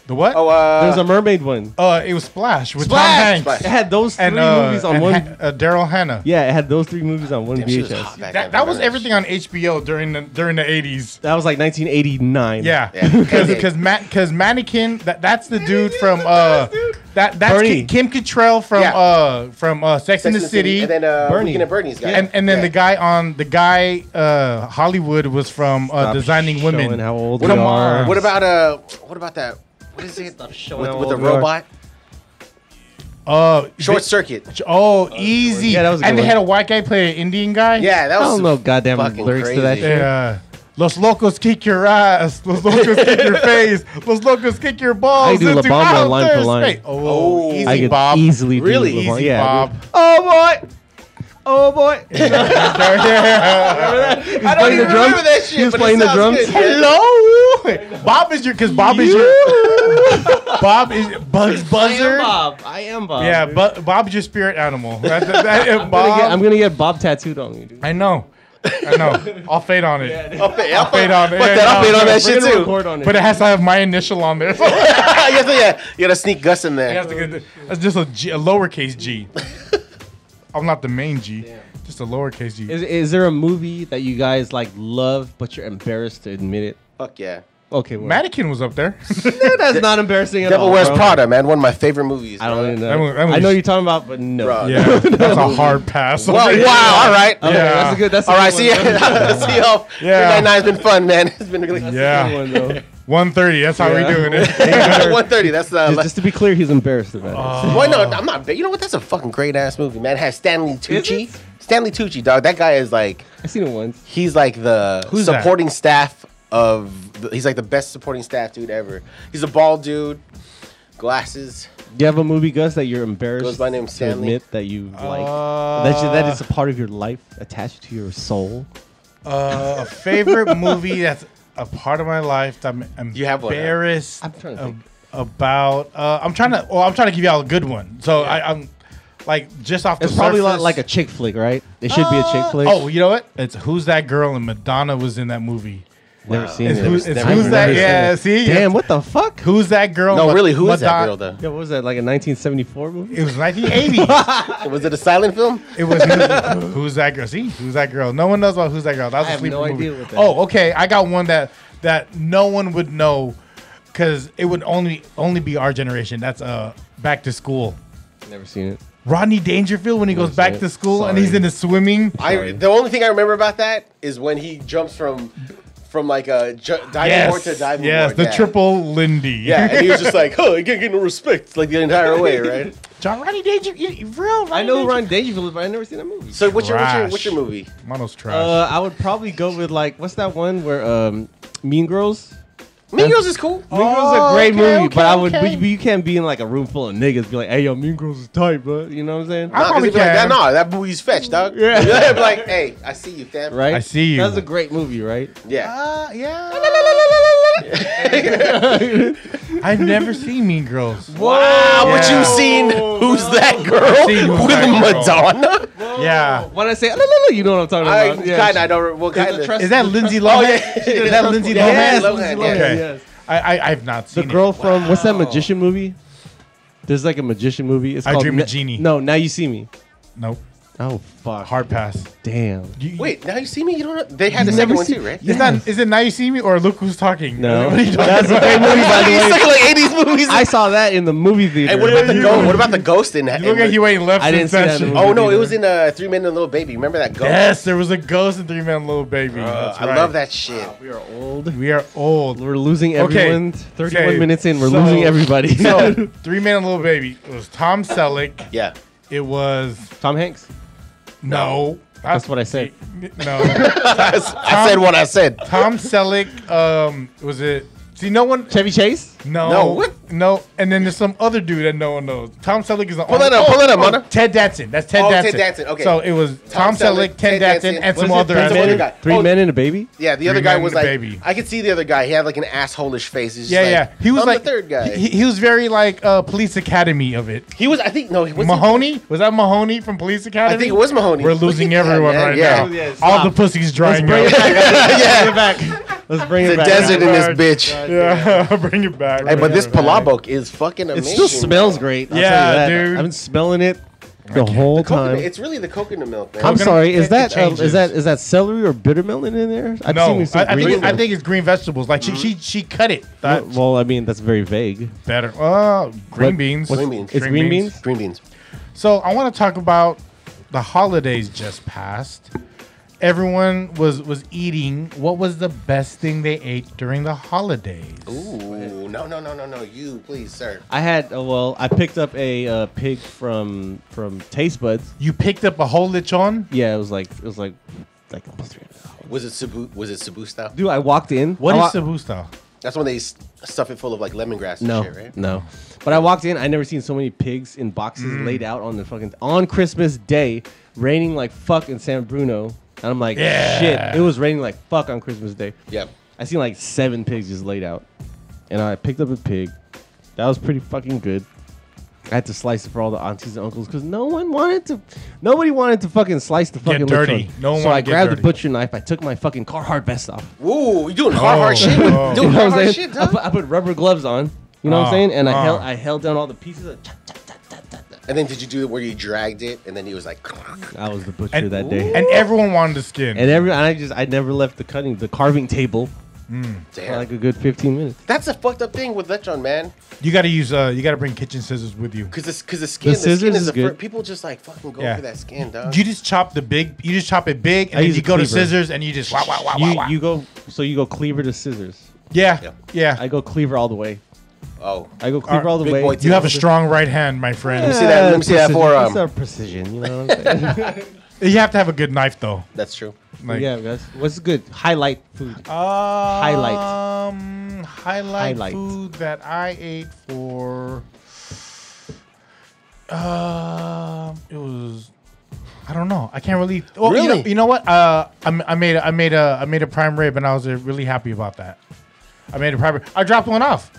[SPEAKER 1] the what?
[SPEAKER 2] Oh,
[SPEAKER 1] Oh,
[SPEAKER 2] uh,
[SPEAKER 3] There's a mermaid one.
[SPEAKER 1] uh, it was Splash with
[SPEAKER 3] Splash!
[SPEAKER 1] Tom Hanks
[SPEAKER 3] It had those three
[SPEAKER 1] and uh,
[SPEAKER 3] movies on
[SPEAKER 1] and
[SPEAKER 3] one.
[SPEAKER 1] Ha- uh, Daryl Hannah.
[SPEAKER 3] yeah, it had those three movies on one
[SPEAKER 2] Damn, she was hot
[SPEAKER 3] VHS.
[SPEAKER 2] back
[SPEAKER 1] That,
[SPEAKER 2] then.
[SPEAKER 1] that was everything on HBO during the during the eighties.
[SPEAKER 3] That was like 1989.
[SPEAKER 1] Yeah,
[SPEAKER 2] Yeah.
[SPEAKER 1] because
[SPEAKER 2] Okay.
[SPEAKER 1] because mannequin that that's the dude from uh that that's
[SPEAKER 3] Bernie.
[SPEAKER 1] Ki- Kim Cattrall from
[SPEAKER 2] Yeah.
[SPEAKER 1] uh from uh Sex, and
[SPEAKER 2] Sex
[SPEAKER 1] the City,
[SPEAKER 2] and then uh,
[SPEAKER 3] Bernie.
[SPEAKER 2] Weekend at Bernie's guy,
[SPEAKER 1] and and then
[SPEAKER 2] Yeah.
[SPEAKER 1] the guy on the guy uh Hollywood was from uh,
[SPEAKER 3] Stop
[SPEAKER 1] Designing
[SPEAKER 3] showing
[SPEAKER 1] Women.
[SPEAKER 3] How old
[SPEAKER 1] What
[SPEAKER 3] we
[SPEAKER 1] a
[SPEAKER 3] are.
[SPEAKER 1] mom.
[SPEAKER 2] What about uh? What about that? What is it? With,
[SPEAKER 3] how
[SPEAKER 2] with
[SPEAKER 3] old
[SPEAKER 2] the
[SPEAKER 3] we are.
[SPEAKER 2] robot?
[SPEAKER 1] Uh,
[SPEAKER 2] Short
[SPEAKER 1] the-
[SPEAKER 2] circuit.
[SPEAKER 1] Oh, easy.
[SPEAKER 3] Yeah, that was a
[SPEAKER 1] and
[SPEAKER 3] good
[SPEAKER 1] they
[SPEAKER 3] one.
[SPEAKER 1] had a white guy play an Indian guy.
[SPEAKER 2] Yeah, that
[SPEAKER 3] I
[SPEAKER 2] was.
[SPEAKER 3] don't
[SPEAKER 2] some
[SPEAKER 3] know goddamn
[SPEAKER 2] fucking
[SPEAKER 3] lyrics to that
[SPEAKER 2] crazy.
[SPEAKER 3] shit.
[SPEAKER 1] Yeah. Los locos kick your ass. Los locos kick your face. Los locos kick your balls.
[SPEAKER 3] I do
[SPEAKER 1] into
[SPEAKER 3] Obama
[SPEAKER 1] outer
[SPEAKER 3] line for line.
[SPEAKER 1] space. Oh,
[SPEAKER 2] Oh.
[SPEAKER 1] easy,
[SPEAKER 3] I could
[SPEAKER 1] Bob.
[SPEAKER 3] easily do
[SPEAKER 2] Really
[SPEAKER 3] LeBron.
[SPEAKER 1] easy,
[SPEAKER 3] yeah,
[SPEAKER 1] Bob.
[SPEAKER 3] dude. Oh boy. Oh boy.
[SPEAKER 2] I don't
[SPEAKER 3] playing
[SPEAKER 2] even
[SPEAKER 3] the drums.
[SPEAKER 2] remember that shit.
[SPEAKER 3] He was
[SPEAKER 2] but it
[SPEAKER 3] playing the
[SPEAKER 2] sounds
[SPEAKER 3] drums.
[SPEAKER 2] good, man.
[SPEAKER 1] Hello. Bob is your because Bob is your Bob is Bugs Buzzer.
[SPEAKER 3] Bob. I am Bob.
[SPEAKER 1] Yeah,
[SPEAKER 3] dude.
[SPEAKER 1] Bu- Bob's your spirit animal. That, that, that-
[SPEAKER 3] I'm
[SPEAKER 1] Bob.
[SPEAKER 3] gonna, get, I'm gonna get Bob tattooed on you, dude.
[SPEAKER 1] I know. I know. I'll fade on it.
[SPEAKER 2] I'll pay, I'll
[SPEAKER 1] Fade on it.
[SPEAKER 2] Fuck that,
[SPEAKER 1] Yeah,
[SPEAKER 2] I'll fade
[SPEAKER 1] no,
[SPEAKER 2] on that
[SPEAKER 3] We're
[SPEAKER 2] shit
[SPEAKER 3] gonna
[SPEAKER 2] too.
[SPEAKER 3] record on it.
[SPEAKER 1] But it has to have my initial on there. So
[SPEAKER 2] yeah, so yeah, you gotta sneak Gus in
[SPEAKER 1] It
[SPEAKER 2] there.
[SPEAKER 1] has to get- that's just a, G, a lowercase g. I'm not the main G. Just a lowercase g.
[SPEAKER 3] is, is there a movie that you guys like love but you're embarrassed to admit it?
[SPEAKER 2] Fuck yeah.
[SPEAKER 3] Okay, well,
[SPEAKER 1] Mannequin was up there.
[SPEAKER 3] that's not embarrassing at
[SPEAKER 2] Devil
[SPEAKER 3] all.
[SPEAKER 2] Wears
[SPEAKER 3] bro.
[SPEAKER 2] Prada, man. One of my favorite movies.
[SPEAKER 3] I don't
[SPEAKER 2] bro.
[SPEAKER 3] even know.
[SPEAKER 1] That one- that
[SPEAKER 3] I
[SPEAKER 1] one's-
[SPEAKER 3] know you're talking about, but no.
[SPEAKER 2] Bro.
[SPEAKER 1] yeah, that's a hard pass.
[SPEAKER 2] Well, wow. All right.
[SPEAKER 3] Okay,
[SPEAKER 1] Yeah.
[SPEAKER 3] that's a good. That's a
[SPEAKER 2] All
[SPEAKER 3] good
[SPEAKER 2] right.
[SPEAKER 3] one,
[SPEAKER 2] See, ya.
[SPEAKER 3] bro.
[SPEAKER 2] see y'all.
[SPEAKER 1] Yeah.
[SPEAKER 2] Yeah. Nine's been fun, man. It's been really.
[SPEAKER 3] Good
[SPEAKER 1] Yeah,
[SPEAKER 3] one, though.
[SPEAKER 1] 130. That's how
[SPEAKER 3] Yeah.
[SPEAKER 1] we doing it.
[SPEAKER 2] One thirty. That's uh,
[SPEAKER 3] Just, Oh. just to be clear, he's embarrassed about it.
[SPEAKER 1] Uh,
[SPEAKER 2] Why no? I'm not. You know what? That's a fucking great ass movie, man. It has Stanley Tucci.
[SPEAKER 3] it?
[SPEAKER 2] Stanley Tucci, dog. That guy is like
[SPEAKER 3] I seen it once.
[SPEAKER 2] he's like the
[SPEAKER 1] Who's that?
[SPEAKER 2] supporting staff of. The, he's like the best supporting staff dude ever. He's a bald dude, glasses.
[SPEAKER 3] Do you have a movie, Gus, that you're embarrassed
[SPEAKER 2] Goes by name
[SPEAKER 3] to
[SPEAKER 2] Stanley.
[SPEAKER 3] admit that you like? that, you, that is a part of your life attached to your soul.
[SPEAKER 1] Uh, a favorite movie that's a part of my life. That I'm embarrassed
[SPEAKER 2] You have one, huh?
[SPEAKER 3] I'm trying to
[SPEAKER 1] ab-
[SPEAKER 3] think.
[SPEAKER 1] about. Uh, I'm trying to. Well, I'm trying to give y'all a good one. So I, I'm like just off.
[SPEAKER 3] It's
[SPEAKER 1] the
[SPEAKER 3] probably
[SPEAKER 1] surface,
[SPEAKER 3] not like a chick
[SPEAKER 1] Uh,
[SPEAKER 3] flick, right? It should be a chick flick.
[SPEAKER 1] Oh, you know what? It's who's that girl and Madonna was in that movie.
[SPEAKER 3] Never seen
[SPEAKER 1] It's
[SPEAKER 3] it.
[SPEAKER 1] who- it's
[SPEAKER 3] Never
[SPEAKER 1] who's
[SPEAKER 3] even
[SPEAKER 1] that-
[SPEAKER 3] noticed
[SPEAKER 1] yeah,
[SPEAKER 3] it.
[SPEAKER 1] see?
[SPEAKER 3] Damn, what the fuck?
[SPEAKER 1] Who's that girl?
[SPEAKER 2] No,
[SPEAKER 1] Oh, Ma-
[SPEAKER 2] really, who is that
[SPEAKER 1] Madon-
[SPEAKER 2] girl though?
[SPEAKER 3] Yeah, what was that? Like a 1974 movie?
[SPEAKER 1] It was 1980.
[SPEAKER 2] Was it a silent film?
[SPEAKER 1] it was who's that girl? See, who's that girl? No one knows about who's that girl. That was a
[SPEAKER 4] I have
[SPEAKER 1] sleeper
[SPEAKER 4] no
[SPEAKER 1] movie.
[SPEAKER 4] idea what that
[SPEAKER 1] Oh, okay. I got one that that no one would know because it would only only be our generation. That's uh back to school.
[SPEAKER 3] Never seen it.
[SPEAKER 1] Rodney Dangerfield when he goes
[SPEAKER 3] see
[SPEAKER 1] back
[SPEAKER 3] it.
[SPEAKER 1] to school and he's
[SPEAKER 3] Sorry.
[SPEAKER 1] in the swimming.
[SPEAKER 2] I the only thing I remember about that is when he jumps from from like a ju- diving board to diving
[SPEAKER 1] yes,
[SPEAKER 2] board.
[SPEAKER 1] the
[SPEAKER 2] yeah.
[SPEAKER 1] triple Lindy.
[SPEAKER 2] Yeah, and he was just like, "Oh, I can't get no respect like the entire way, right?"
[SPEAKER 1] John Rodney Danger, you, you real? Rodney
[SPEAKER 4] I know
[SPEAKER 1] Dangerfield.
[SPEAKER 4] Ron Dangerfield, is, but I've never seen that movie.
[SPEAKER 2] So what's your what's your,
[SPEAKER 1] Trash.
[SPEAKER 2] what's your movie?
[SPEAKER 1] Mono's trash.
[SPEAKER 3] Uh, I would probably go with like what's that one where um, Mean Girls.
[SPEAKER 2] Mean Girls is cool.
[SPEAKER 3] Mean Girls is a
[SPEAKER 1] Oh,
[SPEAKER 3] great
[SPEAKER 1] okay,
[SPEAKER 3] movie,
[SPEAKER 1] okay,
[SPEAKER 3] but I would
[SPEAKER 1] okay.
[SPEAKER 3] but you can't be in like a room full of niggas be like, hey yo, Mean Girls is tight, bro. You know what I'm saying?
[SPEAKER 1] I
[SPEAKER 2] Nah, 'cause
[SPEAKER 1] probably
[SPEAKER 2] he'd be like,
[SPEAKER 1] can.
[SPEAKER 2] nah, that movie's fetch, dog.
[SPEAKER 3] Yeah.
[SPEAKER 2] Yeah, be like, hey, I see you, fam.
[SPEAKER 3] right?
[SPEAKER 1] I see you.
[SPEAKER 3] That's a great movie, right?
[SPEAKER 2] Yeah.
[SPEAKER 1] Uh, yeah. I've never seen Mean Girls.
[SPEAKER 2] Wow, what
[SPEAKER 1] Yeah.
[SPEAKER 2] you seen? Who's that girl
[SPEAKER 1] seen who's
[SPEAKER 2] with
[SPEAKER 1] that girl.
[SPEAKER 2] Madonna?
[SPEAKER 1] Yeah.
[SPEAKER 3] When I say, "Ah, la, la, la," you know what I'm talking
[SPEAKER 2] I
[SPEAKER 3] about? Yeah,
[SPEAKER 2] kind of I don't. What
[SPEAKER 3] It's a
[SPEAKER 2] kind of?
[SPEAKER 3] trust-
[SPEAKER 1] Is that Lindsay Lohan?
[SPEAKER 2] yeah.
[SPEAKER 1] Is that Lindsay Lohan?
[SPEAKER 2] Yes,
[SPEAKER 3] Lindsay
[SPEAKER 2] Lohan, yeah.
[SPEAKER 3] Lohan,
[SPEAKER 1] Okay.
[SPEAKER 3] yes.
[SPEAKER 1] I, I I've not
[SPEAKER 3] The
[SPEAKER 1] seen it.
[SPEAKER 3] girl from what's that magician movie? There's like a magician movie. It's
[SPEAKER 1] I
[SPEAKER 3] called
[SPEAKER 1] Dream a
[SPEAKER 3] Na-
[SPEAKER 1] Genie.
[SPEAKER 3] No, now you see me.
[SPEAKER 1] Nope.
[SPEAKER 3] Oh fuck.
[SPEAKER 1] Hard pass.
[SPEAKER 3] Damn.
[SPEAKER 1] You-
[SPEAKER 2] Wait, now you see me. You don't. Know? They had the second
[SPEAKER 3] You've never
[SPEAKER 2] one
[SPEAKER 3] seen-
[SPEAKER 2] too, right?
[SPEAKER 1] Is that is it now you see me or look who's talking?
[SPEAKER 3] No,
[SPEAKER 1] What are you talking
[SPEAKER 3] that's a
[SPEAKER 1] about?
[SPEAKER 3] great movie. By the
[SPEAKER 2] It's
[SPEAKER 3] way,
[SPEAKER 2] like, like '80s movies.
[SPEAKER 3] I saw that in the movie theater.
[SPEAKER 2] Hey, what about the ghost? What about the ghost in that?
[SPEAKER 1] You look
[SPEAKER 2] in
[SPEAKER 1] like
[SPEAKER 2] the-
[SPEAKER 1] you ain't left
[SPEAKER 3] I
[SPEAKER 1] since
[SPEAKER 3] didn't see that
[SPEAKER 1] shit.
[SPEAKER 3] movie.
[SPEAKER 2] Oh no, it was in uh, Three Men and a Little Baby. Remember that ghost?
[SPEAKER 1] Yes, there was a ghost in Three Man Little Baby.
[SPEAKER 2] Uh,
[SPEAKER 1] That's
[SPEAKER 2] I
[SPEAKER 1] right.
[SPEAKER 2] love that shit.
[SPEAKER 3] we are old.
[SPEAKER 1] We are old.
[SPEAKER 3] We're losing
[SPEAKER 1] Okay.
[SPEAKER 3] everyone. Thirty-one
[SPEAKER 1] Okay.
[SPEAKER 3] minutes in, we're
[SPEAKER 1] So-
[SPEAKER 3] losing everybody.
[SPEAKER 1] So Three Man and Little Baby. It was Tom Selleck.
[SPEAKER 2] Yeah.
[SPEAKER 1] It was
[SPEAKER 3] Tom Hanks.
[SPEAKER 1] no.
[SPEAKER 3] That's what I said.
[SPEAKER 1] No.
[SPEAKER 2] I s- I said what I said.
[SPEAKER 1] Tom Selleck. Um, was it? See, no one.
[SPEAKER 3] Chevy Chase.
[SPEAKER 1] No.
[SPEAKER 2] No, what?
[SPEAKER 1] No. And then there's some other dude that no one knows. Tom Selleck is an.
[SPEAKER 2] Pull that up, pull that up, mother.
[SPEAKER 1] Ted Danson. That's Ted
[SPEAKER 2] Oh,
[SPEAKER 1] Danson.
[SPEAKER 2] Ted Danson, okay.
[SPEAKER 1] So it was Tom, Selleck, Ted Danson, and
[SPEAKER 2] What
[SPEAKER 1] some
[SPEAKER 2] is it?
[SPEAKER 1] other.
[SPEAKER 2] Prince of
[SPEAKER 1] actor.
[SPEAKER 2] Other guy.
[SPEAKER 3] Three
[SPEAKER 2] Oh.
[SPEAKER 3] men and a baby.
[SPEAKER 2] Yeah, the other
[SPEAKER 1] Three Men
[SPEAKER 2] guy
[SPEAKER 1] and
[SPEAKER 2] was
[SPEAKER 1] a
[SPEAKER 2] like,
[SPEAKER 1] Baby.
[SPEAKER 2] I could see the other guy. He had like an assholish face. He's just
[SPEAKER 1] Yeah,
[SPEAKER 2] like,
[SPEAKER 1] yeah. He was
[SPEAKER 2] I'm
[SPEAKER 1] like
[SPEAKER 2] the third guy.
[SPEAKER 1] He,
[SPEAKER 2] He,
[SPEAKER 1] he was very like uh, Police Academy of it.
[SPEAKER 2] was, I think, no, he was
[SPEAKER 1] Mahoney was that Mahoney from Police Academy?
[SPEAKER 2] I think it was Mahoney.
[SPEAKER 1] We're
[SPEAKER 2] Look
[SPEAKER 1] losing
[SPEAKER 2] at that,
[SPEAKER 1] everyone
[SPEAKER 2] man.
[SPEAKER 1] right
[SPEAKER 2] Yeah.
[SPEAKER 1] now.
[SPEAKER 3] Yeah,
[SPEAKER 1] All
[SPEAKER 3] stop.
[SPEAKER 1] the pussies
[SPEAKER 3] Let's
[SPEAKER 1] drying
[SPEAKER 3] bring it
[SPEAKER 1] up.
[SPEAKER 3] back.
[SPEAKER 2] yeah,
[SPEAKER 3] Let's bring
[SPEAKER 2] the
[SPEAKER 3] it back.
[SPEAKER 2] desert in this
[SPEAKER 1] Right.
[SPEAKER 2] bitch.
[SPEAKER 1] Yeah, bring it back.
[SPEAKER 2] Hey, but
[SPEAKER 1] bring
[SPEAKER 2] this
[SPEAKER 1] it back.
[SPEAKER 2] palabok is fucking
[SPEAKER 3] It
[SPEAKER 2] amazing.
[SPEAKER 3] still smells great. I'll tell you
[SPEAKER 1] Yeah,
[SPEAKER 3] that.
[SPEAKER 1] dude.
[SPEAKER 3] I've been smelling it the whole
[SPEAKER 2] Coconut-
[SPEAKER 3] time.
[SPEAKER 2] It's really the coconut milk, man.
[SPEAKER 3] I'm
[SPEAKER 1] Coconut-
[SPEAKER 3] sorry.
[SPEAKER 1] it
[SPEAKER 3] Is that uh,
[SPEAKER 1] changes.
[SPEAKER 3] is that is that celery or bitter melon in there? I've
[SPEAKER 1] No,
[SPEAKER 3] some
[SPEAKER 1] I, I,
[SPEAKER 3] green
[SPEAKER 1] think, I
[SPEAKER 3] ones.
[SPEAKER 1] think it's green vegetables. Like she, she, she cut it. That's
[SPEAKER 3] Well, well, I mean that's very vague.
[SPEAKER 1] better. Oh, green
[SPEAKER 3] What-
[SPEAKER 1] beans.
[SPEAKER 2] what's- Green beans.
[SPEAKER 3] It's green beans.
[SPEAKER 2] Green beans.
[SPEAKER 1] So I want to talk about the holidays just passed. Everyone was was eating. What was the best thing they ate during the holidays?
[SPEAKER 2] Ooh, no, no, no, no, no. You, please, sir.
[SPEAKER 3] I had uh, well, I picked up a uh, pig from from Taste Buds.
[SPEAKER 1] You picked up a whole lechon.
[SPEAKER 3] Yeah, it was like it was like like almost three hundred dollars.
[SPEAKER 2] Was it Cebu? Was it Cebu style?
[SPEAKER 3] Dude, I walked in.
[SPEAKER 1] What
[SPEAKER 3] I
[SPEAKER 1] is
[SPEAKER 3] wa-
[SPEAKER 1] Cebu style?
[SPEAKER 2] That's when they s- stuff it full of like lemongrass and
[SPEAKER 3] No,
[SPEAKER 2] shit, right?
[SPEAKER 3] no. But I walked in. I never seen so many pigs in boxes
[SPEAKER 1] Mm.
[SPEAKER 3] laid out on the fucking on Christmas Day, raining like fuck in San Bruno. And I'm like,
[SPEAKER 1] Yeah.
[SPEAKER 3] shit, it was raining like fuck on Christmas Day.
[SPEAKER 2] Yeah.
[SPEAKER 3] I seen like seven pigs just laid out, and I picked up a pig. That was pretty fucking good. I had to slice it for all the aunties and uncles because no one wanted to. Nobody wanted to fucking slice the fucking.
[SPEAKER 1] dirty.
[SPEAKER 3] lechon.
[SPEAKER 1] No one
[SPEAKER 3] so
[SPEAKER 1] wanna
[SPEAKER 3] I
[SPEAKER 1] get
[SPEAKER 3] grabbed
[SPEAKER 1] dirty.
[SPEAKER 3] the butcher knife. I took my fucking Carhartt vest off.
[SPEAKER 2] Ooh, you doing hard, hard
[SPEAKER 1] Oh, oh.
[SPEAKER 2] shit? Doing
[SPEAKER 3] You know
[SPEAKER 2] hard,
[SPEAKER 3] what I'm
[SPEAKER 2] hard
[SPEAKER 3] saying?
[SPEAKER 2] shit,
[SPEAKER 3] I
[SPEAKER 2] dog?
[SPEAKER 3] put, I put rubber gloves on. You know what
[SPEAKER 1] Ah,
[SPEAKER 3] I'm saying? And I
[SPEAKER 1] ah.
[SPEAKER 3] held I held down all the pieces. Like, "Cha, cha, cha, cha, cha, cha."
[SPEAKER 2] And then did you do it where you dragged it and then he was like,
[SPEAKER 3] I was the butcher
[SPEAKER 1] And-
[SPEAKER 3] that day.
[SPEAKER 1] And everyone wanted the skin.
[SPEAKER 3] And every I just I never left the cutting the carving table for
[SPEAKER 2] damn.
[SPEAKER 3] like a good 15 minutes.
[SPEAKER 2] That's a fucked up thing with Lechon, man.
[SPEAKER 1] you got to use. Uh, you got to bring kitchen scissors with you.
[SPEAKER 2] Because the, cause the skin, the, skin
[SPEAKER 3] scissors
[SPEAKER 2] is,
[SPEAKER 3] is
[SPEAKER 2] the fir-
[SPEAKER 3] good.
[SPEAKER 2] People just like fucking go
[SPEAKER 1] Yeah.
[SPEAKER 2] for that skin, dog.
[SPEAKER 1] You just chop the big. You just chop it big, and
[SPEAKER 3] I
[SPEAKER 1] then
[SPEAKER 3] use
[SPEAKER 1] you
[SPEAKER 3] a
[SPEAKER 1] go to
[SPEAKER 3] cleaver.
[SPEAKER 1] scissors, and you just wow, wow, wow, wow,
[SPEAKER 3] You
[SPEAKER 1] wow.
[SPEAKER 3] you go so you go cleaver to scissors.
[SPEAKER 1] yeah, yeah.
[SPEAKER 3] I go cleaver all the way.
[SPEAKER 2] oh.
[SPEAKER 3] I go cleaver all the
[SPEAKER 2] big
[SPEAKER 3] way.
[SPEAKER 2] boy
[SPEAKER 1] you have a strong right hand, my friend.
[SPEAKER 2] see that- let me see that
[SPEAKER 3] precision.
[SPEAKER 2] forearm.
[SPEAKER 3] It's our precision, you know what I'm saying?
[SPEAKER 1] You have to have a good knife, though.
[SPEAKER 2] That's true.
[SPEAKER 1] Like, Uh,
[SPEAKER 3] yeah, guys. What's good? Highlight food. Highlight.
[SPEAKER 1] Um, highlight,
[SPEAKER 3] Highlight.
[SPEAKER 1] food that I ate for. Um, it was. I don't know. I can't really. Well, You know,
[SPEAKER 2] Really?
[SPEAKER 1] you know what? Uh, I, m- I made a, I made a I made a prime rib, and I was uh, really happy about that. I made a prime. rib. I dropped one off.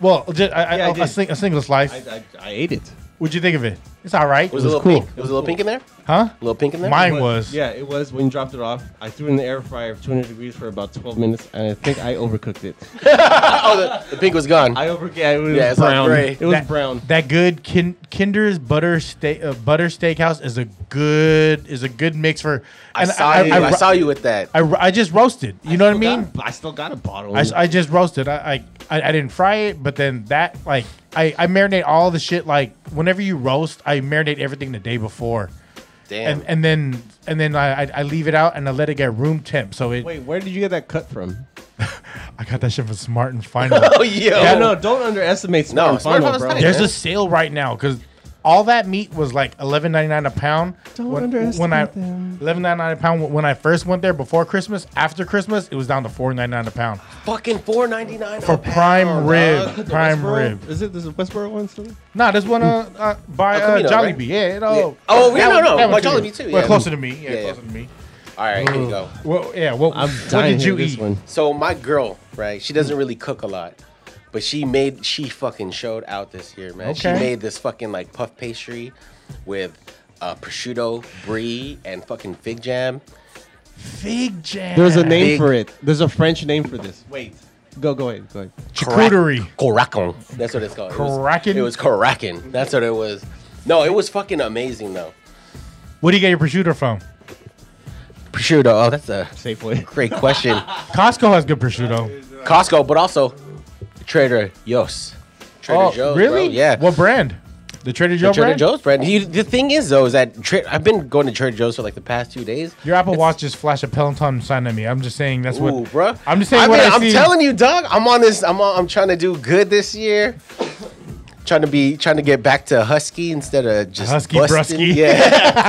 [SPEAKER 1] Well, just, I,
[SPEAKER 3] Yeah, I
[SPEAKER 1] I, a
[SPEAKER 3] did.
[SPEAKER 1] sing- a single slice.
[SPEAKER 3] I, I, I ate it.
[SPEAKER 1] What'd you think of it? It's all right,
[SPEAKER 2] was, a little
[SPEAKER 3] cool.
[SPEAKER 2] pink. It was a little pink in there.
[SPEAKER 1] huh?
[SPEAKER 2] A little pink in there.
[SPEAKER 1] Mine
[SPEAKER 3] But-
[SPEAKER 1] was.
[SPEAKER 3] Yeah, it was when you dropped it off. I threw it in the air fryer at 200 degrees for about 12 minutes, and I think I overcooked it.
[SPEAKER 2] Oh, the, the pink was gone.
[SPEAKER 3] I overcooked it. was
[SPEAKER 2] Yeah, it's all
[SPEAKER 3] brown.
[SPEAKER 2] gray.
[SPEAKER 3] It was
[SPEAKER 1] That-
[SPEAKER 3] brown.
[SPEAKER 1] That good kin- Kinder's butter steak uh, butter steakhouse is a good is a good mix for.
[SPEAKER 2] I
[SPEAKER 1] and
[SPEAKER 2] saw you. I,
[SPEAKER 1] I,
[SPEAKER 2] saw you with that.
[SPEAKER 1] I, I just roasted. You know what I
[SPEAKER 3] Still
[SPEAKER 1] mean?
[SPEAKER 3] got- I still got a bottle.
[SPEAKER 1] I, s- I just roasted. I, I I I didn't fry it, but then that like I I marinate all the shit like whenever you roast, I marinate everything the day before,
[SPEAKER 2] Damn.
[SPEAKER 1] and and then and then I I- I leave it out and I let it get room temp. So it
[SPEAKER 3] Wait, where did you get that cut from?
[SPEAKER 1] I got that shit from Smart and Final.
[SPEAKER 2] oh yo.
[SPEAKER 3] Yeah, no, don't underestimate Smart
[SPEAKER 2] No,
[SPEAKER 3] and
[SPEAKER 2] Smart
[SPEAKER 3] Final,
[SPEAKER 2] Final's
[SPEAKER 3] bro. Uh,
[SPEAKER 2] tight.
[SPEAKER 1] There's a sale right now because all that meat was like eleven ninety nine a pound.
[SPEAKER 3] Don't
[SPEAKER 1] when,
[SPEAKER 3] underestimate
[SPEAKER 1] when I
[SPEAKER 3] them.
[SPEAKER 1] eleven ninety nine a pound when I first went there before Christmas. After Christmas, it was down to four ninety nine a pound
[SPEAKER 2] Fucking four ninety nine
[SPEAKER 1] for prime
[SPEAKER 3] The
[SPEAKER 1] rib. Prime
[SPEAKER 3] Westboro-
[SPEAKER 1] rib.
[SPEAKER 3] Is it this Westboro one still?
[SPEAKER 1] Nah, this one uh, uh by
[SPEAKER 2] Oh,
[SPEAKER 1] uh,
[SPEAKER 2] Camino,
[SPEAKER 1] Jollibee.
[SPEAKER 2] right?
[SPEAKER 1] Yeah, no.
[SPEAKER 2] Yeah. Oh,
[SPEAKER 1] That
[SPEAKER 2] yeah, no,
[SPEAKER 1] one-
[SPEAKER 2] no,
[SPEAKER 1] that
[SPEAKER 2] by
[SPEAKER 1] one
[SPEAKER 2] Jollibee too,
[SPEAKER 1] Well,
[SPEAKER 2] yeah.
[SPEAKER 1] closer to me. Yeah,
[SPEAKER 2] Yeah, yeah.
[SPEAKER 1] closer to me.
[SPEAKER 2] All right, here you go.
[SPEAKER 1] Well, yeah. Well,
[SPEAKER 3] I'm
[SPEAKER 1] what
[SPEAKER 3] dying
[SPEAKER 1] did you
[SPEAKER 3] to eat.
[SPEAKER 1] eat?
[SPEAKER 3] This one.
[SPEAKER 2] So my girl, right? She doesn't really cook a lot, but she made she fucking showed out this year, man.
[SPEAKER 1] Okay.
[SPEAKER 2] She made this fucking like puff pastry with uh, prosciutto, brie, and fucking fig jam.
[SPEAKER 1] Fig jam.
[SPEAKER 3] There's a name
[SPEAKER 2] Big-
[SPEAKER 3] for it. There's a French name for this.
[SPEAKER 4] Wait.
[SPEAKER 3] Go, go ahead, go ahead.
[SPEAKER 1] charcuterie.
[SPEAKER 2] Korakon. That's what it's called. It was-
[SPEAKER 1] Korakon?
[SPEAKER 2] It was Korakon. That's what it was. No, it was fucking amazing though.
[SPEAKER 1] What do you get your prosciutto from?
[SPEAKER 2] Prosciutto. Oh, that's a
[SPEAKER 3] Safeway.
[SPEAKER 2] great question.
[SPEAKER 1] Costco has good prosciutto.
[SPEAKER 2] Costco, but also Trader Joe's. Trader
[SPEAKER 1] Oh,
[SPEAKER 2] Joe's.
[SPEAKER 1] really?
[SPEAKER 2] Bro. Yeah.
[SPEAKER 1] What brand? The Trader Joe
[SPEAKER 2] The Trader
[SPEAKER 1] brand.
[SPEAKER 2] Joe's brand. He, the thing is, though, is that tra- I've been going to Trader Joe's for like the past two days.
[SPEAKER 1] Your Apple Watch just flashed a Peloton sign at me. I'm just saying that's
[SPEAKER 2] Ooh,
[SPEAKER 1] what.
[SPEAKER 2] bro.
[SPEAKER 1] I'm just saying what I
[SPEAKER 2] am
[SPEAKER 1] see.
[SPEAKER 2] telling you, Doug. I'm on this. I'm on, I'm trying to do good this year. trying to be trying to get back to husky instead of just
[SPEAKER 1] Husky
[SPEAKER 2] busting.
[SPEAKER 1] brusky.
[SPEAKER 2] Yeah,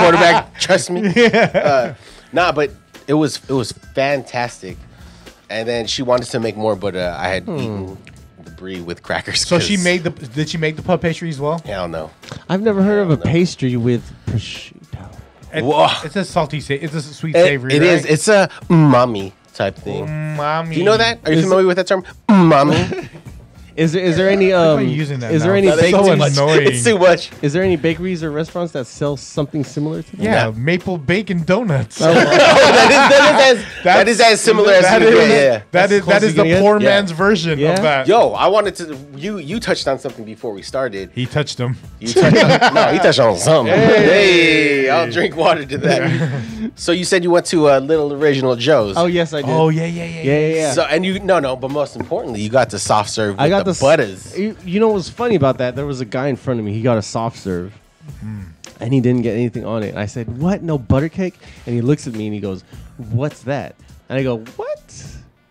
[SPEAKER 2] quarterback. Trust me. Uh, nah, but it was it was fantastic. And then she wanted to make more, but uh, I had eaten the brie with crackers.
[SPEAKER 1] Hmm. So she
[SPEAKER 2] 'cause-
[SPEAKER 1] made the. Did she make the pub pastry as well?
[SPEAKER 2] Hell no.
[SPEAKER 3] I've never heard of a pastry with prosciutto.
[SPEAKER 1] It-
[SPEAKER 2] Whoa.
[SPEAKER 1] It's a salty. Sa- it's a sweet
[SPEAKER 2] It-
[SPEAKER 1] savory. Mm,
[SPEAKER 2] it is. It's a umami type thing.
[SPEAKER 1] mommy.
[SPEAKER 2] Do you know that? Are you familiar with that term? Umami.
[SPEAKER 3] Is there is there any um
[SPEAKER 1] are you using that
[SPEAKER 3] is there
[SPEAKER 1] now?
[SPEAKER 3] any
[SPEAKER 1] That
[SPEAKER 2] It's
[SPEAKER 1] is
[SPEAKER 3] baked
[SPEAKER 1] so
[SPEAKER 2] too
[SPEAKER 3] goods-
[SPEAKER 2] much.
[SPEAKER 1] annoying.
[SPEAKER 2] It's too much.
[SPEAKER 3] is there any bakeries or restaurants that sell something similar to that?
[SPEAKER 1] Yeah,
[SPEAKER 2] Yeah.
[SPEAKER 1] maple bacon donuts.
[SPEAKER 2] that, is, that, is as, that is as similar as
[SPEAKER 1] that
[SPEAKER 2] you
[SPEAKER 1] is,
[SPEAKER 2] get, yeah.
[SPEAKER 1] that is
[SPEAKER 3] That's
[SPEAKER 1] that is
[SPEAKER 3] close
[SPEAKER 1] the
[SPEAKER 3] you can
[SPEAKER 1] poor
[SPEAKER 2] get? Yeah.
[SPEAKER 1] man's version
[SPEAKER 3] Yeah.
[SPEAKER 1] of that.
[SPEAKER 2] Yo, I wanted to. You you touched on something before we started.
[SPEAKER 1] he touched him.
[SPEAKER 2] You touched on, no, he touched on something. Hey. I'll drink water to that. so you said you went to uh, Little Original Joe's.
[SPEAKER 3] Oh yes, I did.
[SPEAKER 1] Oh yeah, yeah, yeah,
[SPEAKER 3] yeah, yeah. yeah.
[SPEAKER 2] So and you no no, but most importantly, you got the soft serve. With
[SPEAKER 3] I got the,
[SPEAKER 2] the,
[SPEAKER 3] s-
[SPEAKER 2] butters.
[SPEAKER 3] You, you know what's funny about that? There was a guy in front of me. He got a soft serve,
[SPEAKER 2] Hmm.
[SPEAKER 3] and he didn't get anything on it. And I said, "What? No butter cake?" And he looks at me and he goes, "What's that?" And I go, "What?"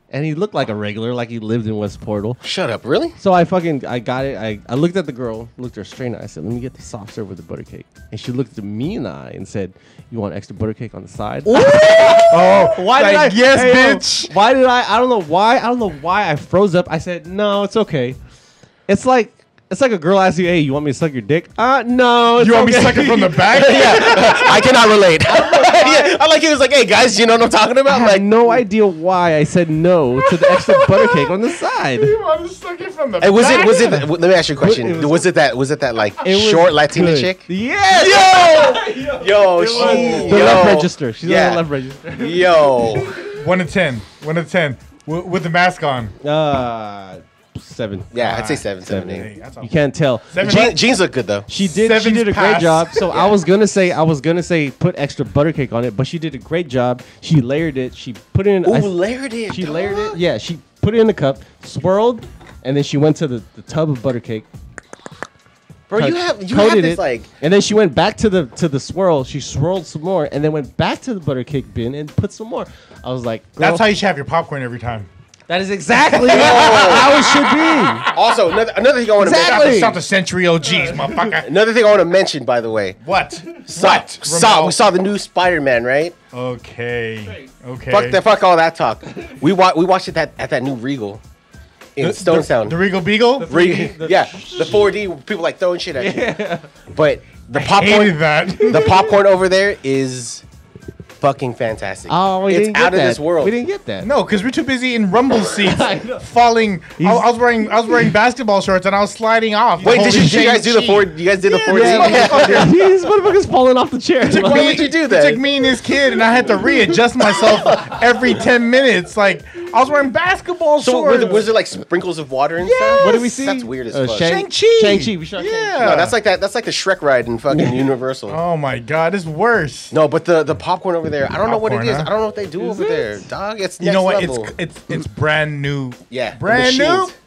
[SPEAKER 3] And he looked like a regular, like he lived in West Portal.
[SPEAKER 2] Shut up, really?
[SPEAKER 3] So I fucking I got it. I, I looked at the girl, looked her straight in the eye. I said, "Let me get the soft serve with the butter cake." And she looked at me in the eye and said, "You want extra butter cake on the side?"
[SPEAKER 1] Oh,
[SPEAKER 3] Why did I?
[SPEAKER 1] like, Yes,
[SPEAKER 3] hey, yo,
[SPEAKER 1] bitch.
[SPEAKER 3] Why did I? I don't know why. I don't know why I froze up. I said no, it's okay. It's like it's like a girl asks you, "Hey, you want me to suck your dick?" Uh, no. It's
[SPEAKER 1] You want
[SPEAKER 3] okay.
[SPEAKER 1] me sucking from the back?
[SPEAKER 2] I cannot relate. yeah, I like he was like, hey guys, you know what I'm talking
[SPEAKER 3] I
[SPEAKER 2] about?
[SPEAKER 3] had
[SPEAKER 2] Like
[SPEAKER 3] no idea why I said no to the extra butter cake on the side.
[SPEAKER 1] you want to suck it from the
[SPEAKER 2] Hey, was it was it?
[SPEAKER 1] back?
[SPEAKER 2] w- Let me ask you a question.
[SPEAKER 3] It
[SPEAKER 2] was,
[SPEAKER 3] was-
[SPEAKER 2] it that? Was it that like
[SPEAKER 3] It was
[SPEAKER 2] short Latina
[SPEAKER 3] good.
[SPEAKER 2] chick?
[SPEAKER 3] Yes.
[SPEAKER 2] Yo, yo, she,
[SPEAKER 3] The
[SPEAKER 2] yo,
[SPEAKER 3] left register. She's on
[SPEAKER 2] Yeah.
[SPEAKER 3] the left register.
[SPEAKER 2] Yo,
[SPEAKER 1] One to ten. One to ten. W- with the mask on.
[SPEAKER 3] Uh, seven.
[SPEAKER 2] yeah, I'd say seven, seven, eight.
[SPEAKER 1] Hey, that's
[SPEAKER 3] You
[SPEAKER 1] all.
[SPEAKER 3] can't tell.
[SPEAKER 1] Seven
[SPEAKER 2] Je-
[SPEAKER 1] bucks?
[SPEAKER 2] jeans look good though.
[SPEAKER 3] She did. she
[SPEAKER 1] Seven's
[SPEAKER 3] did a
[SPEAKER 1] passed.
[SPEAKER 3] great job. So I was gonna say I was gonna say put extra butter cake on it, but she did a great job. She layered it. She put it in.
[SPEAKER 2] Ooh,
[SPEAKER 3] I-
[SPEAKER 2] layered it.
[SPEAKER 3] She
[SPEAKER 2] dog.
[SPEAKER 3] layered it. Yeah, she put it in the cup, swirled, and then she went to the, the tub of butter cake.
[SPEAKER 2] Bro, you
[SPEAKER 3] coat-
[SPEAKER 2] have you have
[SPEAKER 3] coated
[SPEAKER 2] this
[SPEAKER 3] it,
[SPEAKER 2] like
[SPEAKER 3] and then she went back to the to the swirl. She swirled some more, and then went back to the butter cake bin and put some more. I was like, girl,
[SPEAKER 1] That's how you should have your popcorn every time.
[SPEAKER 3] that is exactly how it should
[SPEAKER 2] also another another thing I want to
[SPEAKER 1] Stop
[SPEAKER 3] Exactly.
[SPEAKER 2] mention.
[SPEAKER 1] the, stop the century
[SPEAKER 2] Uh,
[SPEAKER 1] OGs, motherfucker.
[SPEAKER 2] Another thing I want to mention, by the way,
[SPEAKER 1] What?
[SPEAKER 2] saw saw we
[SPEAKER 1] Remote.
[SPEAKER 2] saw the new Spider Man, right?
[SPEAKER 1] Okay. Okay.
[SPEAKER 2] Fuck that, fuck all that talk. We wa- we watched it that at that new Regal in Stone
[SPEAKER 1] the,
[SPEAKER 2] Sound.
[SPEAKER 1] The Regal Beagle.
[SPEAKER 2] Re-
[SPEAKER 3] the-
[SPEAKER 2] yeah, the 4D people like throwing shit at you. But the popcorn,
[SPEAKER 1] Hated that.
[SPEAKER 2] the popcorn over there is fucking fantastic.
[SPEAKER 3] Oh, we
[SPEAKER 2] it's
[SPEAKER 3] didn't get
[SPEAKER 2] out of
[SPEAKER 3] that.
[SPEAKER 2] this world.
[SPEAKER 3] We didn't get that.
[SPEAKER 1] No, because we're too busy in rumble seats,
[SPEAKER 3] I know.
[SPEAKER 1] falling. I,
[SPEAKER 3] He's-
[SPEAKER 1] I was wearing I was wearing basketball shorts and I was sliding off.
[SPEAKER 2] Wait, did
[SPEAKER 1] Holy
[SPEAKER 2] you, did you
[SPEAKER 1] shit.
[SPEAKER 2] guys do the four? You guys did the four?
[SPEAKER 3] Yeah, motherfucker. These motherfuckers falling off the chair.
[SPEAKER 1] Took
[SPEAKER 2] Why
[SPEAKER 1] me-
[SPEAKER 2] would you do
[SPEAKER 1] it
[SPEAKER 2] that?
[SPEAKER 1] took me and this kid, and I had to readjust myself every ten minutes. Like I was wearing basketball
[SPEAKER 2] So were
[SPEAKER 1] shorts.
[SPEAKER 2] there, was there like sprinkles of water and stuff?
[SPEAKER 3] what did we see?
[SPEAKER 2] That's weird as
[SPEAKER 3] Uh,
[SPEAKER 2] fuck.
[SPEAKER 3] Shang-
[SPEAKER 1] Shang-Chi.
[SPEAKER 3] Shang-Chi. We shot Shang-Chi.
[SPEAKER 1] yeah.
[SPEAKER 2] No, that's like that. That's like the Shrek ride in fucking Universal.
[SPEAKER 1] oh my god, it's worse.
[SPEAKER 2] No, but the the popcorn over there, I don't know what it
[SPEAKER 1] Popcorn,
[SPEAKER 2] is.
[SPEAKER 1] huh?
[SPEAKER 2] I don't know what they do over
[SPEAKER 3] it?
[SPEAKER 2] there, dog. It's
[SPEAKER 1] you
[SPEAKER 2] next
[SPEAKER 1] know what?
[SPEAKER 2] level.
[SPEAKER 1] It's it's it's brand new.
[SPEAKER 2] yeah, the
[SPEAKER 1] brand new.
[SPEAKER 2] machines.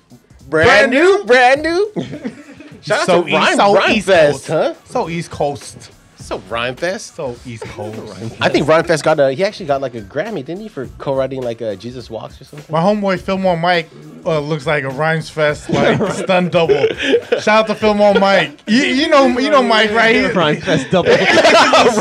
[SPEAKER 1] Brand
[SPEAKER 2] brand, new, brand new. Shout out to Rhyme, Rhyme
[SPEAKER 1] Coast,
[SPEAKER 2] Fest, huh?
[SPEAKER 1] So East Coast.
[SPEAKER 2] So Rhyme Fest.
[SPEAKER 1] So East Coast.
[SPEAKER 2] I think Rhyme Fest got a. He actually got like a Grammy, didn't he, for co-writing like a Jesus Walks or something?
[SPEAKER 1] My homeboy Fillmore Mike uh, looks like a rhymes fest like stun double. Shout out to Fillmore Mike. You, you know you know Mike right here.
[SPEAKER 3] Ryan, that's double.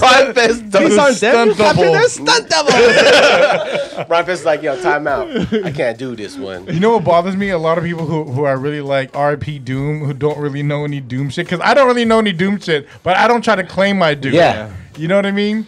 [SPEAKER 2] Rhyme Fest.
[SPEAKER 3] He's
[SPEAKER 2] does-
[SPEAKER 3] on
[SPEAKER 1] Stunt double.
[SPEAKER 3] stunt double.
[SPEAKER 2] Rhyme Fest is like, yo, time out. I can't do this one.
[SPEAKER 1] You know what bothers me? A lot of people who, who I really like RP Doom who don't really know any Doom shit because I don't really know any Doom shit, but I don't try to claim my Doom.
[SPEAKER 2] Yeah.
[SPEAKER 1] you know what I mean.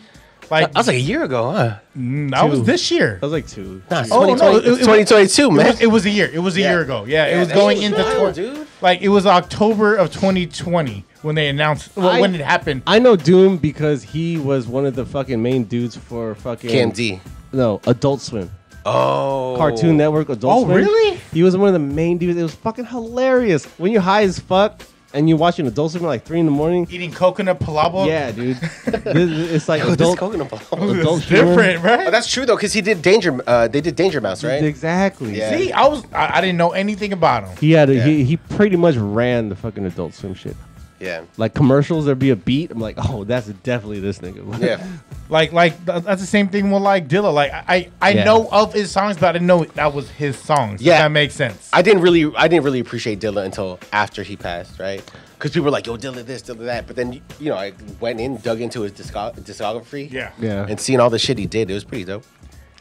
[SPEAKER 1] Like
[SPEAKER 2] like a year ago, huh?
[SPEAKER 1] mm, that was
[SPEAKER 3] two.
[SPEAKER 1] this year.
[SPEAKER 3] That was like two.
[SPEAKER 2] Nah, it's
[SPEAKER 1] Oh, no,
[SPEAKER 2] 2020
[SPEAKER 1] it- it-
[SPEAKER 2] it's 2022,
[SPEAKER 1] It
[SPEAKER 2] man.
[SPEAKER 1] was, it was a year. It was a
[SPEAKER 2] Yeah.
[SPEAKER 1] year ago. Yeah,
[SPEAKER 2] Yeah,
[SPEAKER 1] it was
[SPEAKER 2] that
[SPEAKER 1] going
[SPEAKER 2] shit
[SPEAKER 1] into
[SPEAKER 2] wild,
[SPEAKER 1] twen-
[SPEAKER 2] dude.
[SPEAKER 1] like it was October of 2020 when they announced well,
[SPEAKER 3] I-
[SPEAKER 1] when it happened.
[SPEAKER 3] I know Doom because he was one of the fucking main dudes for fucking
[SPEAKER 2] Candy.
[SPEAKER 3] No, Adult Swim.
[SPEAKER 2] Oh.
[SPEAKER 3] Cartoon Network Adult
[SPEAKER 1] Oh,
[SPEAKER 3] Swim.
[SPEAKER 1] really?
[SPEAKER 3] He was one of the main dudes. It was fucking hilarious. When you're high as fuck and you're watching Adult Swim at like 3 in the morning.
[SPEAKER 1] Eating coconut palabo.
[SPEAKER 3] Yeah, dude. This- it's like
[SPEAKER 2] Yo, this
[SPEAKER 3] adult.
[SPEAKER 2] coconut ball.
[SPEAKER 1] It's
[SPEAKER 3] Adult humor.
[SPEAKER 1] different, right?
[SPEAKER 2] Oh, that's true though, because he did Danger. Uh, they did Danger Mouse, right?
[SPEAKER 3] Exactly.
[SPEAKER 2] Yeah.
[SPEAKER 1] See, I was I, I didn't know anything about him.
[SPEAKER 3] He had a,
[SPEAKER 2] Yeah.
[SPEAKER 3] he, he pretty much ran the fucking Adult Swim shit.
[SPEAKER 2] Yeah.
[SPEAKER 3] Like commercials, there'd be a beat. I'm like, oh, that's definitely this nigga.
[SPEAKER 2] Yeah.
[SPEAKER 1] Like like th- that's the same thing with like Dilla. Like I I, I
[SPEAKER 3] Yeah.
[SPEAKER 1] know of his songs, but I didn't know that was his songs. if
[SPEAKER 2] Yeah.
[SPEAKER 1] that makes sense.
[SPEAKER 2] I didn't really, I didn't really appreciate Dilla until after he passed, right? Because people were like, "Yo, Dilla this, Dilla that," but then you know, I went in, dug into his discog- discography,
[SPEAKER 1] yeah.
[SPEAKER 3] yeah.
[SPEAKER 2] and seeing all the shit he did, it was pretty dope.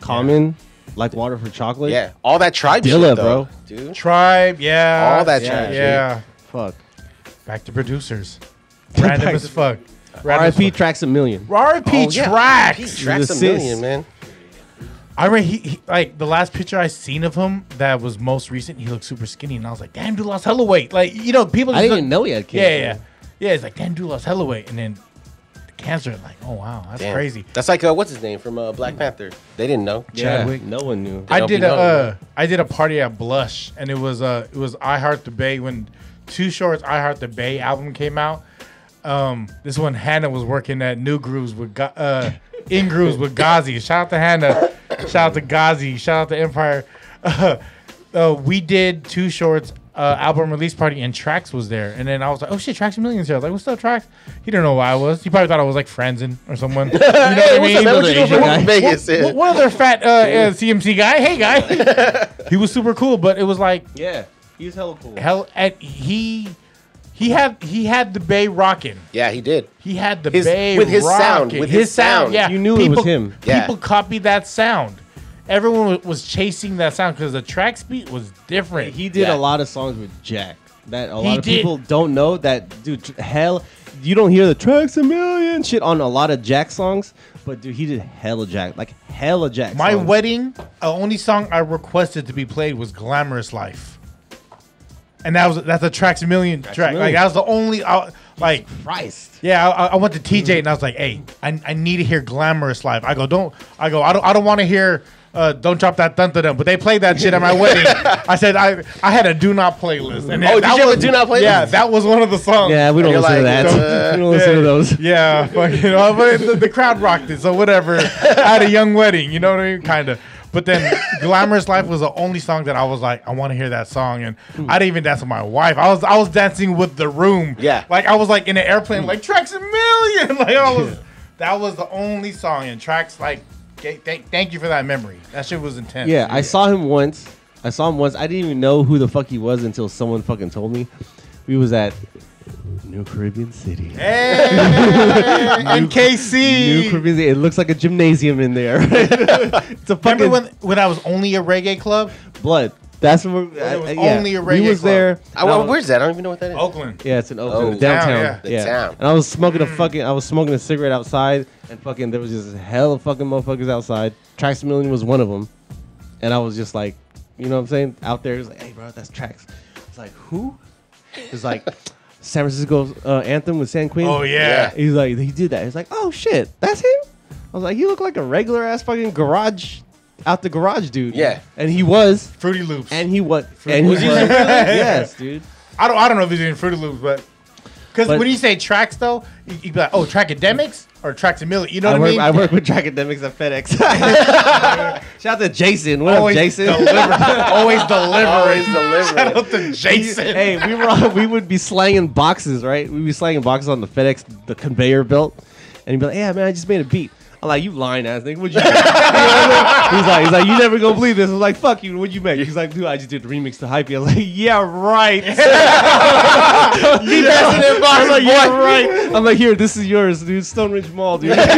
[SPEAKER 3] Common, like water for chocolate.
[SPEAKER 2] Yeah, all that tribe
[SPEAKER 3] Dilla,
[SPEAKER 2] shit, though,
[SPEAKER 3] bro.
[SPEAKER 2] dude.
[SPEAKER 1] Tribe. Yeah.
[SPEAKER 2] All that
[SPEAKER 1] yeah,
[SPEAKER 2] trash,
[SPEAKER 1] Yeah.
[SPEAKER 3] Fuck.
[SPEAKER 1] Back to producers. Random
[SPEAKER 3] Back
[SPEAKER 1] as
[SPEAKER 3] to-
[SPEAKER 1] fuck.
[SPEAKER 3] RIP tracks a million.
[SPEAKER 1] RIP
[SPEAKER 2] Oh, yeah.
[SPEAKER 1] tracks.
[SPEAKER 2] He tracks a
[SPEAKER 3] Assist.
[SPEAKER 2] million, man.
[SPEAKER 1] I re- he, he like the last picture I seen of him that was most recent. He looked super skinny, and I was like, "Damn, dude lost hella weight." Like you know, people.
[SPEAKER 3] I
[SPEAKER 1] just
[SPEAKER 3] didn't
[SPEAKER 1] look-
[SPEAKER 3] even know he had
[SPEAKER 1] Yeah,
[SPEAKER 3] cancer.
[SPEAKER 1] yeah, yeah, yeah. It's like, "Damn, dude lost hella weight," and then the cancer. Like, oh wow, that's
[SPEAKER 2] Damn.
[SPEAKER 1] crazy.
[SPEAKER 2] That's like uh, what's his name from uh, Black Panther. They didn't know.
[SPEAKER 3] Yeah,
[SPEAKER 1] Chadwick.
[SPEAKER 3] No one knew.
[SPEAKER 1] I
[SPEAKER 2] don't
[SPEAKER 1] did
[SPEAKER 2] be
[SPEAKER 1] a
[SPEAKER 2] knowing,
[SPEAKER 1] uh, I did a party at Blush, and it was uh it was I Heart the Bay when Two Shorts I Heart the Bay album came out. Um, this one Hannah was working at New Grooves with Ga- uh In Grooves with Gazi. Shout out to Hannah. Shout out to Gazi. Shout out to Empire. Uh, we did Two Shorts. Uh, album release party and Trax was there, and then I was like, "Oh shit, Trax and Millions here!" I was like, "What's up, Trax?" He didn't know why I was. He probably thought I was like Franzen or someone. You know
[SPEAKER 2] Hey,
[SPEAKER 1] what I
[SPEAKER 2] what's
[SPEAKER 1] mean?
[SPEAKER 2] up, man? What you doing
[SPEAKER 3] Asian guy.
[SPEAKER 2] from Vegas?
[SPEAKER 1] Well,
[SPEAKER 2] Yeah.
[SPEAKER 1] One other fat uh, uh, CMC guy. Hey, guy. he was super cool, but it was like
[SPEAKER 3] Yeah. He was hella cool.
[SPEAKER 1] hell. At he he had he had the Bay rocking.
[SPEAKER 2] Yeah, he did.
[SPEAKER 1] He had the
[SPEAKER 2] His-
[SPEAKER 1] Bay
[SPEAKER 2] with his
[SPEAKER 1] rocking.
[SPEAKER 2] sound, with his sound.
[SPEAKER 1] Yeah,
[SPEAKER 3] You knew it was him.
[SPEAKER 2] Yeah.
[SPEAKER 1] People copied that sound. Everyone wa- was chasing that sound because the track speed was different.
[SPEAKER 3] He did
[SPEAKER 2] Yeah.
[SPEAKER 3] a lot of songs with Jack that a lot
[SPEAKER 1] He
[SPEAKER 3] of
[SPEAKER 1] did.
[SPEAKER 3] people don't know. That dude, tr- hell, you don't hear the tracks a million shit on a lot of Jack songs. But dude, he did hella Jack, like hella Jack.
[SPEAKER 1] My
[SPEAKER 3] songs.
[SPEAKER 1] wedding, the only song I requested to be played was "Glamorous Life," and that was that's a Trax Million track. Like
[SPEAKER 3] Million.
[SPEAKER 1] that was the only uh, like
[SPEAKER 3] Christ.
[SPEAKER 1] Yeah, I, I- I went to TJ and I was like, "Hey, I, I need to hear glamorous life." I go, "Don't," I go, "I don't, I don't want to hear." Uh, don't drop that dun to them, but they played that shit at my wedding. I said I I had a do not playlist. And
[SPEAKER 2] Oh, did
[SPEAKER 1] that
[SPEAKER 2] you have a
[SPEAKER 1] was-
[SPEAKER 2] do not playlist?
[SPEAKER 1] Yeah, that was one of the songs.
[SPEAKER 3] Yeah, we don't
[SPEAKER 2] You're
[SPEAKER 3] listen to
[SPEAKER 2] like,
[SPEAKER 3] that.
[SPEAKER 2] uh,
[SPEAKER 3] we don't listen to those.
[SPEAKER 1] Yeah, fucking. uh, but the, the crowd rocked it, so whatever. I had a young wedding, you know what I mean, kind of. But then "Glamorous Life" was the only song that I was like, I want to hear that song, and I didn't even dance with my wife. I was I was dancing with the room.
[SPEAKER 2] Yeah.
[SPEAKER 1] like I was like in an airplane, like tracks a million. Like I was. That was the only song, and tracks like. ga- Thank, thank you for that memory. That shit was intense.
[SPEAKER 3] Yeah, I saw him once. I saw him once. I didn't even know who the fuck he was until someone fucking told me. We was at New Caribbean City.
[SPEAKER 1] Hey,
[SPEAKER 3] New
[SPEAKER 1] NKC.
[SPEAKER 3] Caribbean City. It looks like a gymnasium in there. it's a fucking
[SPEAKER 1] Remember when, when I was only a reggae club?
[SPEAKER 3] blood. That's where
[SPEAKER 1] Well,
[SPEAKER 3] we,
[SPEAKER 1] it
[SPEAKER 3] I-
[SPEAKER 1] was
[SPEAKER 3] I- yeah.
[SPEAKER 1] only a
[SPEAKER 3] we
[SPEAKER 1] reggae
[SPEAKER 3] was
[SPEAKER 1] club.
[SPEAKER 3] there.
[SPEAKER 2] I, well, where's that? I don't even know what that is.
[SPEAKER 1] Oakland.
[SPEAKER 3] Yeah, it's in Oakland,
[SPEAKER 2] Oh,
[SPEAKER 3] downtown.
[SPEAKER 1] down, yeah.
[SPEAKER 2] The
[SPEAKER 3] yeah.
[SPEAKER 2] town.
[SPEAKER 3] And I was smoking a
[SPEAKER 1] Mm.
[SPEAKER 3] fucking, I was smoking a cigarette outside, and fucking, there was just hell of fucking motherfuckers outside. Trax Million was one of them, and I was just like, you know what I'm saying? Out there, he was like, hey, bro, that's Trax. It's like, who? It's like, San Francisco uh, anthem with San Queen.
[SPEAKER 1] Oh yeah.
[SPEAKER 3] He's like, he did that. He's like, oh shit, that's him. I was like, you look like a regular ass fucking garage, out the garage dude.
[SPEAKER 2] Yeah.
[SPEAKER 3] And he was,
[SPEAKER 1] Fruity Loops.
[SPEAKER 3] and he was, and he
[SPEAKER 1] Was
[SPEAKER 3] was.
[SPEAKER 1] he really?
[SPEAKER 3] yes, dude.
[SPEAKER 1] I don't I don't know if he's in Fruity Loops, but because
[SPEAKER 3] But-
[SPEAKER 1] when you say tracks though, you, you be like, oh, trackademics or tracks a million. You know
[SPEAKER 3] I,
[SPEAKER 1] what
[SPEAKER 3] work,
[SPEAKER 1] I mean?
[SPEAKER 3] I work with academics at FedEx. Shout out to Jason. What
[SPEAKER 1] always
[SPEAKER 3] up, Jason?
[SPEAKER 1] Deliver, always delivering.
[SPEAKER 3] Oh,
[SPEAKER 2] Always delivering.
[SPEAKER 1] Shout out to Jason.
[SPEAKER 3] hey, we were on- we would be slanging boxes, right? We'd be slanging boxes on the FedEx the conveyor belt, and he'd be like, "Yeah, man, I just made a beat." I'm like, "You lying ass nigga? What'd you?" do?" You know what I mean? He's like, "He's like, you never gonna believe this." I was like, "Fuck you! What'd you make?" He's like, "Dude, I just did the remix to hype you." I was like, "Yeah, right." I'm like, "Yeah, right." I'm like, "Here, this is yours, dude. Stone Ridge Mall, dude."
[SPEAKER 2] I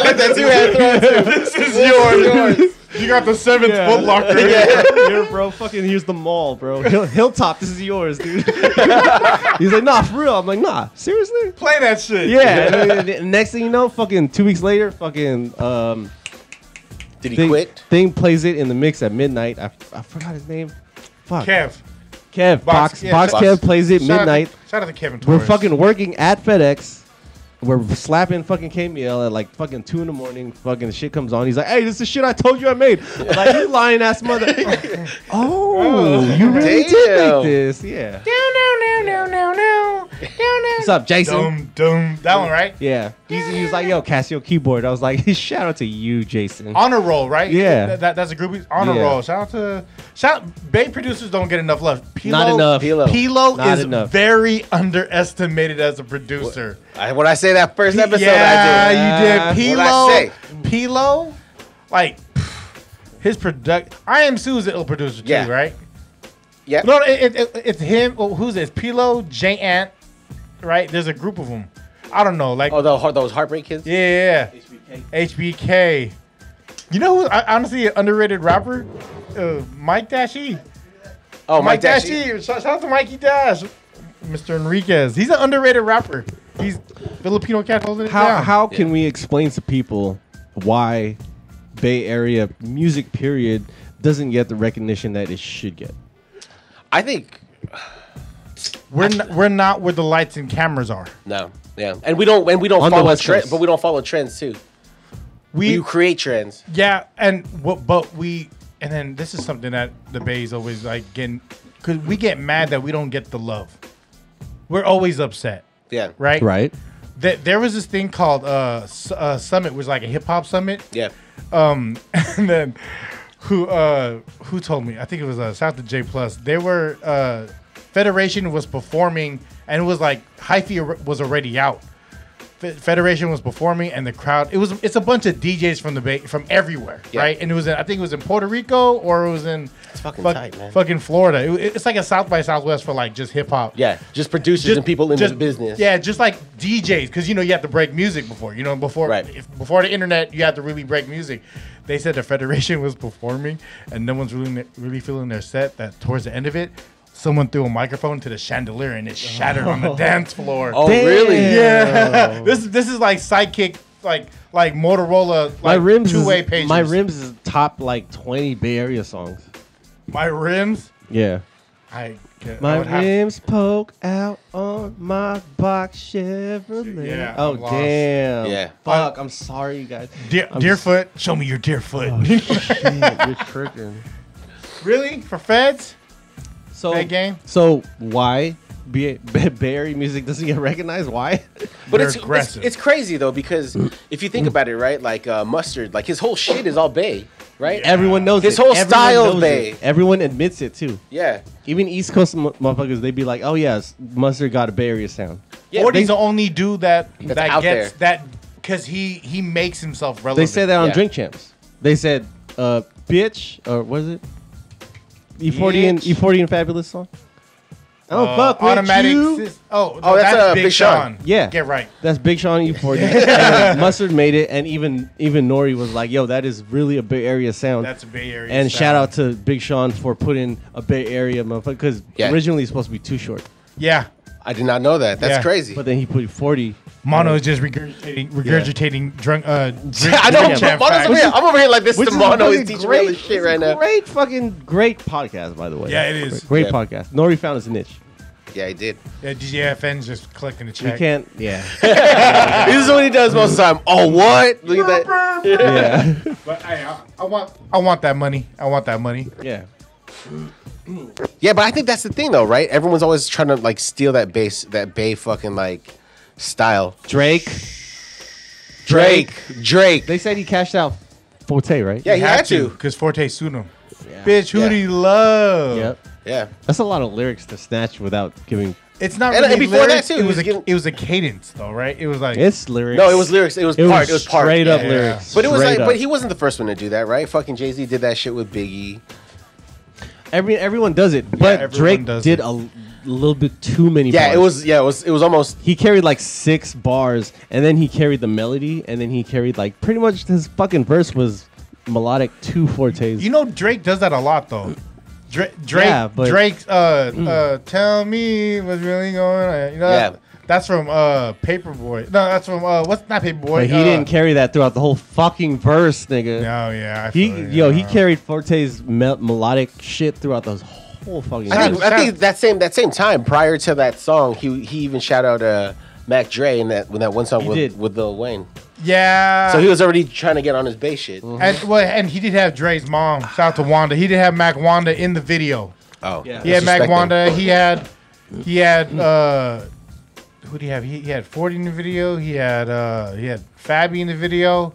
[SPEAKER 2] like that too. Had throw it too.
[SPEAKER 1] this is yours.
[SPEAKER 2] yours.
[SPEAKER 1] you got the seventh
[SPEAKER 3] Yeah.
[SPEAKER 1] Foot Locker.
[SPEAKER 3] Here, bro, fucking here's the mall, bro. Hill, hilltop, this is yours, dude. He's like, nah, for real. I'm like, nah, seriously?
[SPEAKER 1] Play that shit.
[SPEAKER 3] Yeah. and then the next thing you know, fucking two weeks later, fucking um
[SPEAKER 2] Did he
[SPEAKER 3] thing,
[SPEAKER 2] quit?
[SPEAKER 3] thing plays it in the mix at midnight. I, I forgot his name. Fuck. Kev,
[SPEAKER 1] Kev. Box,
[SPEAKER 3] Box, Box,
[SPEAKER 1] yeah,
[SPEAKER 2] Box.
[SPEAKER 3] Kev plays it
[SPEAKER 1] Shout out to-
[SPEAKER 3] midnight.
[SPEAKER 1] Shout out to Kevin
[SPEAKER 3] We're
[SPEAKER 1] Torres.
[SPEAKER 3] fucking working at FedEx. We're slapping fucking KML at like fucking two in the morning. Fucking shit comes on. He's like, "Hey, this is shit I told you I made." I'm like you lying ass mother. oh, you really did
[SPEAKER 2] Damn.
[SPEAKER 3] make this? Yeah.
[SPEAKER 1] No, no, no, no, no.
[SPEAKER 3] What's up, Jason?
[SPEAKER 1] Dum, dum. That one, right?
[SPEAKER 3] Yeah. He's, he was like, "Yo, Casio keyboard." I was like, "Shout out to you, Jason."
[SPEAKER 1] Honor roll, right?
[SPEAKER 3] Yeah.
[SPEAKER 1] That, that- that's a groupie. Honor
[SPEAKER 3] Yeah.
[SPEAKER 1] roll. Shout out to shout. Bay producers don't get enough love. Pilo,
[SPEAKER 3] Not enough.
[SPEAKER 2] Pilo.
[SPEAKER 1] Pilo
[SPEAKER 3] Not
[SPEAKER 1] is
[SPEAKER 3] enough.
[SPEAKER 1] very underestimated as a producer.
[SPEAKER 2] I, when I say that first episode, I did.
[SPEAKER 1] yeah,
[SPEAKER 3] I
[SPEAKER 1] you
[SPEAKER 2] did.
[SPEAKER 1] did.
[SPEAKER 2] What'd I say?
[SPEAKER 1] Pilo, Pilo, like pff, his product. I am Sue's a producer too,
[SPEAKER 2] Yeah.
[SPEAKER 1] right?
[SPEAKER 2] Yep.
[SPEAKER 1] No, it, it, it, it's him. Oh, who's it? It's Pilo, J Ant, right? There's a group of them. I don't know. Like,
[SPEAKER 2] Oh, the, heart- those heartbreak kids.
[SPEAKER 1] yeah, yeah, yeah. HBK. You know who I, honestly an underrated rapper? Uh, Mike Dashy.
[SPEAKER 2] Oh,
[SPEAKER 1] Mike
[SPEAKER 2] Mike, Dash.
[SPEAKER 1] Dashy. Shout shout out to Mikey Dash. Mr. Enriquez. He's an underrated rapper. He's Filipino cat holding it
[SPEAKER 3] how
[SPEAKER 1] down.
[SPEAKER 3] how can we explain to people why Bay Area music period doesn't get the recognition that it should get?
[SPEAKER 2] I think
[SPEAKER 1] we're not, we're not where the lights and cameras are.
[SPEAKER 2] no. Yeah, and we don't and we don't
[SPEAKER 3] On the
[SPEAKER 2] follow
[SPEAKER 3] West
[SPEAKER 2] trends,
[SPEAKER 3] Coast.
[SPEAKER 2] but we don't follow trends too.
[SPEAKER 1] We
[SPEAKER 2] We create trends.
[SPEAKER 1] yeah, and what but we and then this is something that the Bay's always like getting because we get mad that we don't get the love. We're always upset,
[SPEAKER 2] Yeah.
[SPEAKER 1] right?
[SPEAKER 3] Right.
[SPEAKER 1] Th- there was this thing called uh, S- uh summit, was like a hip hop summit.
[SPEAKER 2] Yeah.
[SPEAKER 1] Um, and then who uh who told me? I think it was uh, shout out to J Plus. They were uh Federation was performing and it was like hyphy ar- was already out. Fe- Federation was performing and the crowd. It was it's a bunch of DJs from the Bay from everywhere,
[SPEAKER 2] Yeah.
[SPEAKER 1] right? And it was in, I think it was in Puerto Rico or it was in
[SPEAKER 2] fucking tight, man.
[SPEAKER 1] fucking Florida. It- it's like a South by Southwest for like just hip hop
[SPEAKER 2] Yeah. Just producers and people in
[SPEAKER 1] just-
[SPEAKER 2] the business.
[SPEAKER 1] Yeah, just like DJs, because you know you have to break music before you know before
[SPEAKER 2] Right.
[SPEAKER 1] if, before the internet, you have to really break music. They said the Federation was performing, and no one's really really feeling their set. That towards the end of it, someone threw a microphone to the chandelier and it shattered on the dance floor.
[SPEAKER 2] Oh, really?
[SPEAKER 1] yeah. this this is like sidekick like like Motorola like
[SPEAKER 3] my rims
[SPEAKER 1] two way
[SPEAKER 3] is,
[SPEAKER 1] pages.
[SPEAKER 3] My rims is top like twenty Bay Area songs.
[SPEAKER 1] My rims.
[SPEAKER 3] Yeah.
[SPEAKER 1] I. I
[SPEAKER 3] My
[SPEAKER 1] would have-
[SPEAKER 3] rims poke out on my box Chevrolet.
[SPEAKER 1] Yeah,
[SPEAKER 3] oh
[SPEAKER 1] I'm lost.
[SPEAKER 3] damn.
[SPEAKER 2] Yeah.
[SPEAKER 3] Fuck. I'm sorry, you guys.
[SPEAKER 1] Deer,
[SPEAKER 3] I'm Oh.
[SPEAKER 1] Deerfoot, show me your Deerfoot.
[SPEAKER 3] Shit, you're tricking.
[SPEAKER 1] really? For feds?
[SPEAKER 3] So
[SPEAKER 1] Bad game.
[SPEAKER 3] So why Bay, Bay, Bay Area music doesn't get recognized? Why?
[SPEAKER 2] But
[SPEAKER 1] They're
[SPEAKER 2] it's, it's
[SPEAKER 1] aggressive.
[SPEAKER 2] it's crazy though because if you think about it, right? Like uh, mustard, like his whole shit is all Bay, right?
[SPEAKER 3] Everyone knows
[SPEAKER 2] His
[SPEAKER 3] it.
[SPEAKER 2] whole
[SPEAKER 3] Everyone
[SPEAKER 2] style,
[SPEAKER 3] knows
[SPEAKER 2] Bay.
[SPEAKER 3] It. Everyone admits it too.
[SPEAKER 2] Yeah.
[SPEAKER 3] Even East Coast mo- motherfuckers, they'd be like, "Oh yes, Mustard got a Bay Area sound."
[SPEAKER 2] Yeah,
[SPEAKER 1] Forty's
[SPEAKER 2] they-
[SPEAKER 1] the only dude that
[SPEAKER 2] That's
[SPEAKER 1] that
[SPEAKER 2] out
[SPEAKER 1] gets
[SPEAKER 2] there.
[SPEAKER 1] that because he he makes himself relevant.
[SPEAKER 3] They said that on
[SPEAKER 2] Yeah.
[SPEAKER 3] Drink Champs. They said, uh, "Bitch," or was it E40 E and
[SPEAKER 1] Bitch.
[SPEAKER 3] E40 and Fabulous song? Oh fuck with
[SPEAKER 1] Uh, automatic.
[SPEAKER 3] you.
[SPEAKER 1] sys- oh, no,
[SPEAKER 2] Oh, that's,
[SPEAKER 1] that's,
[SPEAKER 2] uh,
[SPEAKER 1] Big
[SPEAKER 2] Big
[SPEAKER 1] Sean.
[SPEAKER 2] Sean.
[SPEAKER 3] Yeah.
[SPEAKER 1] get right.
[SPEAKER 3] That's Big Sean E40. And Mustard made it, and even even Nori was like, "Yo, that is really a Bay Area sound."
[SPEAKER 1] That's a Bay Area.
[SPEAKER 3] and
[SPEAKER 1] sound.
[SPEAKER 3] shout out to Big Sean for putting a Bay Area motherfucker because
[SPEAKER 2] Yeah.
[SPEAKER 3] originally it's supposed to be too short,
[SPEAKER 1] Yeah,
[SPEAKER 2] I did not know that. That's
[SPEAKER 1] Yeah.
[SPEAKER 2] crazy.
[SPEAKER 3] but then he put 40.
[SPEAKER 1] Mono is just regurgitating, regurgitating drunk. Uh, drink,
[SPEAKER 2] I know.
[SPEAKER 1] drink
[SPEAKER 2] but
[SPEAKER 1] champ
[SPEAKER 2] Mono's
[SPEAKER 1] facts.
[SPEAKER 2] over here. I'm over here like this.
[SPEAKER 3] is a
[SPEAKER 2] Mono
[SPEAKER 3] fucking
[SPEAKER 2] is teaching me all this shit
[SPEAKER 3] it's a
[SPEAKER 2] right now.
[SPEAKER 3] Great fucking great podcast, by the way.
[SPEAKER 1] Yeah, it is.
[SPEAKER 3] Great
[SPEAKER 2] Yeah.
[SPEAKER 3] podcast. Nori found his niche.
[SPEAKER 2] Yeah, he did.
[SPEAKER 1] Yeah, DJFN's just collecting the
[SPEAKER 3] You
[SPEAKER 1] check.
[SPEAKER 3] can't. Yeah.
[SPEAKER 2] this is what he does most of the time. Oh, what? Look at that.
[SPEAKER 3] yeah.
[SPEAKER 1] But hey, I, I want, I want that money. I want that money.
[SPEAKER 3] Yeah.
[SPEAKER 2] Yeah, but I think that's the thing though, right? Everyone's always trying to like steal that bass, that Bay fucking like style.
[SPEAKER 3] Drake.
[SPEAKER 2] Drake, Drake.
[SPEAKER 3] They said he cashed out Forte, right?
[SPEAKER 2] Yeah, he had to.
[SPEAKER 1] because Forte sued him. Bitch, who
[SPEAKER 2] Yeah.
[SPEAKER 1] do you love?
[SPEAKER 3] Yep.
[SPEAKER 2] Yeah.
[SPEAKER 3] That's a lot of lyrics to snatch without giving.
[SPEAKER 1] It's not
[SPEAKER 2] And-
[SPEAKER 1] really
[SPEAKER 2] and before that,
[SPEAKER 1] lyrics,
[SPEAKER 2] too,
[SPEAKER 1] It was
[SPEAKER 2] he
[SPEAKER 1] a,
[SPEAKER 2] was giving-
[SPEAKER 1] it was a cadence though, right? It was like
[SPEAKER 3] It's lyrics.
[SPEAKER 2] No, it was lyrics. It was
[SPEAKER 3] It was,
[SPEAKER 2] part. It was part.
[SPEAKER 3] straight up
[SPEAKER 1] Yeah.
[SPEAKER 3] lyrics.
[SPEAKER 2] But it was
[SPEAKER 3] Straight
[SPEAKER 2] like,
[SPEAKER 3] up.
[SPEAKER 2] but he wasn't the first one to do that, right? Fucking Jay Z did that shit with Biggie.
[SPEAKER 3] Every everyone does it, but
[SPEAKER 1] everyone
[SPEAKER 3] Drake
[SPEAKER 1] does
[SPEAKER 3] did
[SPEAKER 1] it.
[SPEAKER 3] a l- little bit too many.
[SPEAKER 2] Yeah, it
[SPEAKER 3] bars.
[SPEAKER 2] was. Yeah, it was. It was almost.
[SPEAKER 3] He carried like six bars, and then he carried the melody, and then he carried like pretty much his fucking verse was melodic two fortes.
[SPEAKER 1] you know Drake does that a lot though. Dra- Drake,
[SPEAKER 3] Yeah, but- Mm.
[SPEAKER 1] Drake's uh, uh, tell me what's really going on. You know,
[SPEAKER 2] Yeah.
[SPEAKER 1] that- that's from uh, Paperboy. No, that's from uh, what's not Paperboy.
[SPEAKER 3] but he
[SPEAKER 1] uh,
[SPEAKER 3] didn't carry that throughout the whole fucking verse, nigga.
[SPEAKER 1] No, yeah, I
[SPEAKER 3] he
[SPEAKER 1] feel you,
[SPEAKER 3] yo, he
[SPEAKER 1] uh,
[SPEAKER 3] carried fortes mel- melodic shit throughout the whole fucking.
[SPEAKER 2] I
[SPEAKER 3] verse.
[SPEAKER 2] think, I think that same that same time prior to that song, he he even shout out uh, Mac Dre in that when that one song
[SPEAKER 3] He
[SPEAKER 2] with
[SPEAKER 3] did.
[SPEAKER 2] with Lil Wayne.
[SPEAKER 1] Yeah.
[SPEAKER 2] So he was already trying to get on his bass shit.
[SPEAKER 3] Mm-hmm.
[SPEAKER 1] and, well, and he did have Dre's mom. Shout out to Wanda. He did have Mac Wanda in the video.
[SPEAKER 2] Oh,
[SPEAKER 3] Yeah.
[SPEAKER 1] He had Mac
[SPEAKER 2] disrespecting.
[SPEAKER 1] Wanda. He had he had uh who do you have? He, he had Forty in the video. He had uh he had Fabi in the video.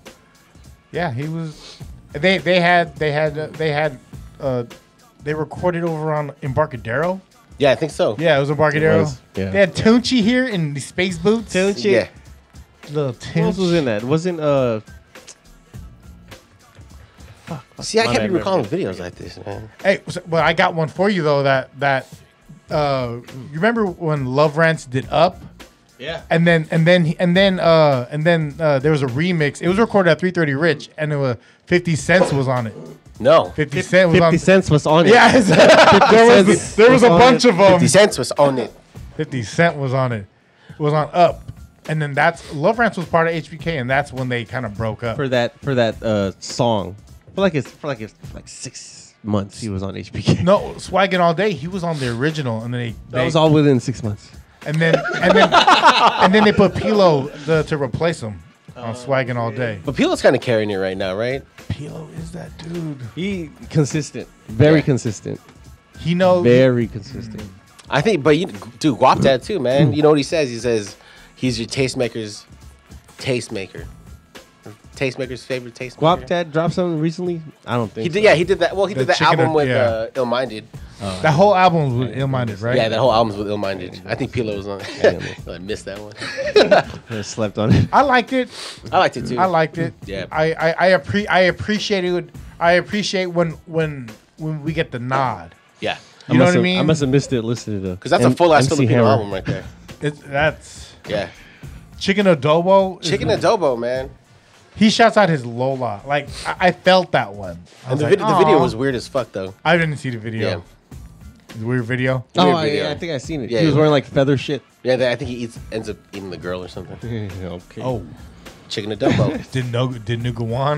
[SPEAKER 1] Yeah, he was. They they had they had uh, they had uh they recorded over on Embarcadero.
[SPEAKER 2] Yeah, I think so.
[SPEAKER 1] Yeah, it was Embarcadero.
[SPEAKER 3] It was, yeah.
[SPEAKER 1] They had Tunchi here in the space boots.
[SPEAKER 3] Tunchi.
[SPEAKER 2] Yeah.
[SPEAKER 1] little
[SPEAKER 3] Who else was
[SPEAKER 1] Tunchi.
[SPEAKER 3] in that? Wasn't uh
[SPEAKER 2] See, I
[SPEAKER 3] My
[SPEAKER 2] can't
[SPEAKER 3] bad,
[SPEAKER 2] be recalling videos like this, man.
[SPEAKER 1] Hey, so- well, I got one for you though. That that uh, you remember when Love Rants did up?
[SPEAKER 4] Yeah.
[SPEAKER 1] and then and then and then uh and then uh there was a remix it was recorded at 330 rich and it was 50 cents was on it
[SPEAKER 2] No,
[SPEAKER 1] 50 cent was on
[SPEAKER 3] Fifty Cents was on it?
[SPEAKER 1] yeah it's- there was
[SPEAKER 3] Cent
[SPEAKER 1] there was
[SPEAKER 3] was
[SPEAKER 1] a
[SPEAKER 3] on
[SPEAKER 1] bunch
[SPEAKER 3] it.
[SPEAKER 1] of uh, them
[SPEAKER 2] Fifty Cent was on it.
[SPEAKER 1] 50 cent was on it was on up and then that's love ranch was part of hbk and that's when they kind of broke up
[SPEAKER 3] for that for that uh song for like it's for like it's like six months he was on HBK.
[SPEAKER 1] no swagging all day he was on the original and then they,
[SPEAKER 3] that
[SPEAKER 1] they
[SPEAKER 3] was all within six months.
[SPEAKER 1] and then and then and then they put pilo the, to replace him
[SPEAKER 3] Oh,
[SPEAKER 1] on swagging all day
[SPEAKER 2] But Pilo's kind of carrying it right now, right?
[SPEAKER 1] pilo is that dude
[SPEAKER 3] He consistent, very
[SPEAKER 2] Yeah. Mm.
[SPEAKER 3] consistent,
[SPEAKER 1] he knows
[SPEAKER 3] very consistent.
[SPEAKER 2] I think, but you, dude, Guap that too, man. You know what he says? He says he's your tastemaker's tastemaker, tastemaker's favorite tastemaker.
[SPEAKER 3] Guap Dad dropped something recently. I don't think
[SPEAKER 2] He did,
[SPEAKER 3] so.
[SPEAKER 2] yeah, he did that. Well, he
[SPEAKER 1] The
[SPEAKER 2] did that
[SPEAKER 1] chicken
[SPEAKER 2] album
[SPEAKER 1] or-
[SPEAKER 2] with
[SPEAKER 1] yeah.
[SPEAKER 2] uh, Ill Minded.
[SPEAKER 1] that whole album was with ill-minded right
[SPEAKER 2] Yeah, that whole album's with Ill Minded. I think Pilo was on. it. I missed that one.
[SPEAKER 3] I slept on it.
[SPEAKER 1] I liked it.
[SPEAKER 2] I liked it too.
[SPEAKER 1] I liked it.
[SPEAKER 2] Yeah.
[SPEAKER 1] I I I, appre- I appreciate it. I appreciate when when when we get the nod.
[SPEAKER 2] Yeah,
[SPEAKER 1] You know
[SPEAKER 3] must
[SPEAKER 1] what I
[SPEAKER 3] have-
[SPEAKER 1] mean?
[SPEAKER 3] I must have missed it. Listening to
[SPEAKER 2] because that's a full ass Filipino album right there.
[SPEAKER 1] It's that's
[SPEAKER 2] Yeah,
[SPEAKER 1] chicken adobo. is-
[SPEAKER 2] Chicken Adobo, man.
[SPEAKER 1] He shouts out his Lola. Like I, I felt that one. I
[SPEAKER 2] And
[SPEAKER 1] was
[SPEAKER 2] the,
[SPEAKER 1] like,
[SPEAKER 2] vid- the video
[SPEAKER 1] "Aw."
[SPEAKER 2] was weird as fuck though.
[SPEAKER 1] I didn't see the video.
[SPEAKER 2] Yeah.
[SPEAKER 1] It's a weird video.
[SPEAKER 3] Oh,
[SPEAKER 2] Weird
[SPEAKER 3] I,
[SPEAKER 2] video.
[SPEAKER 3] I think I seen it.
[SPEAKER 2] Yeah,
[SPEAKER 3] he was
[SPEAKER 2] yeah.
[SPEAKER 3] wearing like feather shit.
[SPEAKER 2] Yeah, that- I think he eats ends up eating the girl or something.
[SPEAKER 3] okay.
[SPEAKER 1] Oh,
[SPEAKER 2] Chicken Adobo.
[SPEAKER 1] didn't know didn't know go on.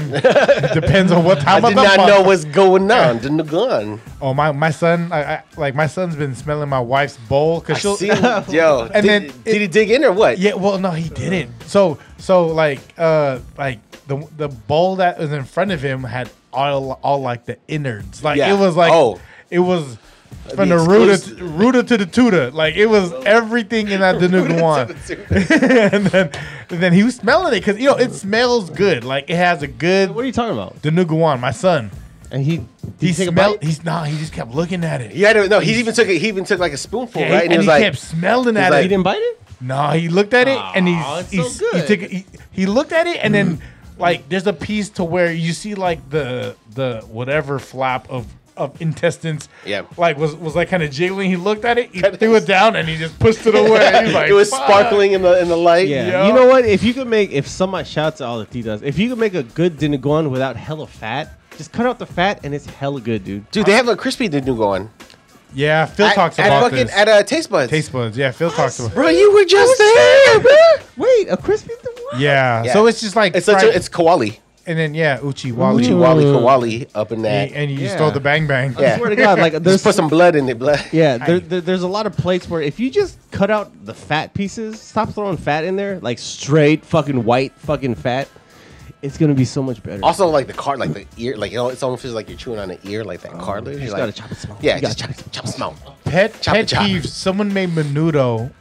[SPEAKER 1] Depends on what
[SPEAKER 2] I
[SPEAKER 1] time
[SPEAKER 2] did
[SPEAKER 1] of the
[SPEAKER 2] not
[SPEAKER 1] month.
[SPEAKER 2] know what's going on. Didn't the gun.
[SPEAKER 1] Oh my my son, I, I, like my son's been smelling my wife's bowl because
[SPEAKER 2] I
[SPEAKER 1] she'll
[SPEAKER 2] see, yo.
[SPEAKER 1] And
[SPEAKER 2] And
[SPEAKER 1] then
[SPEAKER 2] did, then
[SPEAKER 1] it-
[SPEAKER 2] did he dig in or what?
[SPEAKER 1] Yeah, well, no, he didn't. So, so like, uh, like the the bowl that was in front of him had all all like the innards. Like
[SPEAKER 2] Yeah.
[SPEAKER 1] it was like
[SPEAKER 2] Oh.
[SPEAKER 1] it was from the,
[SPEAKER 2] The
[SPEAKER 1] rooter
[SPEAKER 2] exclusive. Oh.
[SPEAKER 1] rooter to the tutor. Like it was everything in that Danuga one. and then and then he was smelling it because you know it smells good. Like it has a good
[SPEAKER 3] What are you talking about?
[SPEAKER 1] Danuga one. My son,
[SPEAKER 3] And he
[SPEAKER 1] he
[SPEAKER 3] did take a
[SPEAKER 1] smelled.
[SPEAKER 3] bite?
[SPEAKER 1] He's nah. He just kept looking at it.
[SPEAKER 2] He had to, no, he even took a, he even took like a spoonful,
[SPEAKER 1] Yeah, he-
[SPEAKER 2] right?
[SPEAKER 1] and
[SPEAKER 2] he
[SPEAKER 1] he,
[SPEAKER 2] was like,
[SPEAKER 1] kept smelling at
[SPEAKER 2] like-
[SPEAKER 1] it.
[SPEAKER 3] He didn't bite it.
[SPEAKER 1] No, he looked at it and he's,
[SPEAKER 3] Aw, it's so
[SPEAKER 1] he's he
[SPEAKER 3] good.
[SPEAKER 1] took he, he looked at it and
[SPEAKER 2] Mm-hmm.
[SPEAKER 1] then like there's a piece to where you see like the the whatever flap of of intestines.
[SPEAKER 2] Yeah.
[SPEAKER 1] Like was was like kind of jiggling. He looked at it, he
[SPEAKER 2] That
[SPEAKER 1] threw
[SPEAKER 2] is-
[SPEAKER 1] it down, and he just pushed it away. He's like,
[SPEAKER 2] it was
[SPEAKER 1] "Fuck."
[SPEAKER 2] sparkling in the in the light.
[SPEAKER 3] Yeah.
[SPEAKER 1] Yeah.
[SPEAKER 3] You know what? If you could make, if someone shouts at all the titas, if you could make a good dinuguan without hella fat, just cut out the fat and it's hella good, dude.
[SPEAKER 2] Dude, they have a crispy new going.
[SPEAKER 1] Yeah, Phil
[SPEAKER 2] At-
[SPEAKER 1] talks
[SPEAKER 2] at
[SPEAKER 1] about
[SPEAKER 2] fucking,
[SPEAKER 1] this.
[SPEAKER 2] At uh, Taste Buds.
[SPEAKER 1] Taste buds. Yeah, Phil talks about.
[SPEAKER 2] Bro, you were just there. bro.
[SPEAKER 3] Wait, a crispy dinuguan?
[SPEAKER 1] Yeah.
[SPEAKER 2] Yeah.
[SPEAKER 1] So it's just like
[SPEAKER 2] It's such a,
[SPEAKER 1] fried-
[SPEAKER 2] it's koali.
[SPEAKER 1] and then yeah, uchi wali,
[SPEAKER 2] Uchi wali koali up in that.
[SPEAKER 1] and, and you just
[SPEAKER 3] Yeah.
[SPEAKER 1] throw the bang bang.
[SPEAKER 3] I
[SPEAKER 2] Yeah.
[SPEAKER 3] swear to God, like
[SPEAKER 2] Just
[SPEAKER 3] there's
[SPEAKER 2] put some blood in it, blood.
[SPEAKER 3] Yeah, there, there, there's a lot of plates where if you just cut out the fat pieces, stop throwing fat in there, like straight fucking white fucking fat, it's gonna be so much better.
[SPEAKER 2] Also, like the card, like the ear, like you know, it's almost feels like you're chewing on an ear, like that cartilage.
[SPEAKER 3] you
[SPEAKER 2] You're
[SPEAKER 3] just
[SPEAKER 2] like,
[SPEAKER 3] gotta chop it small.
[SPEAKER 2] Yeah,
[SPEAKER 3] You
[SPEAKER 2] just
[SPEAKER 3] gotta
[SPEAKER 2] chop,
[SPEAKER 3] chop
[SPEAKER 2] it, chop it small.
[SPEAKER 1] Pet
[SPEAKER 2] Chop
[SPEAKER 1] pet
[SPEAKER 2] it, chop.
[SPEAKER 1] peeve. Someone made menudo,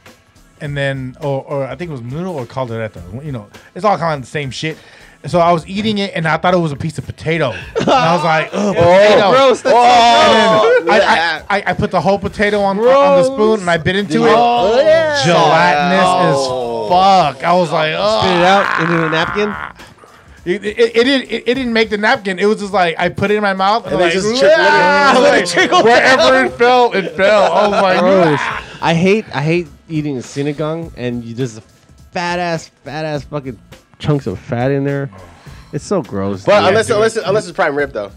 [SPEAKER 1] and then or, or I think it was menudo or caldereta. You know, it's all kind of the same shit. And So I was eating it, and I thought it was a piece of potato. And I was like, oh, potato.
[SPEAKER 3] gross. That's
[SPEAKER 1] And then I,
[SPEAKER 2] yeah.
[SPEAKER 1] I, I, I put the whole potato on, on the spoon, and I bit into it.
[SPEAKER 2] Oh, yeah.
[SPEAKER 1] Gelatinous
[SPEAKER 2] Oh.
[SPEAKER 1] as fuck. I was like, oh.
[SPEAKER 3] Spit it out into a napkin.
[SPEAKER 1] It, it, it, didn't- it, it didn't make the napkin. It was just like I put it in my mouth and,
[SPEAKER 2] And
[SPEAKER 1] like,
[SPEAKER 2] it just
[SPEAKER 1] "Ooh,
[SPEAKER 2] trickled
[SPEAKER 1] ah,"
[SPEAKER 2] in.
[SPEAKER 1] like, wherever it fell, it fell. I was like,
[SPEAKER 3] Gross. I hate I hate eating a sinigang and you just fat ass fat ass fucking chunks of fat in there. It's so gross.
[SPEAKER 2] But
[SPEAKER 3] dude.
[SPEAKER 2] unless unless unless it's prime rib though.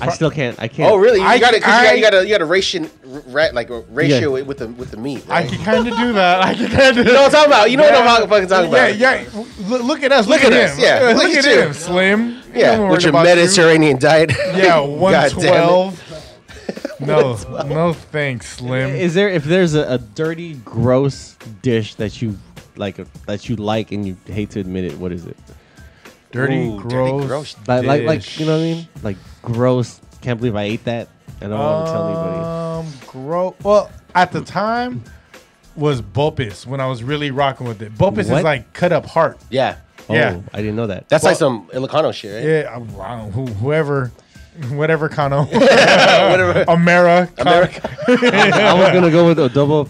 [SPEAKER 3] I still can't. I can't.
[SPEAKER 2] Oh really? You
[SPEAKER 1] I-
[SPEAKER 2] got to you got
[SPEAKER 1] I-
[SPEAKER 2] you got to you got to ration ra- like ratio it with the with the meat.
[SPEAKER 1] I
[SPEAKER 2] Right?
[SPEAKER 1] can kind of do that. I can kind of.
[SPEAKER 2] you know what I'm talking about? You know what I'm fucking talking about?
[SPEAKER 1] Yeah, yeah. Look, look at us. Look,
[SPEAKER 2] Look
[SPEAKER 1] at,
[SPEAKER 2] at us,
[SPEAKER 1] him.
[SPEAKER 2] yeah.
[SPEAKER 1] Look,
[SPEAKER 2] Look
[SPEAKER 1] at,
[SPEAKER 2] at you.
[SPEAKER 1] him, Slim.
[SPEAKER 2] Yeah,
[SPEAKER 1] We're
[SPEAKER 2] with your
[SPEAKER 1] worried about you.
[SPEAKER 2] Mediterranean diet.
[SPEAKER 1] Yeah,
[SPEAKER 2] God damn it.
[SPEAKER 1] 112. No, no thanks, Slim.
[SPEAKER 3] Is there if there's a, a dirty, gross dish that you like that you like and you hate to admit it? What is it?
[SPEAKER 1] dirty,
[SPEAKER 2] Ooh, dirty,
[SPEAKER 1] gross.
[SPEAKER 2] gross
[SPEAKER 3] But like, like
[SPEAKER 1] dish.
[SPEAKER 3] you know what I mean? Like gross. Can't believe I ate that. I don't want to tell anybody.
[SPEAKER 1] Um, grow. Well, at the time was Bopis when I was really rocking with it. Bopis is
[SPEAKER 3] What?
[SPEAKER 1] like cut up heart.
[SPEAKER 2] Yeah.
[SPEAKER 3] Oh,
[SPEAKER 1] yeah.
[SPEAKER 3] I didn't know that.
[SPEAKER 2] That's
[SPEAKER 1] Well-
[SPEAKER 2] like some Ilocano shit, right?
[SPEAKER 1] Yeah, I, I don't know, who- whoever, whatever Kano,
[SPEAKER 2] Whatever.
[SPEAKER 1] Amera, Kano.
[SPEAKER 2] America.
[SPEAKER 3] I was gonna go with a double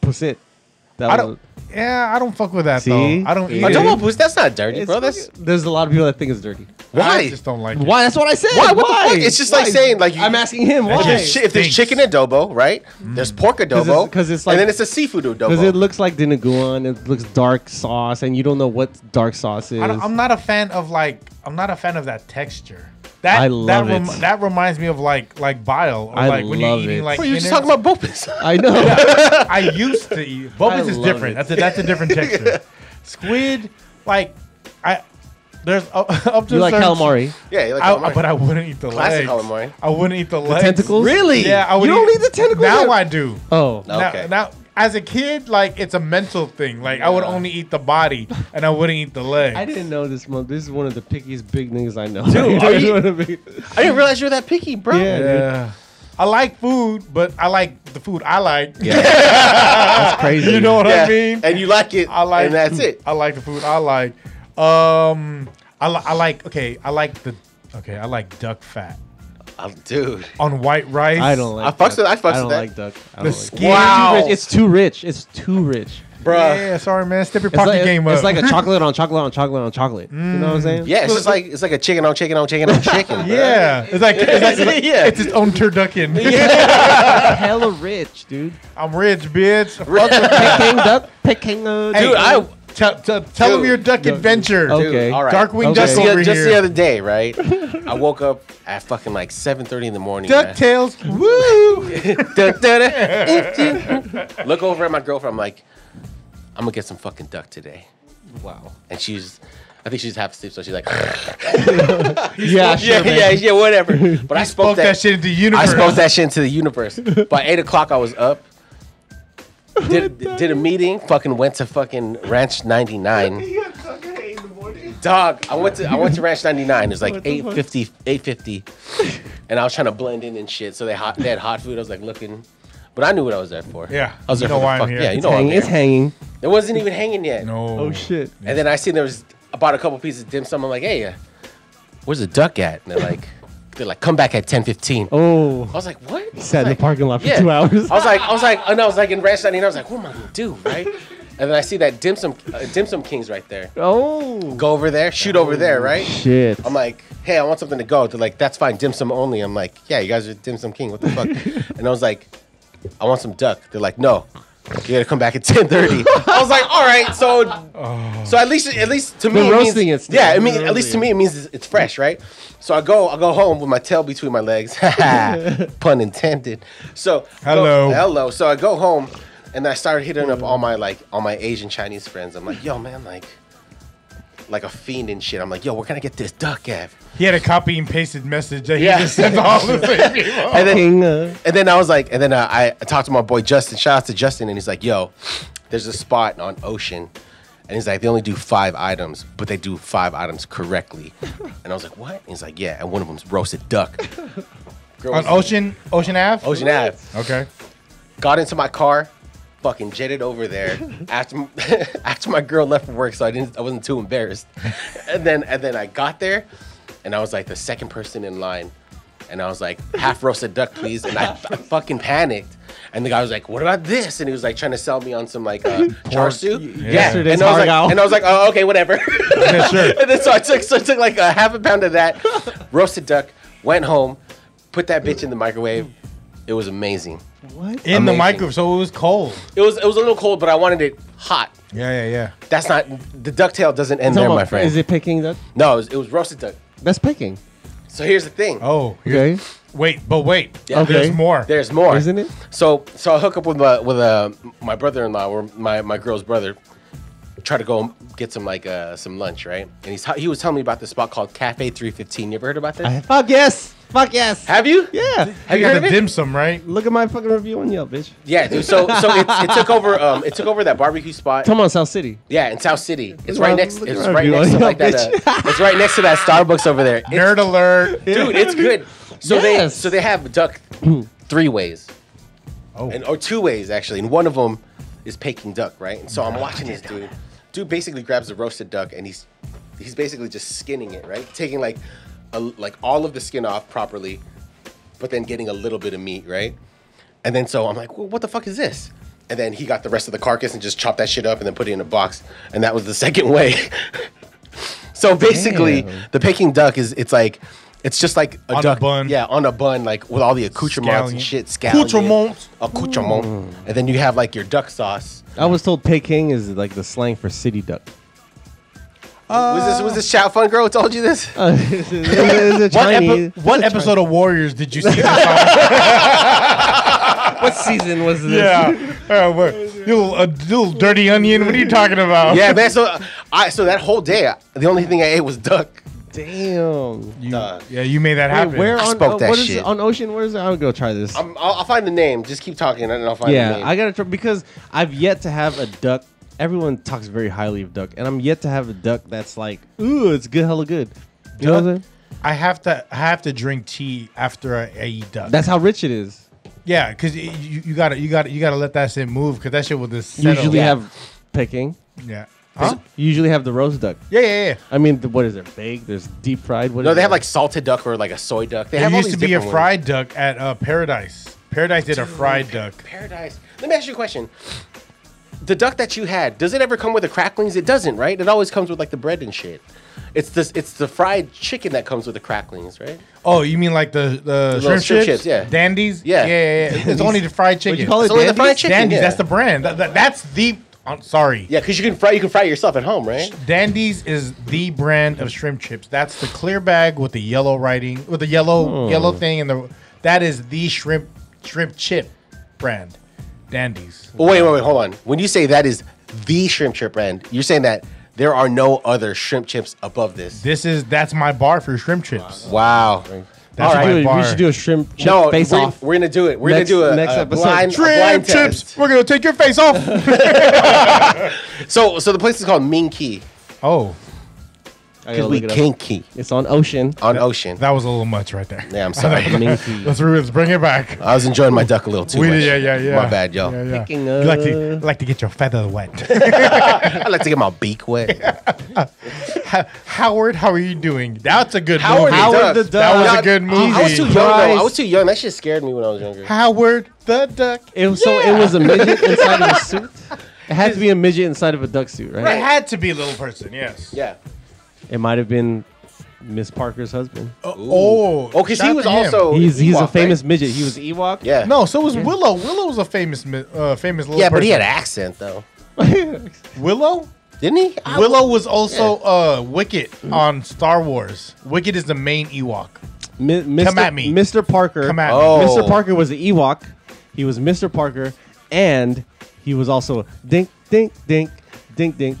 [SPEAKER 3] pussy. That
[SPEAKER 1] I
[SPEAKER 3] was,
[SPEAKER 1] don't. Yeah, I don't fuck with that
[SPEAKER 3] See?
[SPEAKER 1] though. I don't eat
[SPEAKER 3] I
[SPEAKER 1] it.
[SPEAKER 3] don't
[SPEAKER 2] Adobo boost, that's not dirty,
[SPEAKER 3] It's
[SPEAKER 2] bro. That's
[SPEAKER 3] fucking- there's a lot of people that think it's dirty.
[SPEAKER 1] I
[SPEAKER 2] why?
[SPEAKER 1] just don't like
[SPEAKER 3] Why? That's what I said.
[SPEAKER 2] Why? What the fuck? It's just like saying, like, you-
[SPEAKER 3] I'm asking him
[SPEAKER 2] If
[SPEAKER 3] why.
[SPEAKER 2] there's, chi- if there's
[SPEAKER 1] Stinks. Mm.
[SPEAKER 2] chicken adobo, right? There's pork adobo,
[SPEAKER 3] 'cause it's like-
[SPEAKER 2] and then it's a seafood
[SPEAKER 3] Because
[SPEAKER 2] adobo.
[SPEAKER 3] it looks like dinaguan, it looks dark sauce, and you don't know what dark sauce is.
[SPEAKER 1] I don't, I'm not a fan of like. I'm not a fan of that texture. That
[SPEAKER 3] I
[SPEAKER 1] that,
[SPEAKER 3] love
[SPEAKER 1] rem-
[SPEAKER 3] it.
[SPEAKER 1] that reminds me of like like bile or
[SPEAKER 3] I
[SPEAKER 1] like when you're
[SPEAKER 3] love
[SPEAKER 1] eating
[SPEAKER 3] it.
[SPEAKER 1] like.
[SPEAKER 2] Bro, you're just
[SPEAKER 1] innards.
[SPEAKER 2] talking about bopis.
[SPEAKER 3] I know.
[SPEAKER 1] I used to eat. Bopus
[SPEAKER 3] I
[SPEAKER 1] is
[SPEAKER 3] love
[SPEAKER 1] different.
[SPEAKER 3] it.
[SPEAKER 1] That's a that's a different texture. Squid, like I there's up, up to a
[SPEAKER 3] You like
[SPEAKER 1] certain-
[SPEAKER 3] calamari?
[SPEAKER 2] yeah, you like oh
[SPEAKER 1] I,
[SPEAKER 2] calamari.
[SPEAKER 1] but I wouldn't eat the
[SPEAKER 2] Classic
[SPEAKER 1] legs.
[SPEAKER 2] calamari.
[SPEAKER 1] I wouldn't eat the legs.
[SPEAKER 3] tentacles? Really?
[SPEAKER 1] Yeah, I
[SPEAKER 3] You
[SPEAKER 1] would.
[SPEAKER 3] don't eat the tentacles?
[SPEAKER 1] Now I do.
[SPEAKER 3] Oh,
[SPEAKER 2] No.
[SPEAKER 1] Now,
[SPEAKER 2] Okay.
[SPEAKER 1] now, as a kid, like it's a mental thing. Like I would only eat the body, and I wouldn't eat the legs.
[SPEAKER 3] I didn't know this month. This is one of the pickiest big niggas I know.
[SPEAKER 2] Dude, are you-
[SPEAKER 3] know what I mean?
[SPEAKER 2] I didn't realize you were that picky, bro.
[SPEAKER 3] Yeah.
[SPEAKER 1] Yeah. I like food, but I like the food I like.
[SPEAKER 3] That's crazy.
[SPEAKER 1] You know what
[SPEAKER 2] Yeah,
[SPEAKER 1] I mean?
[SPEAKER 2] and you like it.
[SPEAKER 1] I like
[SPEAKER 2] and that's it.
[SPEAKER 1] I like the food I like. Um, I, li- I like okay. I like the okay. I like duck fat
[SPEAKER 2] Oh, dude,
[SPEAKER 1] on white rice.
[SPEAKER 3] I don't like.
[SPEAKER 2] I fucks with-
[SPEAKER 3] duck.
[SPEAKER 2] I fucks
[SPEAKER 3] I don't
[SPEAKER 2] with that.
[SPEAKER 3] like duck. I
[SPEAKER 1] the
[SPEAKER 3] don't like.
[SPEAKER 1] skin.
[SPEAKER 2] Wow.
[SPEAKER 3] It's too rich. It's too rich. It's too rich.
[SPEAKER 2] bro. Yeah,
[SPEAKER 1] Yeah, sorry man. Step your
[SPEAKER 3] It's
[SPEAKER 1] pocket
[SPEAKER 3] like,
[SPEAKER 1] game up.
[SPEAKER 3] it's like a chocolate on chocolate on chocolate on chocolate. You know what I'm saying?
[SPEAKER 2] it's just like it's like a chicken on chicken on chicken on chicken. bro.
[SPEAKER 1] yeah. It's like it's, like, it's,
[SPEAKER 2] Yeah.
[SPEAKER 1] its own turducken.
[SPEAKER 3] hella rich, dude.
[SPEAKER 1] I'm rich, bitch.
[SPEAKER 3] Peking duck, Peking uh,
[SPEAKER 2] Dude,
[SPEAKER 3] duck.
[SPEAKER 2] I
[SPEAKER 1] Tell, tell, tell him
[SPEAKER 2] Dude.
[SPEAKER 1] your duck adventure.
[SPEAKER 3] Okay.
[SPEAKER 2] dude, all right.
[SPEAKER 1] Darkwing Duck
[SPEAKER 3] Okay.
[SPEAKER 2] Just, the,
[SPEAKER 1] over
[SPEAKER 2] just the
[SPEAKER 1] here.
[SPEAKER 2] other day, right? I woke up at fucking like 7:30 in the morning. man.
[SPEAKER 1] Ducktales. Woo!
[SPEAKER 2] Dun, dun, dun. Look over at my girlfriend. I'm like, I'm gonna get some fucking duck today. Wow. And she's, I think she's half asleep, so she's like,
[SPEAKER 3] yeah, sure,
[SPEAKER 2] yeah,
[SPEAKER 3] man.
[SPEAKER 2] yeah, yeah, whatever. But I spoke,
[SPEAKER 1] Spoke
[SPEAKER 2] that,
[SPEAKER 1] that shit into the
[SPEAKER 2] I
[SPEAKER 1] universe.
[SPEAKER 2] spoke that shit into the universe. By eight o'clock, I was up. Did, did a meeting. Fucking went to fucking Ranch 99. Dog, I went to I went to Ranch 99. It was like 850, 850. And I was trying to blend in and shit. So they hot they had hot food. I was like looking. But I knew what I was there for.
[SPEAKER 1] Yeah,
[SPEAKER 2] I was
[SPEAKER 1] you
[SPEAKER 2] there
[SPEAKER 1] know
[SPEAKER 2] for the
[SPEAKER 1] why I'm
[SPEAKER 2] fuck-
[SPEAKER 1] here.
[SPEAKER 2] Yeah, you
[SPEAKER 1] It's
[SPEAKER 2] know why I'm
[SPEAKER 3] Hanging-
[SPEAKER 2] here.
[SPEAKER 3] It's hanging.
[SPEAKER 2] It wasn't even hanging yet.
[SPEAKER 1] No.
[SPEAKER 3] Oh shit.
[SPEAKER 2] And then I seen there was I bought a couple pieces of dim sum. I'm like, hey, uh, where's the duck at? And they're like, they're like, come back at 10:15. I
[SPEAKER 3] Oh,
[SPEAKER 2] was like, what?
[SPEAKER 3] sat in the
[SPEAKER 2] Like,
[SPEAKER 3] parking lot for
[SPEAKER 2] yeah.
[SPEAKER 3] two hours.
[SPEAKER 2] I was like, I was like, and I was like in Ranch 99. I was like, what am I gonna do, right? And then I see that dim sum, uh, dim sum kings right there.
[SPEAKER 3] Oh.
[SPEAKER 2] Go over there, shoot over there, right?
[SPEAKER 3] Shit.
[SPEAKER 2] I'm like, hey, I want something to go. They're like, that's fine, dim sum only. I'm like, yeah, you guys are dim sum king. What the fuck? and I was like, I want some duck. They're like, no, you gotta come back at 10:30. I was like, all right, so, so at least, at least to me,
[SPEAKER 3] Oh. They're
[SPEAKER 2] it means-
[SPEAKER 3] roasting it still.
[SPEAKER 2] Yeah, I mean, at least to me, it means it's, it's fresh, right? So I go, I go home with my tail between my legs, pun intended. So go-
[SPEAKER 1] Hello.
[SPEAKER 2] hello. So I go home, and I started hitting up all my like all my Asian Chinese friends. I'm like, yo, man, like like a fiend and shit. I'm like, yo, where can I get this duck at?
[SPEAKER 1] He had a copy and pasted message that he
[SPEAKER 2] Yeah.
[SPEAKER 1] just sent to all the same people.
[SPEAKER 2] And then,
[SPEAKER 3] King, uh,
[SPEAKER 2] and then I was like, and then uh, I I talked to my boy Justin. Shout out to Justin, and he's like, yo, there's a spot on Ocean. And he's like, they only do five items, but they do five items correctly. And I was like, what? And he's like, yeah, and one of them's roasted duck. Girl
[SPEAKER 1] On
[SPEAKER 2] was-
[SPEAKER 1] Ocean, Ocean Ave.
[SPEAKER 2] Ocean Ave.
[SPEAKER 1] Okay.
[SPEAKER 2] Got into my car, fucking jetted over there after after my girl left for work, so I didn't I wasn't too embarrassed. And then and then I got there, and I was like the second person in line, and I was like half roasted duck, please, and I, I fucking panicked. And the guy was like, "What about this?" And he was like trying to sell me on some like uh, char siu.
[SPEAKER 3] Yesterday's
[SPEAKER 2] and I was
[SPEAKER 3] Hargau.
[SPEAKER 2] like, and I was like, "Oh, okay, whatever."
[SPEAKER 1] Yeah, sure.
[SPEAKER 2] and then so I took so I took like a half a pound of that roasted duck, went home, put that bitch in the microwave. It was amazing.
[SPEAKER 3] what?
[SPEAKER 1] In the
[SPEAKER 2] Amazing.
[SPEAKER 1] microwave, so it was cold.
[SPEAKER 2] It was it was a little cold, but I wanted it hot.
[SPEAKER 1] Yeah, yeah, yeah.
[SPEAKER 2] That's not the ducktail doesn't end
[SPEAKER 3] It's
[SPEAKER 2] there, my
[SPEAKER 3] almost-
[SPEAKER 2] friend.
[SPEAKER 3] Is it picking that?
[SPEAKER 2] no, it was, it was roasted duck.
[SPEAKER 3] That's picking.
[SPEAKER 2] So here's the thing.
[SPEAKER 1] Oh, here's-
[SPEAKER 3] Okay.
[SPEAKER 1] Wait, but wait.
[SPEAKER 2] Yeah.
[SPEAKER 1] Okay. There's
[SPEAKER 3] Okay.
[SPEAKER 1] more.
[SPEAKER 2] There's more,
[SPEAKER 3] Isn't it?
[SPEAKER 2] So so I hook up with my with uh, my brother-in-law or my my girl's brother. Try to go get some like uh, some lunch, right? And he's he was telling me about this spot called Cafe 315. You ever heard about this?
[SPEAKER 3] Fuck yes. Fuck yes.
[SPEAKER 2] Have you?
[SPEAKER 3] yeah.
[SPEAKER 1] you
[SPEAKER 2] Have you
[SPEAKER 1] got
[SPEAKER 2] heard of
[SPEAKER 1] the
[SPEAKER 2] it?
[SPEAKER 1] dim sum, right?
[SPEAKER 3] Look at my fucking review on Yelp, bitch.
[SPEAKER 2] yeah, dude. So so it, it took over um it took over that barbecue spot.
[SPEAKER 3] Come on, South City.
[SPEAKER 2] Yeah, in South City. It's
[SPEAKER 3] Look
[SPEAKER 2] right
[SPEAKER 3] around-
[SPEAKER 2] next.
[SPEAKER 3] look
[SPEAKER 2] It's
[SPEAKER 3] around,
[SPEAKER 2] right
[SPEAKER 3] dude.
[SPEAKER 2] next to like that.
[SPEAKER 3] Bitch.
[SPEAKER 2] Uh, it's right next to that Starbucks over there. It's-
[SPEAKER 1] Nerd alert.
[SPEAKER 2] dude, it's good. So they
[SPEAKER 3] Yes.
[SPEAKER 2] so they have duck three ways,
[SPEAKER 1] Oh.
[SPEAKER 2] and or two ways actually, and one of them is Peking duck, right? And so I'm watching this dude. Dude basically grabs a roasted duck and he's he's basically just skinning it, right? Taking like a, like all of the skin off properly, but then getting a little bit of meat, right? And then so I'm like, well, what the fuck is this? And then he got the rest of the carcass and just chopped that shit up and then put it in a box, and that was the second way. so basically,
[SPEAKER 3] Damn.
[SPEAKER 2] the Peking duck is it's like it's just like a
[SPEAKER 1] On a
[SPEAKER 2] duck
[SPEAKER 1] bun.
[SPEAKER 2] yeah, on a bun, like with all the accoutrements
[SPEAKER 1] Scallion.
[SPEAKER 2] and shit. Scallion,
[SPEAKER 1] Accoutrements. Mm.
[SPEAKER 2] accoutrement, and then you have like your duck sauce.
[SPEAKER 3] I was told Peking is like the slang for city duck.
[SPEAKER 1] Uh.
[SPEAKER 2] was this was this shout fun girl who told you this?
[SPEAKER 3] Uh, is it, is it
[SPEAKER 1] What, epi-
[SPEAKER 3] Chinese?
[SPEAKER 1] what episode of Warriors did you see this on?
[SPEAKER 3] what season was this?
[SPEAKER 1] Yeah. Uh, what- you little, uh, little dirty onion. What are you talking about?
[SPEAKER 2] yeah, man. So uh, I so that whole day, I- the only thing I ate was duck.
[SPEAKER 3] Damn.
[SPEAKER 1] You,
[SPEAKER 2] Nah.
[SPEAKER 1] yeah, you made that happen.
[SPEAKER 3] Wait, where
[SPEAKER 2] I
[SPEAKER 3] on
[SPEAKER 2] spoke
[SPEAKER 3] oh,
[SPEAKER 2] that
[SPEAKER 3] what is
[SPEAKER 2] shit.
[SPEAKER 3] it? on Ocean? Where is it? I'll go try this.
[SPEAKER 2] I'm, I'll, I'll find the name. Just keep talking, and I'll find the
[SPEAKER 3] yeah,
[SPEAKER 2] name.
[SPEAKER 3] I gotta try because I've yet to have a duck. Everyone talks very highly of duck, and I'm yet to have a duck that's like, ooh, it's good, hella good. You know what I'm saying?
[SPEAKER 1] I have to I have to drink tea after I, I eat duck.
[SPEAKER 3] That's how rich it is.
[SPEAKER 1] yeah, because you, you gotta you gotta you gotta let that shit move because that shit will just settle.
[SPEAKER 3] Usually
[SPEAKER 1] yeah.
[SPEAKER 3] have picking.
[SPEAKER 1] yeah. Huh?
[SPEAKER 3] Usually have the roast duck.
[SPEAKER 1] yeah yeah yeah.
[SPEAKER 3] I mean, th- what is it? Baked? There's deep fried. What
[SPEAKER 2] no,
[SPEAKER 3] is
[SPEAKER 2] they
[SPEAKER 3] it?
[SPEAKER 2] have like salted duck or like a soy duck. They
[SPEAKER 1] There
[SPEAKER 2] have all
[SPEAKER 1] used
[SPEAKER 2] these
[SPEAKER 1] to be a
[SPEAKER 2] different ones.
[SPEAKER 1] fried duck at uh, Paradise. Paradise did a fried duck.
[SPEAKER 2] paradise. Let me ask you a question. The duck that you had, does it ever come with the cracklings? It doesn't, right? It always comes with like the bread and shit. It's this. It's the fried chicken that comes with the cracklings, right?
[SPEAKER 1] Oh, you mean like the the,
[SPEAKER 2] little
[SPEAKER 1] shrimp,
[SPEAKER 2] shrimp
[SPEAKER 1] chips?
[SPEAKER 2] chips, yeah.
[SPEAKER 1] Dandies.
[SPEAKER 2] Yeah.
[SPEAKER 1] yeah, yeah. yeah. It's only Oh, the fried chicken.
[SPEAKER 3] What'd you call it?
[SPEAKER 2] It's only the
[SPEAKER 3] Dandies?
[SPEAKER 2] fried chicken.
[SPEAKER 1] Dandies.
[SPEAKER 2] yeah.
[SPEAKER 1] That's the brand. That- that- that's the. I'm sorry.
[SPEAKER 2] Yeah, because you can fry you can fry yourself at home, right?
[SPEAKER 1] Dandies is the brand of shrimp chips. That's the clear bag with the yellow writing, with the yellow yellow thing, and the that is the shrimp shrimp chip brand. Dandies.
[SPEAKER 2] Well, wait, wait, wait, hold on. When you say that is the shrimp chip brand, you're saying that there are no other shrimp chips above this.
[SPEAKER 1] This is that's my bar for shrimp chips.
[SPEAKER 2] Wow.
[SPEAKER 1] That's
[SPEAKER 2] All
[SPEAKER 1] my
[SPEAKER 2] right.
[SPEAKER 3] Dude,
[SPEAKER 1] bar.
[SPEAKER 3] we should do a shrimp chip
[SPEAKER 2] No,
[SPEAKER 3] face
[SPEAKER 2] we're,
[SPEAKER 3] off.
[SPEAKER 2] we're gonna do it. We're
[SPEAKER 3] Next-
[SPEAKER 2] gonna do a,
[SPEAKER 3] next
[SPEAKER 2] a
[SPEAKER 3] episode.
[SPEAKER 2] blind, a
[SPEAKER 1] shrimp
[SPEAKER 2] blind
[SPEAKER 1] chips.
[SPEAKER 2] test.
[SPEAKER 1] We're gonna take your face off.
[SPEAKER 2] So, so the place is called Minky
[SPEAKER 1] oh,
[SPEAKER 3] I gotta
[SPEAKER 2] because we
[SPEAKER 3] look it up.
[SPEAKER 2] kinky
[SPEAKER 3] It's on Ocean.
[SPEAKER 2] on Ocean.
[SPEAKER 1] that was a little much right there.
[SPEAKER 2] Yeah, I'm sorry.
[SPEAKER 3] Minky.
[SPEAKER 1] Let's, let's bring it back.
[SPEAKER 2] I was enjoying my duck a little too
[SPEAKER 1] We
[SPEAKER 2] much.
[SPEAKER 1] did, yeah, yeah, yeah.
[SPEAKER 2] My bad, y'all.
[SPEAKER 1] Yeah, yeah.
[SPEAKER 3] Picking
[SPEAKER 1] You like to
[SPEAKER 3] up.
[SPEAKER 1] like to get your feather wet.
[SPEAKER 2] I like to get my beak wet.
[SPEAKER 1] Howard, how are you doing? That's a good
[SPEAKER 2] Howard
[SPEAKER 1] movie.
[SPEAKER 2] the Duck.
[SPEAKER 3] the Duck.
[SPEAKER 1] That was
[SPEAKER 2] Now,
[SPEAKER 1] a good movie.
[SPEAKER 2] I was too young though.
[SPEAKER 3] Christ.
[SPEAKER 2] I was too young. That shit scared me when I was younger.
[SPEAKER 1] Howard the Duck.
[SPEAKER 3] It was, So it was a midget inside of a suit. It had to be a midget inside of a duck suit, right?
[SPEAKER 1] It had to be a little person, yes.
[SPEAKER 2] Yeah.
[SPEAKER 3] It might have been Miss Parker's husband.
[SPEAKER 1] Oh,
[SPEAKER 2] Oh, because
[SPEAKER 1] shout
[SPEAKER 2] he
[SPEAKER 1] out
[SPEAKER 2] was
[SPEAKER 1] to him.
[SPEAKER 2] also
[SPEAKER 3] he's he's
[SPEAKER 2] Ewok,
[SPEAKER 3] a famous
[SPEAKER 2] right?
[SPEAKER 3] midget. He was Ewok.
[SPEAKER 2] Yeah.
[SPEAKER 1] No, so was Willow. Willow was a famous, mi- uh, famous little.
[SPEAKER 2] Yeah, but he had
[SPEAKER 1] person.
[SPEAKER 2] an accent though,
[SPEAKER 1] Willow.
[SPEAKER 2] didn't he? I- Mm-hmm.
[SPEAKER 1] Willow was also uh, Wicket on Star Wars. Wicket is the main Ewok.
[SPEAKER 3] Mi- Mr.
[SPEAKER 1] Come at me.
[SPEAKER 3] Mr. Parker.
[SPEAKER 1] Come at
[SPEAKER 2] Oh.
[SPEAKER 1] me.
[SPEAKER 3] Mr. Parker was the Ewok. He was Mr. Parker, and he was also dink, dink, dink, dink, dink,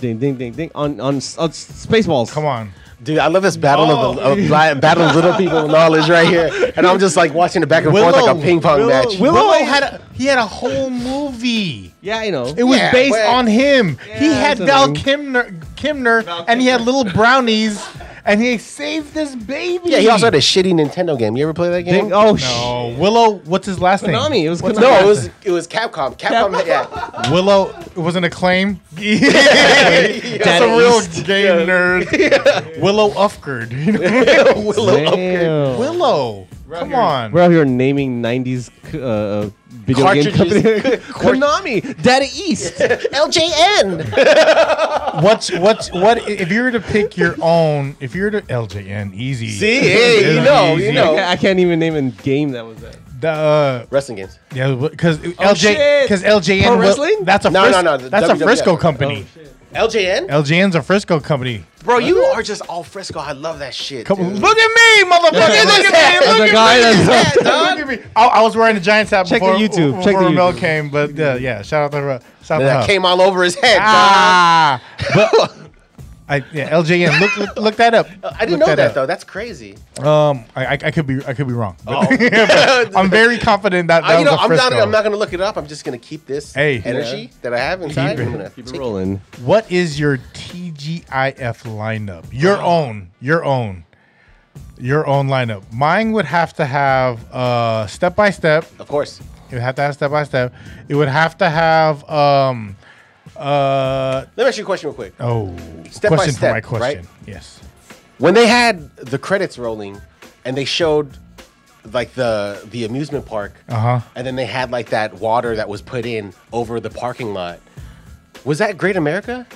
[SPEAKER 3] dink, dink, dink, dink on on, s- on s- Spaceballs.
[SPEAKER 1] Come on.
[SPEAKER 2] Dude, I love this battle of, the, of li- battle of little people knowledge right here, and I'm just like watching it back and forth like a
[SPEAKER 1] Willow.
[SPEAKER 2] ping pong
[SPEAKER 3] Willow.
[SPEAKER 2] match.
[SPEAKER 3] Willow-
[SPEAKER 1] Willow had a, he had a whole movie.
[SPEAKER 3] Yeah, I know.
[SPEAKER 1] It was
[SPEAKER 2] Yeah,
[SPEAKER 1] based
[SPEAKER 2] but-
[SPEAKER 1] on him. he
[SPEAKER 3] Yeah,
[SPEAKER 1] had
[SPEAKER 3] that's a
[SPEAKER 1] Val
[SPEAKER 3] thing.
[SPEAKER 1] Kimner, Kimner,
[SPEAKER 4] Val
[SPEAKER 1] and he had
[SPEAKER 4] Kilmer.
[SPEAKER 1] little brownies, and he saved this baby.
[SPEAKER 2] Yeah, he also had a shitty Nintendo game. You ever play that game?
[SPEAKER 3] Dink- oh shit.
[SPEAKER 1] No, Willow. What's his last name?
[SPEAKER 3] Konami. It was Konami.
[SPEAKER 2] No, it was it was Capcom. Capcom, yeah.
[SPEAKER 1] Willow it was an acclaim. That's a real game nerd. Willow Ufgard.
[SPEAKER 2] Willow.
[SPEAKER 3] Damn.
[SPEAKER 1] Willow.
[SPEAKER 4] Right
[SPEAKER 1] Come
[SPEAKER 4] here.
[SPEAKER 1] on.
[SPEAKER 3] We're out here naming '90s c- uh, video
[SPEAKER 2] Cartridges.
[SPEAKER 3] game company. Konami, Daddy East.
[SPEAKER 2] LJN.
[SPEAKER 1] What's what's what if you were to pick your own if you were to LJN easy.
[SPEAKER 2] See, hey, you
[SPEAKER 1] It's
[SPEAKER 2] know, you
[SPEAKER 1] easy.
[SPEAKER 2] know.
[SPEAKER 3] I can't even name a game that was that.
[SPEAKER 1] The uh,
[SPEAKER 2] Wrestling games.
[SPEAKER 1] yeah, because
[SPEAKER 2] Oh,
[SPEAKER 1] LJ
[SPEAKER 3] shit.
[SPEAKER 1] because LJN
[SPEAKER 3] Pro
[SPEAKER 1] wa-
[SPEAKER 3] wrestling?
[SPEAKER 1] that's a
[SPEAKER 2] No,
[SPEAKER 1] Fris-
[SPEAKER 2] no, no, the
[SPEAKER 1] that's a
[SPEAKER 2] WWF.
[SPEAKER 1] Frisco company.
[SPEAKER 4] Oh,
[SPEAKER 2] LJN?
[SPEAKER 1] LJN's a Frisco company.
[SPEAKER 2] Bro, you are just all fresco. I love that shit.
[SPEAKER 1] Come,
[SPEAKER 2] dude.
[SPEAKER 1] look at me, motherfucker! Look at me!
[SPEAKER 3] As
[SPEAKER 1] Look
[SPEAKER 3] a
[SPEAKER 1] at
[SPEAKER 3] guy that's-
[SPEAKER 1] me! Look at me! I, I was wearing a Giants hat
[SPEAKER 3] Check the
[SPEAKER 1] before
[SPEAKER 3] YouTube.
[SPEAKER 1] Before
[SPEAKER 3] Check the
[SPEAKER 1] Ramel
[SPEAKER 3] YouTube.
[SPEAKER 1] came, but uh, yeah, shout out to Ramel. Shout out to
[SPEAKER 2] That
[SPEAKER 1] her.
[SPEAKER 2] came all over his head.
[SPEAKER 1] Ah, but I, yeah, LJN. Look, look, look that up.
[SPEAKER 2] dog. Uh, I didn't
[SPEAKER 1] Look
[SPEAKER 2] know that
[SPEAKER 1] up.
[SPEAKER 2] though. That's crazy.
[SPEAKER 1] Um, I, I, I could be, I could be wrong. but- but I'm very confident that that
[SPEAKER 2] I, you
[SPEAKER 1] was
[SPEAKER 2] know,
[SPEAKER 1] a
[SPEAKER 2] I'm
[SPEAKER 1] Frisco.
[SPEAKER 2] not. I'm not gonna look it up. I'm just gonna keep this
[SPEAKER 1] Hey.
[SPEAKER 2] energy that I have inside.
[SPEAKER 1] it.
[SPEAKER 2] I'm gonna
[SPEAKER 3] Keep
[SPEAKER 2] take
[SPEAKER 3] it rolling.
[SPEAKER 1] What is your TGIF lineup? Your
[SPEAKER 2] Uh-huh.
[SPEAKER 1] own, your own, your own lineup. Mine would have to have uh, step by step.
[SPEAKER 2] Of course.
[SPEAKER 1] It would have to have step by step. It would have to have um, uh,
[SPEAKER 2] Let me ask you a question real quick.
[SPEAKER 1] oh,
[SPEAKER 2] Step by
[SPEAKER 1] question
[SPEAKER 2] step,
[SPEAKER 1] for my question.
[SPEAKER 2] right?
[SPEAKER 1] Yes.
[SPEAKER 2] When they had the credits rolling, and they showed like the the amusement park,
[SPEAKER 1] Uh-huh.
[SPEAKER 2] and then they had like that water that was put in over the parking lot. Was that Great America?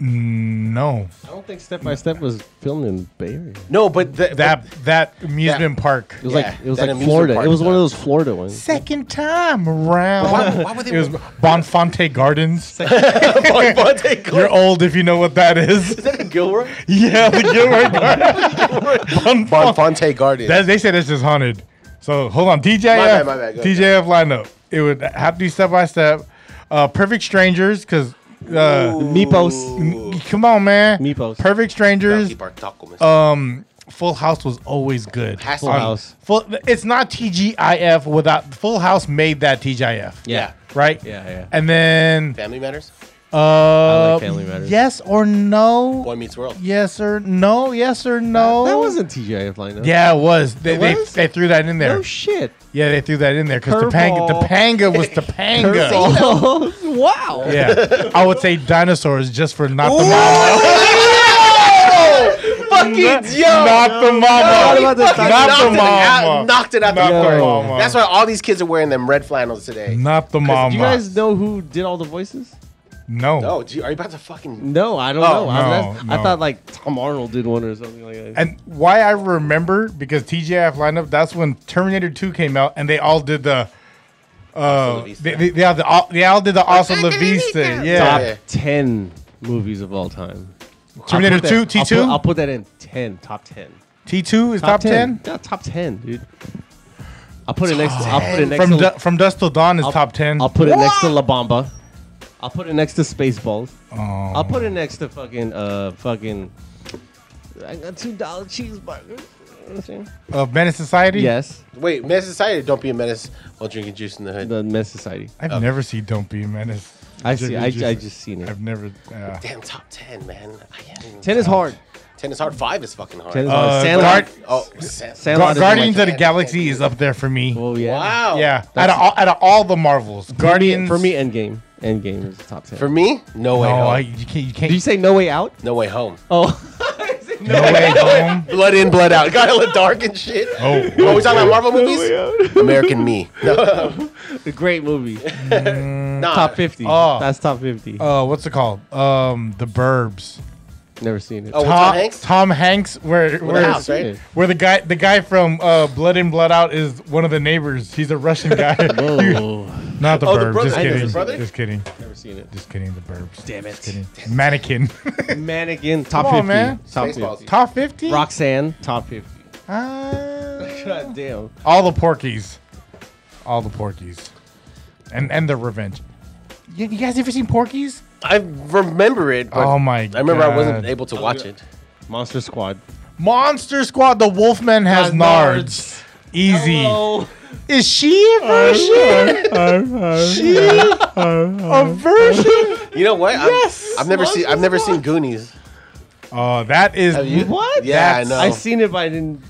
[SPEAKER 1] No.
[SPEAKER 3] I don't think Step by Step was filmed in Bay Area.
[SPEAKER 2] No, but the,
[SPEAKER 1] That that amusement park.
[SPEAKER 3] It was
[SPEAKER 2] Yeah,
[SPEAKER 3] like it was
[SPEAKER 2] that
[SPEAKER 3] like
[SPEAKER 2] amusement
[SPEAKER 3] Florida.
[SPEAKER 2] park
[SPEAKER 3] It was one of
[SPEAKER 2] stuff.
[SPEAKER 3] those Florida ones.
[SPEAKER 1] Second time around.
[SPEAKER 2] Why- why would they-
[SPEAKER 1] it was Bonfonte Gardens.
[SPEAKER 2] Bon- Bonte Gil-
[SPEAKER 1] You're old if you know what that is.
[SPEAKER 2] Is that a Gilroy?
[SPEAKER 1] yeah, the Gilroy Gardens. Bonfon-
[SPEAKER 2] Bonfonte Garden.
[SPEAKER 1] that, they say that's just haunted. So hold on, DJF,
[SPEAKER 2] My bad, my bad, go ahead.
[SPEAKER 1] DJF lineup. It would have to be step by step. Uh, Perfect Strangers, because uh,
[SPEAKER 3] Meepos.
[SPEAKER 1] come on, man.
[SPEAKER 3] Meepos.
[SPEAKER 1] Perfect Strangers.
[SPEAKER 2] Keep our taco, mister.
[SPEAKER 1] Um, Full House was always good.
[SPEAKER 2] Has to
[SPEAKER 1] Um,
[SPEAKER 2] be.
[SPEAKER 3] House.
[SPEAKER 1] Full, it's not TGIF without Full House made that TGIF.
[SPEAKER 2] yeah.
[SPEAKER 1] Right.
[SPEAKER 3] Yeah, yeah.
[SPEAKER 1] And then
[SPEAKER 2] Family Matters.
[SPEAKER 1] uh,
[SPEAKER 3] Family Matters.
[SPEAKER 1] yes or no?
[SPEAKER 2] Boy Meets World.
[SPEAKER 1] Yes or no? Yes or no?
[SPEAKER 3] That wasn't TGIF lineup.
[SPEAKER 1] Oh. Yeah, it was. They,
[SPEAKER 3] It was?
[SPEAKER 1] They, they threw that in there.
[SPEAKER 3] No shit.
[SPEAKER 1] yeah, they threw that in there because Topanga,
[SPEAKER 3] Curveball.
[SPEAKER 1] Topanga was Topanga.
[SPEAKER 3] wow.
[SPEAKER 1] yeah, I would say dinosaurs just for not the mama.
[SPEAKER 2] Fucking
[SPEAKER 1] not the
[SPEAKER 3] What
[SPEAKER 1] mama.
[SPEAKER 3] about the
[SPEAKER 2] Fucking
[SPEAKER 1] Not
[SPEAKER 2] knocked
[SPEAKER 1] the
[SPEAKER 2] it out-
[SPEAKER 1] mama.
[SPEAKER 2] knocked it out
[SPEAKER 1] Not
[SPEAKER 2] the
[SPEAKER 1] the
[SPEAKER 2] park.
[SPEAKER 1] mama.
[SPEAKER 2] That's why all these kids are wearing them red flannels today.
[SPEAKER 1] Not the
[SPEAKER 3] Do
[SPEAKER 1] mama.
[SPEAKER 3] you guys know who did all the voices?
[SPEAKER 1] no.
[SPEAKER 2] No, do you, Oh, are you about to fucking?
[SPEAKER 3] No, I don't
[SPEAKER 2] Oh,
[SPEAKER 3] know. I, was-
[SPEAKER 1] no,
[SPEAKER 3] I
[SPEAKER 1] no.
[SPEAKER 3] thought like Tom Arnold did one or something like that.
[SPEAKER 1] And why I remember because TGIF lineup. That's when Terminator Two came out, and they all did the.
[SPEAKER 2] Hasta la
[SPEAKER 1] Uh,
[SPEAKER 2] vista.
[SPEAKER 1] they, they, they, all, the- all- they all did the Awesome La
[SPEAKER 2] Hasta la
[SPEAKER 1] Vista.
[SPEAKER 2] vista.
[SPEAKER 1] Yeah.
[SPEAKER 3] Top
[SPEAKER 2] Yeah.
[SPEAKER 3] ten movies of all time. I'll
[SPEAKER 1] Terminator
[SPEAKER 3] put that-
[SPEAKER 1] 2,
[SPEAKER 3] I'll put-
[SPEAKER 1] T2?
[SPEAKER 3] I'll put that in ten. Top ten.
[SPEAKER 1] T2 is top, 10?
[SPEAKER 3] Yeah, top ten, dude. I'll put it next. I'll put it next
[SPEAKER 1] From,
[SPEAKER 3] to.
[SPEAKER 1] du- from Dust Till Dawn is
[SPEAKER 3] I'll-
[SPEAKER 1] top 10.
[SPEAKER 3] I'll put it next to La Bamba. I'll put it next to Spaceballs.
[SPEAKER 1] Oh.
[SPEAKER 3] I'll put it next to fucking uh fucking. I got two dollar cheeseburgers. You know what I'm saying?
[SPEAKER 1] of Menace Society?
[SPEAKER 3] Yes,
[SPEAKER 2] Wait, menace society. Don't be a menace while drinking juice in the hood.
[SPEAKER 3] the Men's Society.
[SPEAKER 1] I've never seen Don't Be a Menace.
[SPEAKER 3] I see. I, I
[SPEAKER 1] Jesus.
[SPEAKER 3] just seen it.
[SPEAKER 1] I've never. Uh,
[SPEAKER 2] Damn, top ten, man. I can't even-
[SPEAKER 3] Ten is hard.
[SPEAKER 2] Ten is hard. Five is fucking hard.
[SPEAKER 3] Ten is
[SPEAKER 1] Oh. Uh,
[SPEAKER 3] hard.
[SPEAKER 1] Guard-
[SPEAKER 3] Sandlot.
[SPEAKER 2] oh, Sam.
[SPEAKER 3] Sandlot.
[SPEAKER 1] Gar-
[SPEAKER 3] is
[SPEAKER 1] Guardians
[SPEAKER 3] like-
[SPEAKER 1] of the Galaxy is up there for me.
[SPEAKER 3] Oh yeah.
[SPEAKER 2] Wow.
[SPEAKER 1] yeah, out of all, out of all the Marvels, Guardians
[SPEAKER 3] for me. Endgame. Endgame is the top ten.
[SPEAKER 2] For me, no way
[SPEAKER 1] No,
[SPEAKER 2] home.
[SPEAKER 1] I, you can't. You can't.
[SPEAKER 3] Did you say No Way Out?
[SPEAKER 2] no way home.
[SPEAKER 3] Oh,
[SPEAKER 1] no way home.
[SPEAKER 2] Blood in, blood out. Got a little dark and shit.
[SPEAKER 1] Oh,
[SPEAKER 2] Are we talking about Marvel movies? American Me. No,
[SPEAKER 3] the great movie.
[SPEAKER 2] Nah.
[SPEAKER 3] top fifty.
[SPEAKER 1] Oh.
[SPEAKER 3] That's top fifty.
[SPEAKER 1] Uh, what's it called? Um, The Burbs.
[SPEAKER 3] Never seen it.
[SPEAKER 2] Oh, with Tom
[SPEAKER 1] Tom,
[SPEAKER 2] Hanks?
[SPEAKER 1] Tom Hanks, where where,
[SPEAKER 2] the house, right?
[SPEAKER 1] where the guy the guy from uh, Blood In Blood Out is one of the neighbors. He's a Russian guy.
[SPEAKER 3] Whoa.
[SPEAKER 1] Not the
[SPEAKER 2] Oh, the
[SPEAKER 1] Burbs.
[SPEAKER 2] brother-
[SPEAKER 1] just
[SPEAKER 2] I know, the
[SPEAKER 1] kidding.
[SPEAKER 2] brother?
[SPEAKER 1] Just kidding.
[SPEAKER 3] Never seen it.
[SPEAKER 1] Just kidding. The Burbs.
[SPEAKER 3] Damn
[SPEAKER 1] Just
[SPEAKER 3] it.
[SPEAKER 1] kidding. Mannequin.
[SPEAKER 3] Mannequin. Top
[SPEAKER 1] on,
[SPEAKER 3] fifty.
[SPEAKER 1] man.
[SPEAKER 3] Top
[SPEAKER 2] Spaceballs.
[SPEAKER 3] fifty.
[SPEAKER 1] Top fifty.
[SPEAKER 3] Roxanne. Top fifty.
[SPEAKER 1] Uh,
[SPEAKER 3] God damn.
[SPEAKER 1] all the Porkies. All the Porkies. And and the Revenge. You, you guys ever seen Porkies?
[SPEAKER 2] I remember it. But
[SPEAKER 1] Oh my
[SPEAKER 2] I remember I
[SPEAKER 1] God.
[SPEAKER 2] wasn't able to watch it.
[SPEAKER 3] Monster Squad.
[SPEAKER 1] Monster Squad. The Wolfman has
[SPEAKER 3] Has
[SPEAKER 1] nards. Easy.
[SPEAKER 3] Oh.
[SPEAKER 1] Is she a version? she a version?
[SPEAKER 2] You know what? Yes. I've never seen. I've never seen Goonies.
[SPEAKER 1] Oh, that is
[SPEAKER 2] Have you?
[SPEAKER 3] What?
[SPEAKER 2] Yeah, I
[SPEAKER 1] That's-
[SPEAKER 2] know.
[SPEAKER 3] I seen it, but I didn't.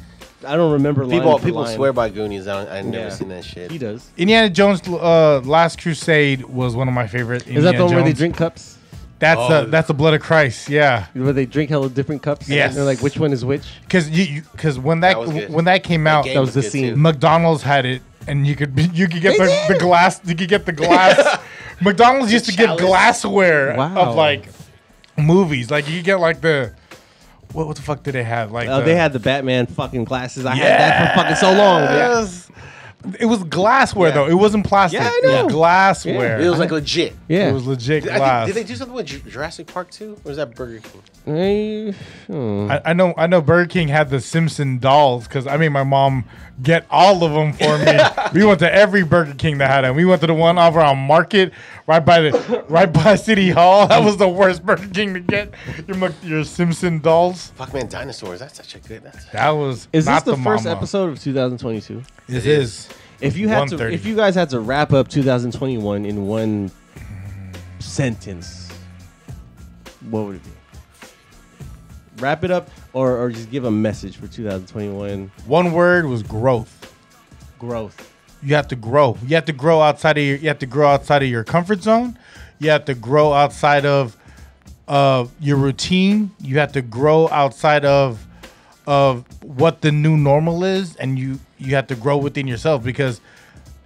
[SPEAKER 3] I don't remember.
[SPEAKER 2] people.
[SPEAKER 3] line for
[SPEAKER 2] People
[SPEAKER 3] line.
[SPEAKER 2] swear by Goonies. I don't, I've never
[SPEAKER 3] Yeah.
[SPEAKER 2] seen that shit.
[SPEAKER 3] He does.
[SPEAKER 1] Indiana Jones. Uh, Last Crusade was one of my favorite. Indiana
[SPEAKER 3] Is that the one where they
[SPEAKER 1] Jones.
[SPEAKER 3] drink cups?
[SPEAKER 1] That's
[SPEAKER 2] Oh.
[SPEAKER 1] the that's the blood of Christ. Yeah,
[SPEAKER 3] Where they drink hella different cups?
[SPEAKER 1] Yes.
[SPEAKER 3] And they're like, which one is which?
[SPEAKER 1] because you because when that,
[SPEAKER 2] That was good.
[SPEAKER 1] when that came out,
[SPEAKER 2] game
[SPEAKER 3] that was the
[SPEAKER 2] good,
[SPEAKER 3] scene.
[SPEAKER 2] too.
[SPEAKER 1] McDonald's had it, and you could be, you could get the, the glass. You could get the glass. McDonald's used to get
[SPEAKER 2] chalice.
[SPEAKER 1] glassware
[SPEAKER 3] Wow.
[SPEAKER 1] of like movies. Like you could get like the what, what the fuck did they have? Like
[SPEAKER 3] Oh,
[SPEAKER 1] the-
[SPEAKER 3] they had the Batman fucking glasses. I had that for fucking so long. Oh, Yeah.
[SPEAKER 1] Yes. It was glassware
[SPEAKER 2] Yeah.
[SPEAKER 1] though. It wasn't plastic.
[SPEAKER 3] Yeah, I
[SPEAKER 1] It was
[SPEAKER 3] know.
[SPEAKER 1] glassware.
[SPEAKER 2] It was like legit.
[SPEAKER 3] Yeah.
[SPEAKER 1] It was legit
[SPEAKER 2] Did, I think-
[SPEAKER 1] glass.
[SPEAKER 2] did they do something with Ju- Jurassic Park too, or is that Burger King?
[SPEAKER 3] Eh, hmm.
[SPEAKER 1] I, I know I know Burger King had the Simpson dolls because I made my mom get all of them for me. we went to every Burger King that had them. We went to the one over on Market, right by the right by City Hall. That was the worst Burger King to get your Mc- your Simpson dolls.
[SPEAKER 2] Fuck man, dinosaurs. That's such a good. That's
[SPEAKER 1] That was
[SPEAKER 3] Is this
[SPEAKER 1] not
[SPEAKER 3] the, first
[SPEAKER 1] mama.
[SPEAKER 3] episode of 2022?
[SPEAKER 1] It is.
[SPEAKER 3] If you had to,
[SPEAKER 1] 1:30.
[SPEAKER 3] if you guys had to wrap up 2021 in one sentence, what would it be? Wrap it up, or, or just give a message for 2021
[SPEAKER 1] One word was growth.
[SPEAKER 3] growth.
[SPEAKER 1] you have to grow. You have to grow outside of your you have to grow outside of your comfort zone. You have to grow outside of of your routine. You have to grow outside of of what the new normal is and you you have to grow within yourself because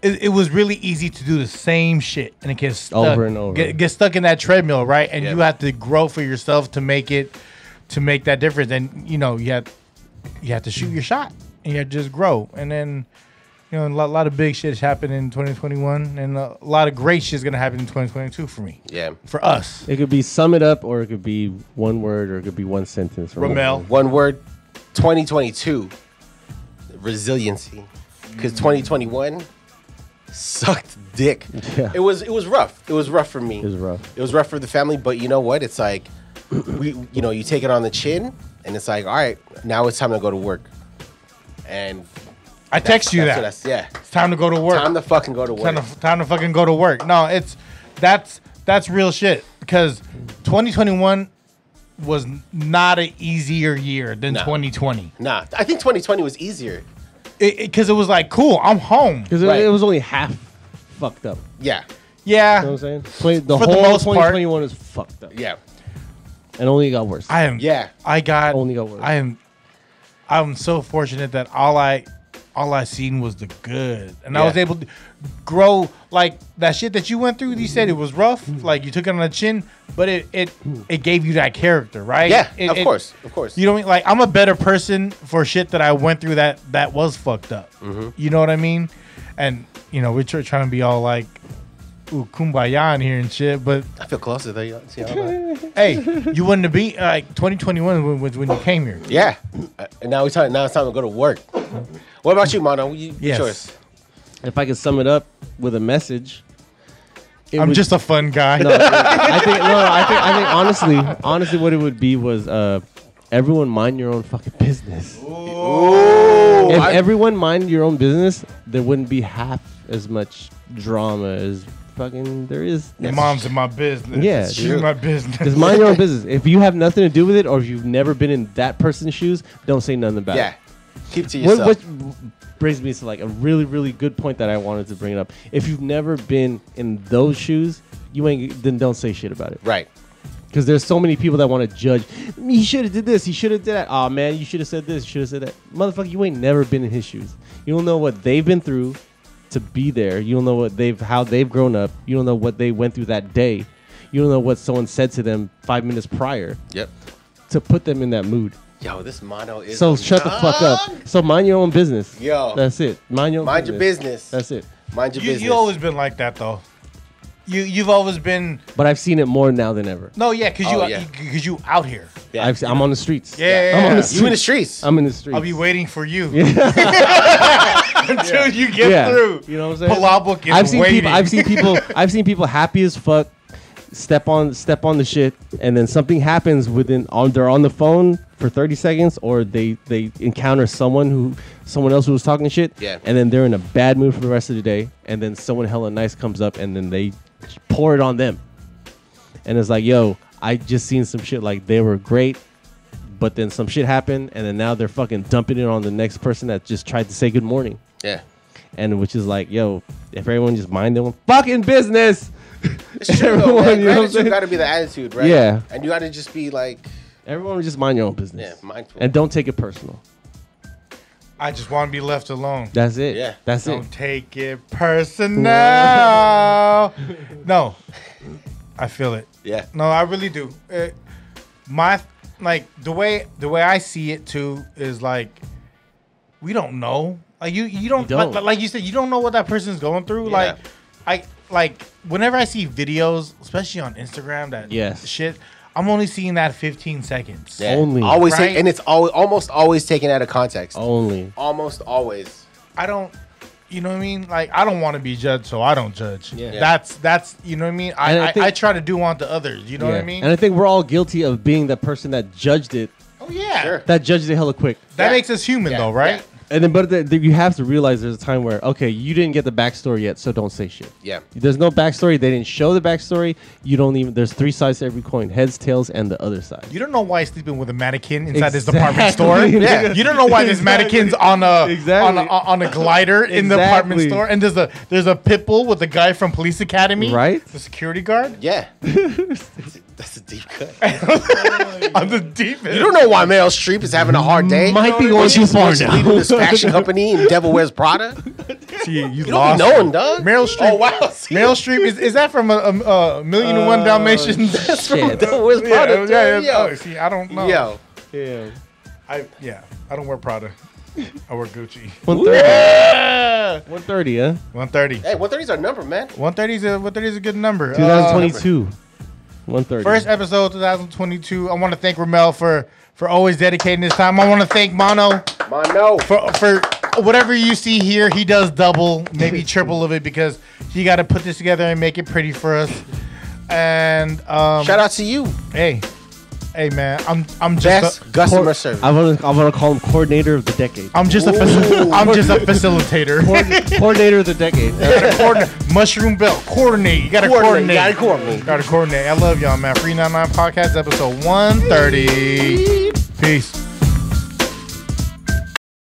[SPEAKER 1] it, it was really easy to do the same shit and it gets stuck,
[SPEAKER 3] Over and over.
[SPEAKER 1] Get, get stuck in that treadmill, right? And
[SPEAKER 2] Yeah.
[SPEAKER 1] you have to grow for yourself to make it to make that difference. And you know, you have you have to shoot your shot and you have to just grow. And then you know, a lot, lot of big shit's happened in 2021, and a lot of great shit's gonna happen in 2022 for me,
[SPEAKER 2] yeah.
[SPEAKER 1] for us.
[SPEAKER 3] It could be sum it up, or it could be one word, or it could be one sentence. Or
[SPEAKER 1] Ramel.
[SPEAKER 2] One word. 2022. Resiliency. Because 2021 sucked dick.
[SPEAKER 3] Yeah.
[SPEAKER 2] It was it was rough. It was rough for me.
[SPEAKER 3] It was rough.
[SPEAKER 2] It was rough for the family, but you know what? It's like we you know, you take it on the chin and it's like, all right, now it's time to go to work. And
[SPEAKER 1] I text you that.
[SPEAKER 2] that's, what I- yeah.
[SPEAKER 1] It's time to go to work.
[SPEAKER 2] Time to fucking go to work.
[SPEAKER 1] time to time to fucking go to work. No, it's that's that's real shit because 2021 was not an easier year than
[SPEAKER 2] No.
[SPEAKER 1] 2020
[SPEAKER 2] nah, I think 2020 was easier.
[SPEAKER 1] because it, was like cool, I'm home.
[SPEAKER 3] because
[SPEAKER 2] Right.
[SPEAKER 3] it, was only half fucked up.
[SPEAKER 2] Yeah.
[SPEAKER 1] Yeah,
[SPEAKER 3] You know what I'm saying? Twenty- the
[SPEAKER 1] For the
[SPEAKER 3] whole
[SPEAKER 1] most part.
[SPEAKER 3] 2021 is fucked up,
[SPEAKER 2] Yeah.
[SPEAKER 3] and only got worse.
[SPEAKER 1] I am.
[SPEAKER 2] Yeah.
[SPEAKER 1] I got.
[SPEAKER 3] Only got worse.
[SPEAKER 1] I am. I'm so fortunate that all I, all I seen was the good, and I
[SPEAKER 2] Yeah.
[SPEAKER 1] was able to grow like that shit that you went through. You said it was rough,
[SPEAKER 3] Mm-hmm.
[SPEAKER 1] like you took it on the chin, but it it
[SPEAKER 3] Mm.
[SPEAKER 1] it gave you that character, right?
[SPEAKER 2] Yeah,
[SPEAKER 1] It-
[SPEAKER 2] of
[SPEAKER 1] it-
[SPEAKER 2] course. Of course.
[SPEAKER 1] You know what I mean? Like I'm a better person for shit that I went through that that was fucked up.
[SPEAKER 2] Mm-hmm.
[SPEAKER 1] You know what I mean? And you know we're tr- trying to be all like, ooh, kumbaya in here and shit, but
[SPEAKER 2] I feel closer though. y'all. See how I'm, uh,
[SPEAKER 1] hey, you wouldn't have been like 2021 was when you came here.
[SPEAKER 2] yeah. Uh, And now it's time. Now it's time to go to work. What about you, Mono? You,
[SPEAKER 1] Yes.
[SPEAKER 2] Yours.
[SPEAKER 3] if I could sum it up with a message, it
[SPEAKER 1] I'm
[SPEAKER 3] would-
[SPEAKER 1] just a fun guy.
[SPEAKER 3] No, I think no. I think I think honestly, honestly, what it would be was uh, everyone mind your own fucking business. if
[SPEAKER 2] I-
[SPEAKER 3] everyone mind your own business, there wouldn't be half as much drama as fucking there is.
[SPEAKER 1] Your mom's in my business.
[SPEAKER 3] Yeah,
[SPEAKER 1] she's
[SPEAKER 3] dude.
[SPEAKER 1] in my business.
[SPEAKER 3] Just mind your own business. If you have nothing to do with it, or if you've never been in that person's shoes, don't say nothing about
[SPEAKER 2] Yeah.
[SPEAKER 3] it.
[SPEAKER 2] Keep to
[SPEAKER 3] Uh, What,
[SPEAKER 2] yourself.
[SPEAKER 3] what brings me to like a really, really good point that I wanted to bring up. If you've never been in those shoes, you ain't then don't say shit about it.
[SPEAKER 2] right.
[SPEAKER 3] Because there's so many people that want to judge. He should have did this. He should have did that. Oh man, you should have said this. You should have said that. Motherfucker, you ain't never been in his shoes. You don't know what they've been through. to be there. You don't know what they've how they've grown up. You don't know what they went through that day. You don't know what someone said to them five minutes prior
[SPEAKER 2] Yep.
[SPEAKER 3] to put them in that mood.
[SPEAKER 2] Yo, this mono is.
[SPEAKER 3] So shut the fuck up. So mind your own business.
[SPEAKER 2] Yo.
[SPEAKER 3] that's it. Mind your own
[SPEAKER 2] Mind your business.
[SPEAKER 3] That's it.
[SPEAKER 2] Mind your
[SPEAKER 1] You,
[SPEAKER 2] business.
[SPEAKER 1] you always been like that though. You you've always been
[SPEAKER 3] But I've seen it more now than ever.
[SPEAKER 1] no yeah because you
[SPEAKER 2] Oh,
[SPEAKER 1] because
[SPEAKER 2] yeah.
[SPEAKER 1] you out here.
[SPEAKER 2] Yeah.
[SPEAKER 3] I've, I'm on the streets.
[SPEAKER 1] Yeah,
[SPEAKER 3] I'm on the
[SPEAKER 1] yeah.
[SPEAKER 3] streets.
[SPEAKER 2] you in the streets.
[SPEAKER 3] I'm in the streets.
[SPEAKER 1] I'll be waiting for you until you get
[SPEAKER 3] Yeah.
[SPEAKER 1] through.
[SPEAKER 3] You know what I'm saying?
[SPEAKER 1] Palabok is
[SPEAKER 3] I've seen
[SPEAKER 1] waiting.
[SPEAKER 3] people. I've seen people. I've seen people happy as fuck. Step on, step on the shit, and then something happens within. On they're on the phone for thirty seconds, or they they encounter someone who, someone else who was talking shit.
[SPEAKER 2] Yeah.
[SPEAKER 3] And then they're in a bad mood for the rest of the day, and then someone hella nice comes up, and then they pour it on them. And it's like, yo, I just seen some shit like they were great, but then some shit happened, and then now they're fucking dumping it on the next person that just tried to say good morning
[SPEAKER 2] yeah.
[SPEAKER 3] and which is like, yo, if everyone just mind their own fucking business,
[SPEAKER 2] It's true, though,
[SPEAKER 3] Everyone,
[SPEAKER 2] man.
[SPEAKER 3] you know what I'm
[SPEAKER 2] Gratitude
[SPEAKER 3] saying?
[SPEAKER 2] got to be the attitude, right?
[SPEAKER 3] Yeah.
[SPEAKER 2] And you got to just be like,
[SPEAKER 3] everyone would just mind your own business.
[SPEAKER 2] Yeah, mindful.
[SPEAKER 3] And don't take it personal.
[SPEAKER 1] I just want to be left alone.
[SPEAKER 3] That's it.
[SPEAKER 2] Yeah.
[SPEAKER 3] That's it.
[SPEAKER 1] Don't take it personal. no, I feel it.
[SPEAKER 2] yeah,
[SPEAKER 1] No, I really do. It, my like the way the way I see it too is like we don't know. Like you you don't,
[SPEAKER 3] You don't.
[SPEAKER 1] Like, like you said you don't know what that person's going through.
[SPEAKER 2] Yeah.
[SPEAKER 1] Like I like whenever I see videos, especially on Instagram, that
[SPEAKER 3] Yes.
[SPEAKER 1] shit, I'm only seeing that 15 seconds.
[SPEAKER 2] yeah.
[SPEAKER 3] Only.
[SPEAKER 2] always, take-
[SPEAKER 1] Right?
[SPEAKER 2] and it's al- almost always taken out of context.
[SPEAKER 3] Only.
[SPEAKER 2] Almost always.
[SPEAKER 1] I don't. You know what I mean? Like I don't want to be judged, so I don't judge.
[SPEAKER 3] Yeah.
[SPEAKER 2] Yeah.
[SPEAKER 1] That's that's you know what I mean. I
[SPEAKER 3] And I
[SPEAKER 1] I,
[SPEAKER 3] think-
[SPEAKER 1] I try to do unto others. You know
[SPEAKER 3] yeah.
[SPEAKER 1] what I mean?
[SPEAKER 3] And I think we're all guilty of being the person that judged it,
[SPEAKER 1] oh yeah,
[SPEAKER 2] Sure.
[SPEAKER 3] that judged it hella quick.
[SPEAKER 1] that
[SPEAKER 2] Yeah.
[SPEAKER 1] makes us human
[SPEAKER 2] Yeah,
[SPEAKER 1] though, right?
[SPEAKER 3] And then, but the, the- you have to realize there's a time where, okay, you didn't get the backstory yet, so don't say shit.
[SPEAKER 2] Yeah.
[SPEAKER 3] There's no backstory. They didn't show the backstory. You don't even, there's three sides to every coin heads, tails, and the other side.
[SPEAKER 1] You don't know why he's sleeping with a mannequin inside this
[SPEAKER 3] Exactly.
[SPEAKER 1] department store.
[SPEAKER 3] Yeah.
[SPEAKER 1] You don't know why this mannequin's on a
[SPEAKER 3] Exactly.
[SPEAKER 1] on a, on a glider in the department
[SPEAKER 3] Exactly.
[SPEAKER 1] store, and there's a there's a pit bull with the guy from Police Academy,
[SPEAKER 3] Right.
[SPEAKER 1] The security guard
[SPEAKER 2] Yeah. that's, a, that's a deep cut.
[SPEAKER 1] on the deep. end.
[SPEAKER 2] You don't know why Meryl Streep is having a hard day.
[SPEAKER 3] Might be
[SPEAKER 2] You know
[SPEAKER 3] going
[SPEAKER 2] what I
[SPEAKER 3] too
[SPEAKER 2] mean?
[SPEAKER 3] far
[SPEAKER 2] She's
[SPEAKER 3] now.
[SPEAKER 2] leading this fashion company and Devil Wears Prada.
[SPEAKER 1] See, you,
[SPEAKER 2] You don't be knowing, dog.
[SPEAKER 1] Meryl Streep.
[SPEAKER 2] Oh wow. See?
[SPEAKER 1] Meryl Streep is, is that from a, a, a Million and One Dalmatians? That's from
[SPEAKER 3] shit.
[SPEAKER 2] Devil Wears
[SPEAKER 1] yeah,
[SPEAKER 2] Prada.
[SPEAKER 1] yeah,
[SPEAKER 2] dude.
[SPEAKER 1] yeah.
[SPEAKER 2] Yo.
[SPEAKER 1] Oh, see, I don't know.
[SPEAKER 2] Yo.
[SPEAKER 3] Yeah.
[SPEAKER 1] I yeah, I don't wear Prada. I wear Gucci.
[SPEAKER 3] 130. 130, huh?
[SPEAKER 1] 130.
[SPEAKER 2] Hey, 130's our number, man.
[SPEAKER 1] 130 is a 130 is a good number. Uh,
[SPEAKER 3] 2022. 130.
[SPEAKER 1] first episode 2022. I want to thank Ramel for for always dedicating his time. I want to thank Mono
[SPEAKER 2] Mono.
[SPEAKER 1] for for whatever you see here. He does double, maybe triple of it because he got to put this together and make it pretty for us. And um,
[SPEAKER 2] Shout out to you.
[SPEAKER 1] hey, hey man, I'm I'm just
[SPEAKER 2] Best
[SPEAKER 1] a,
[SPEAKER 2] customer
[SPEAKER 3] Cor-
[SPEAKER 2] service.
[SPEAKER 3] I want to I want to call him coordinator of the decade.
[SPEAKER 1] I'm just a faci-
[SPEAKER 2] Ooh.
[SPEAKER 1] I'm just a facilitator.
[SPEAKER 3] Coordin- coordinator of the decade.
[SPEAKER 1] Coordinate. Mushroom belt. Coordinate. You gotta coordinate.
[SPEAKER 2] Coordinate. You gotta coordinate.
[SPEAKER 1] Gotta coordinate. I love y'all, man. Free 99 Podcast, episode 130. Peace.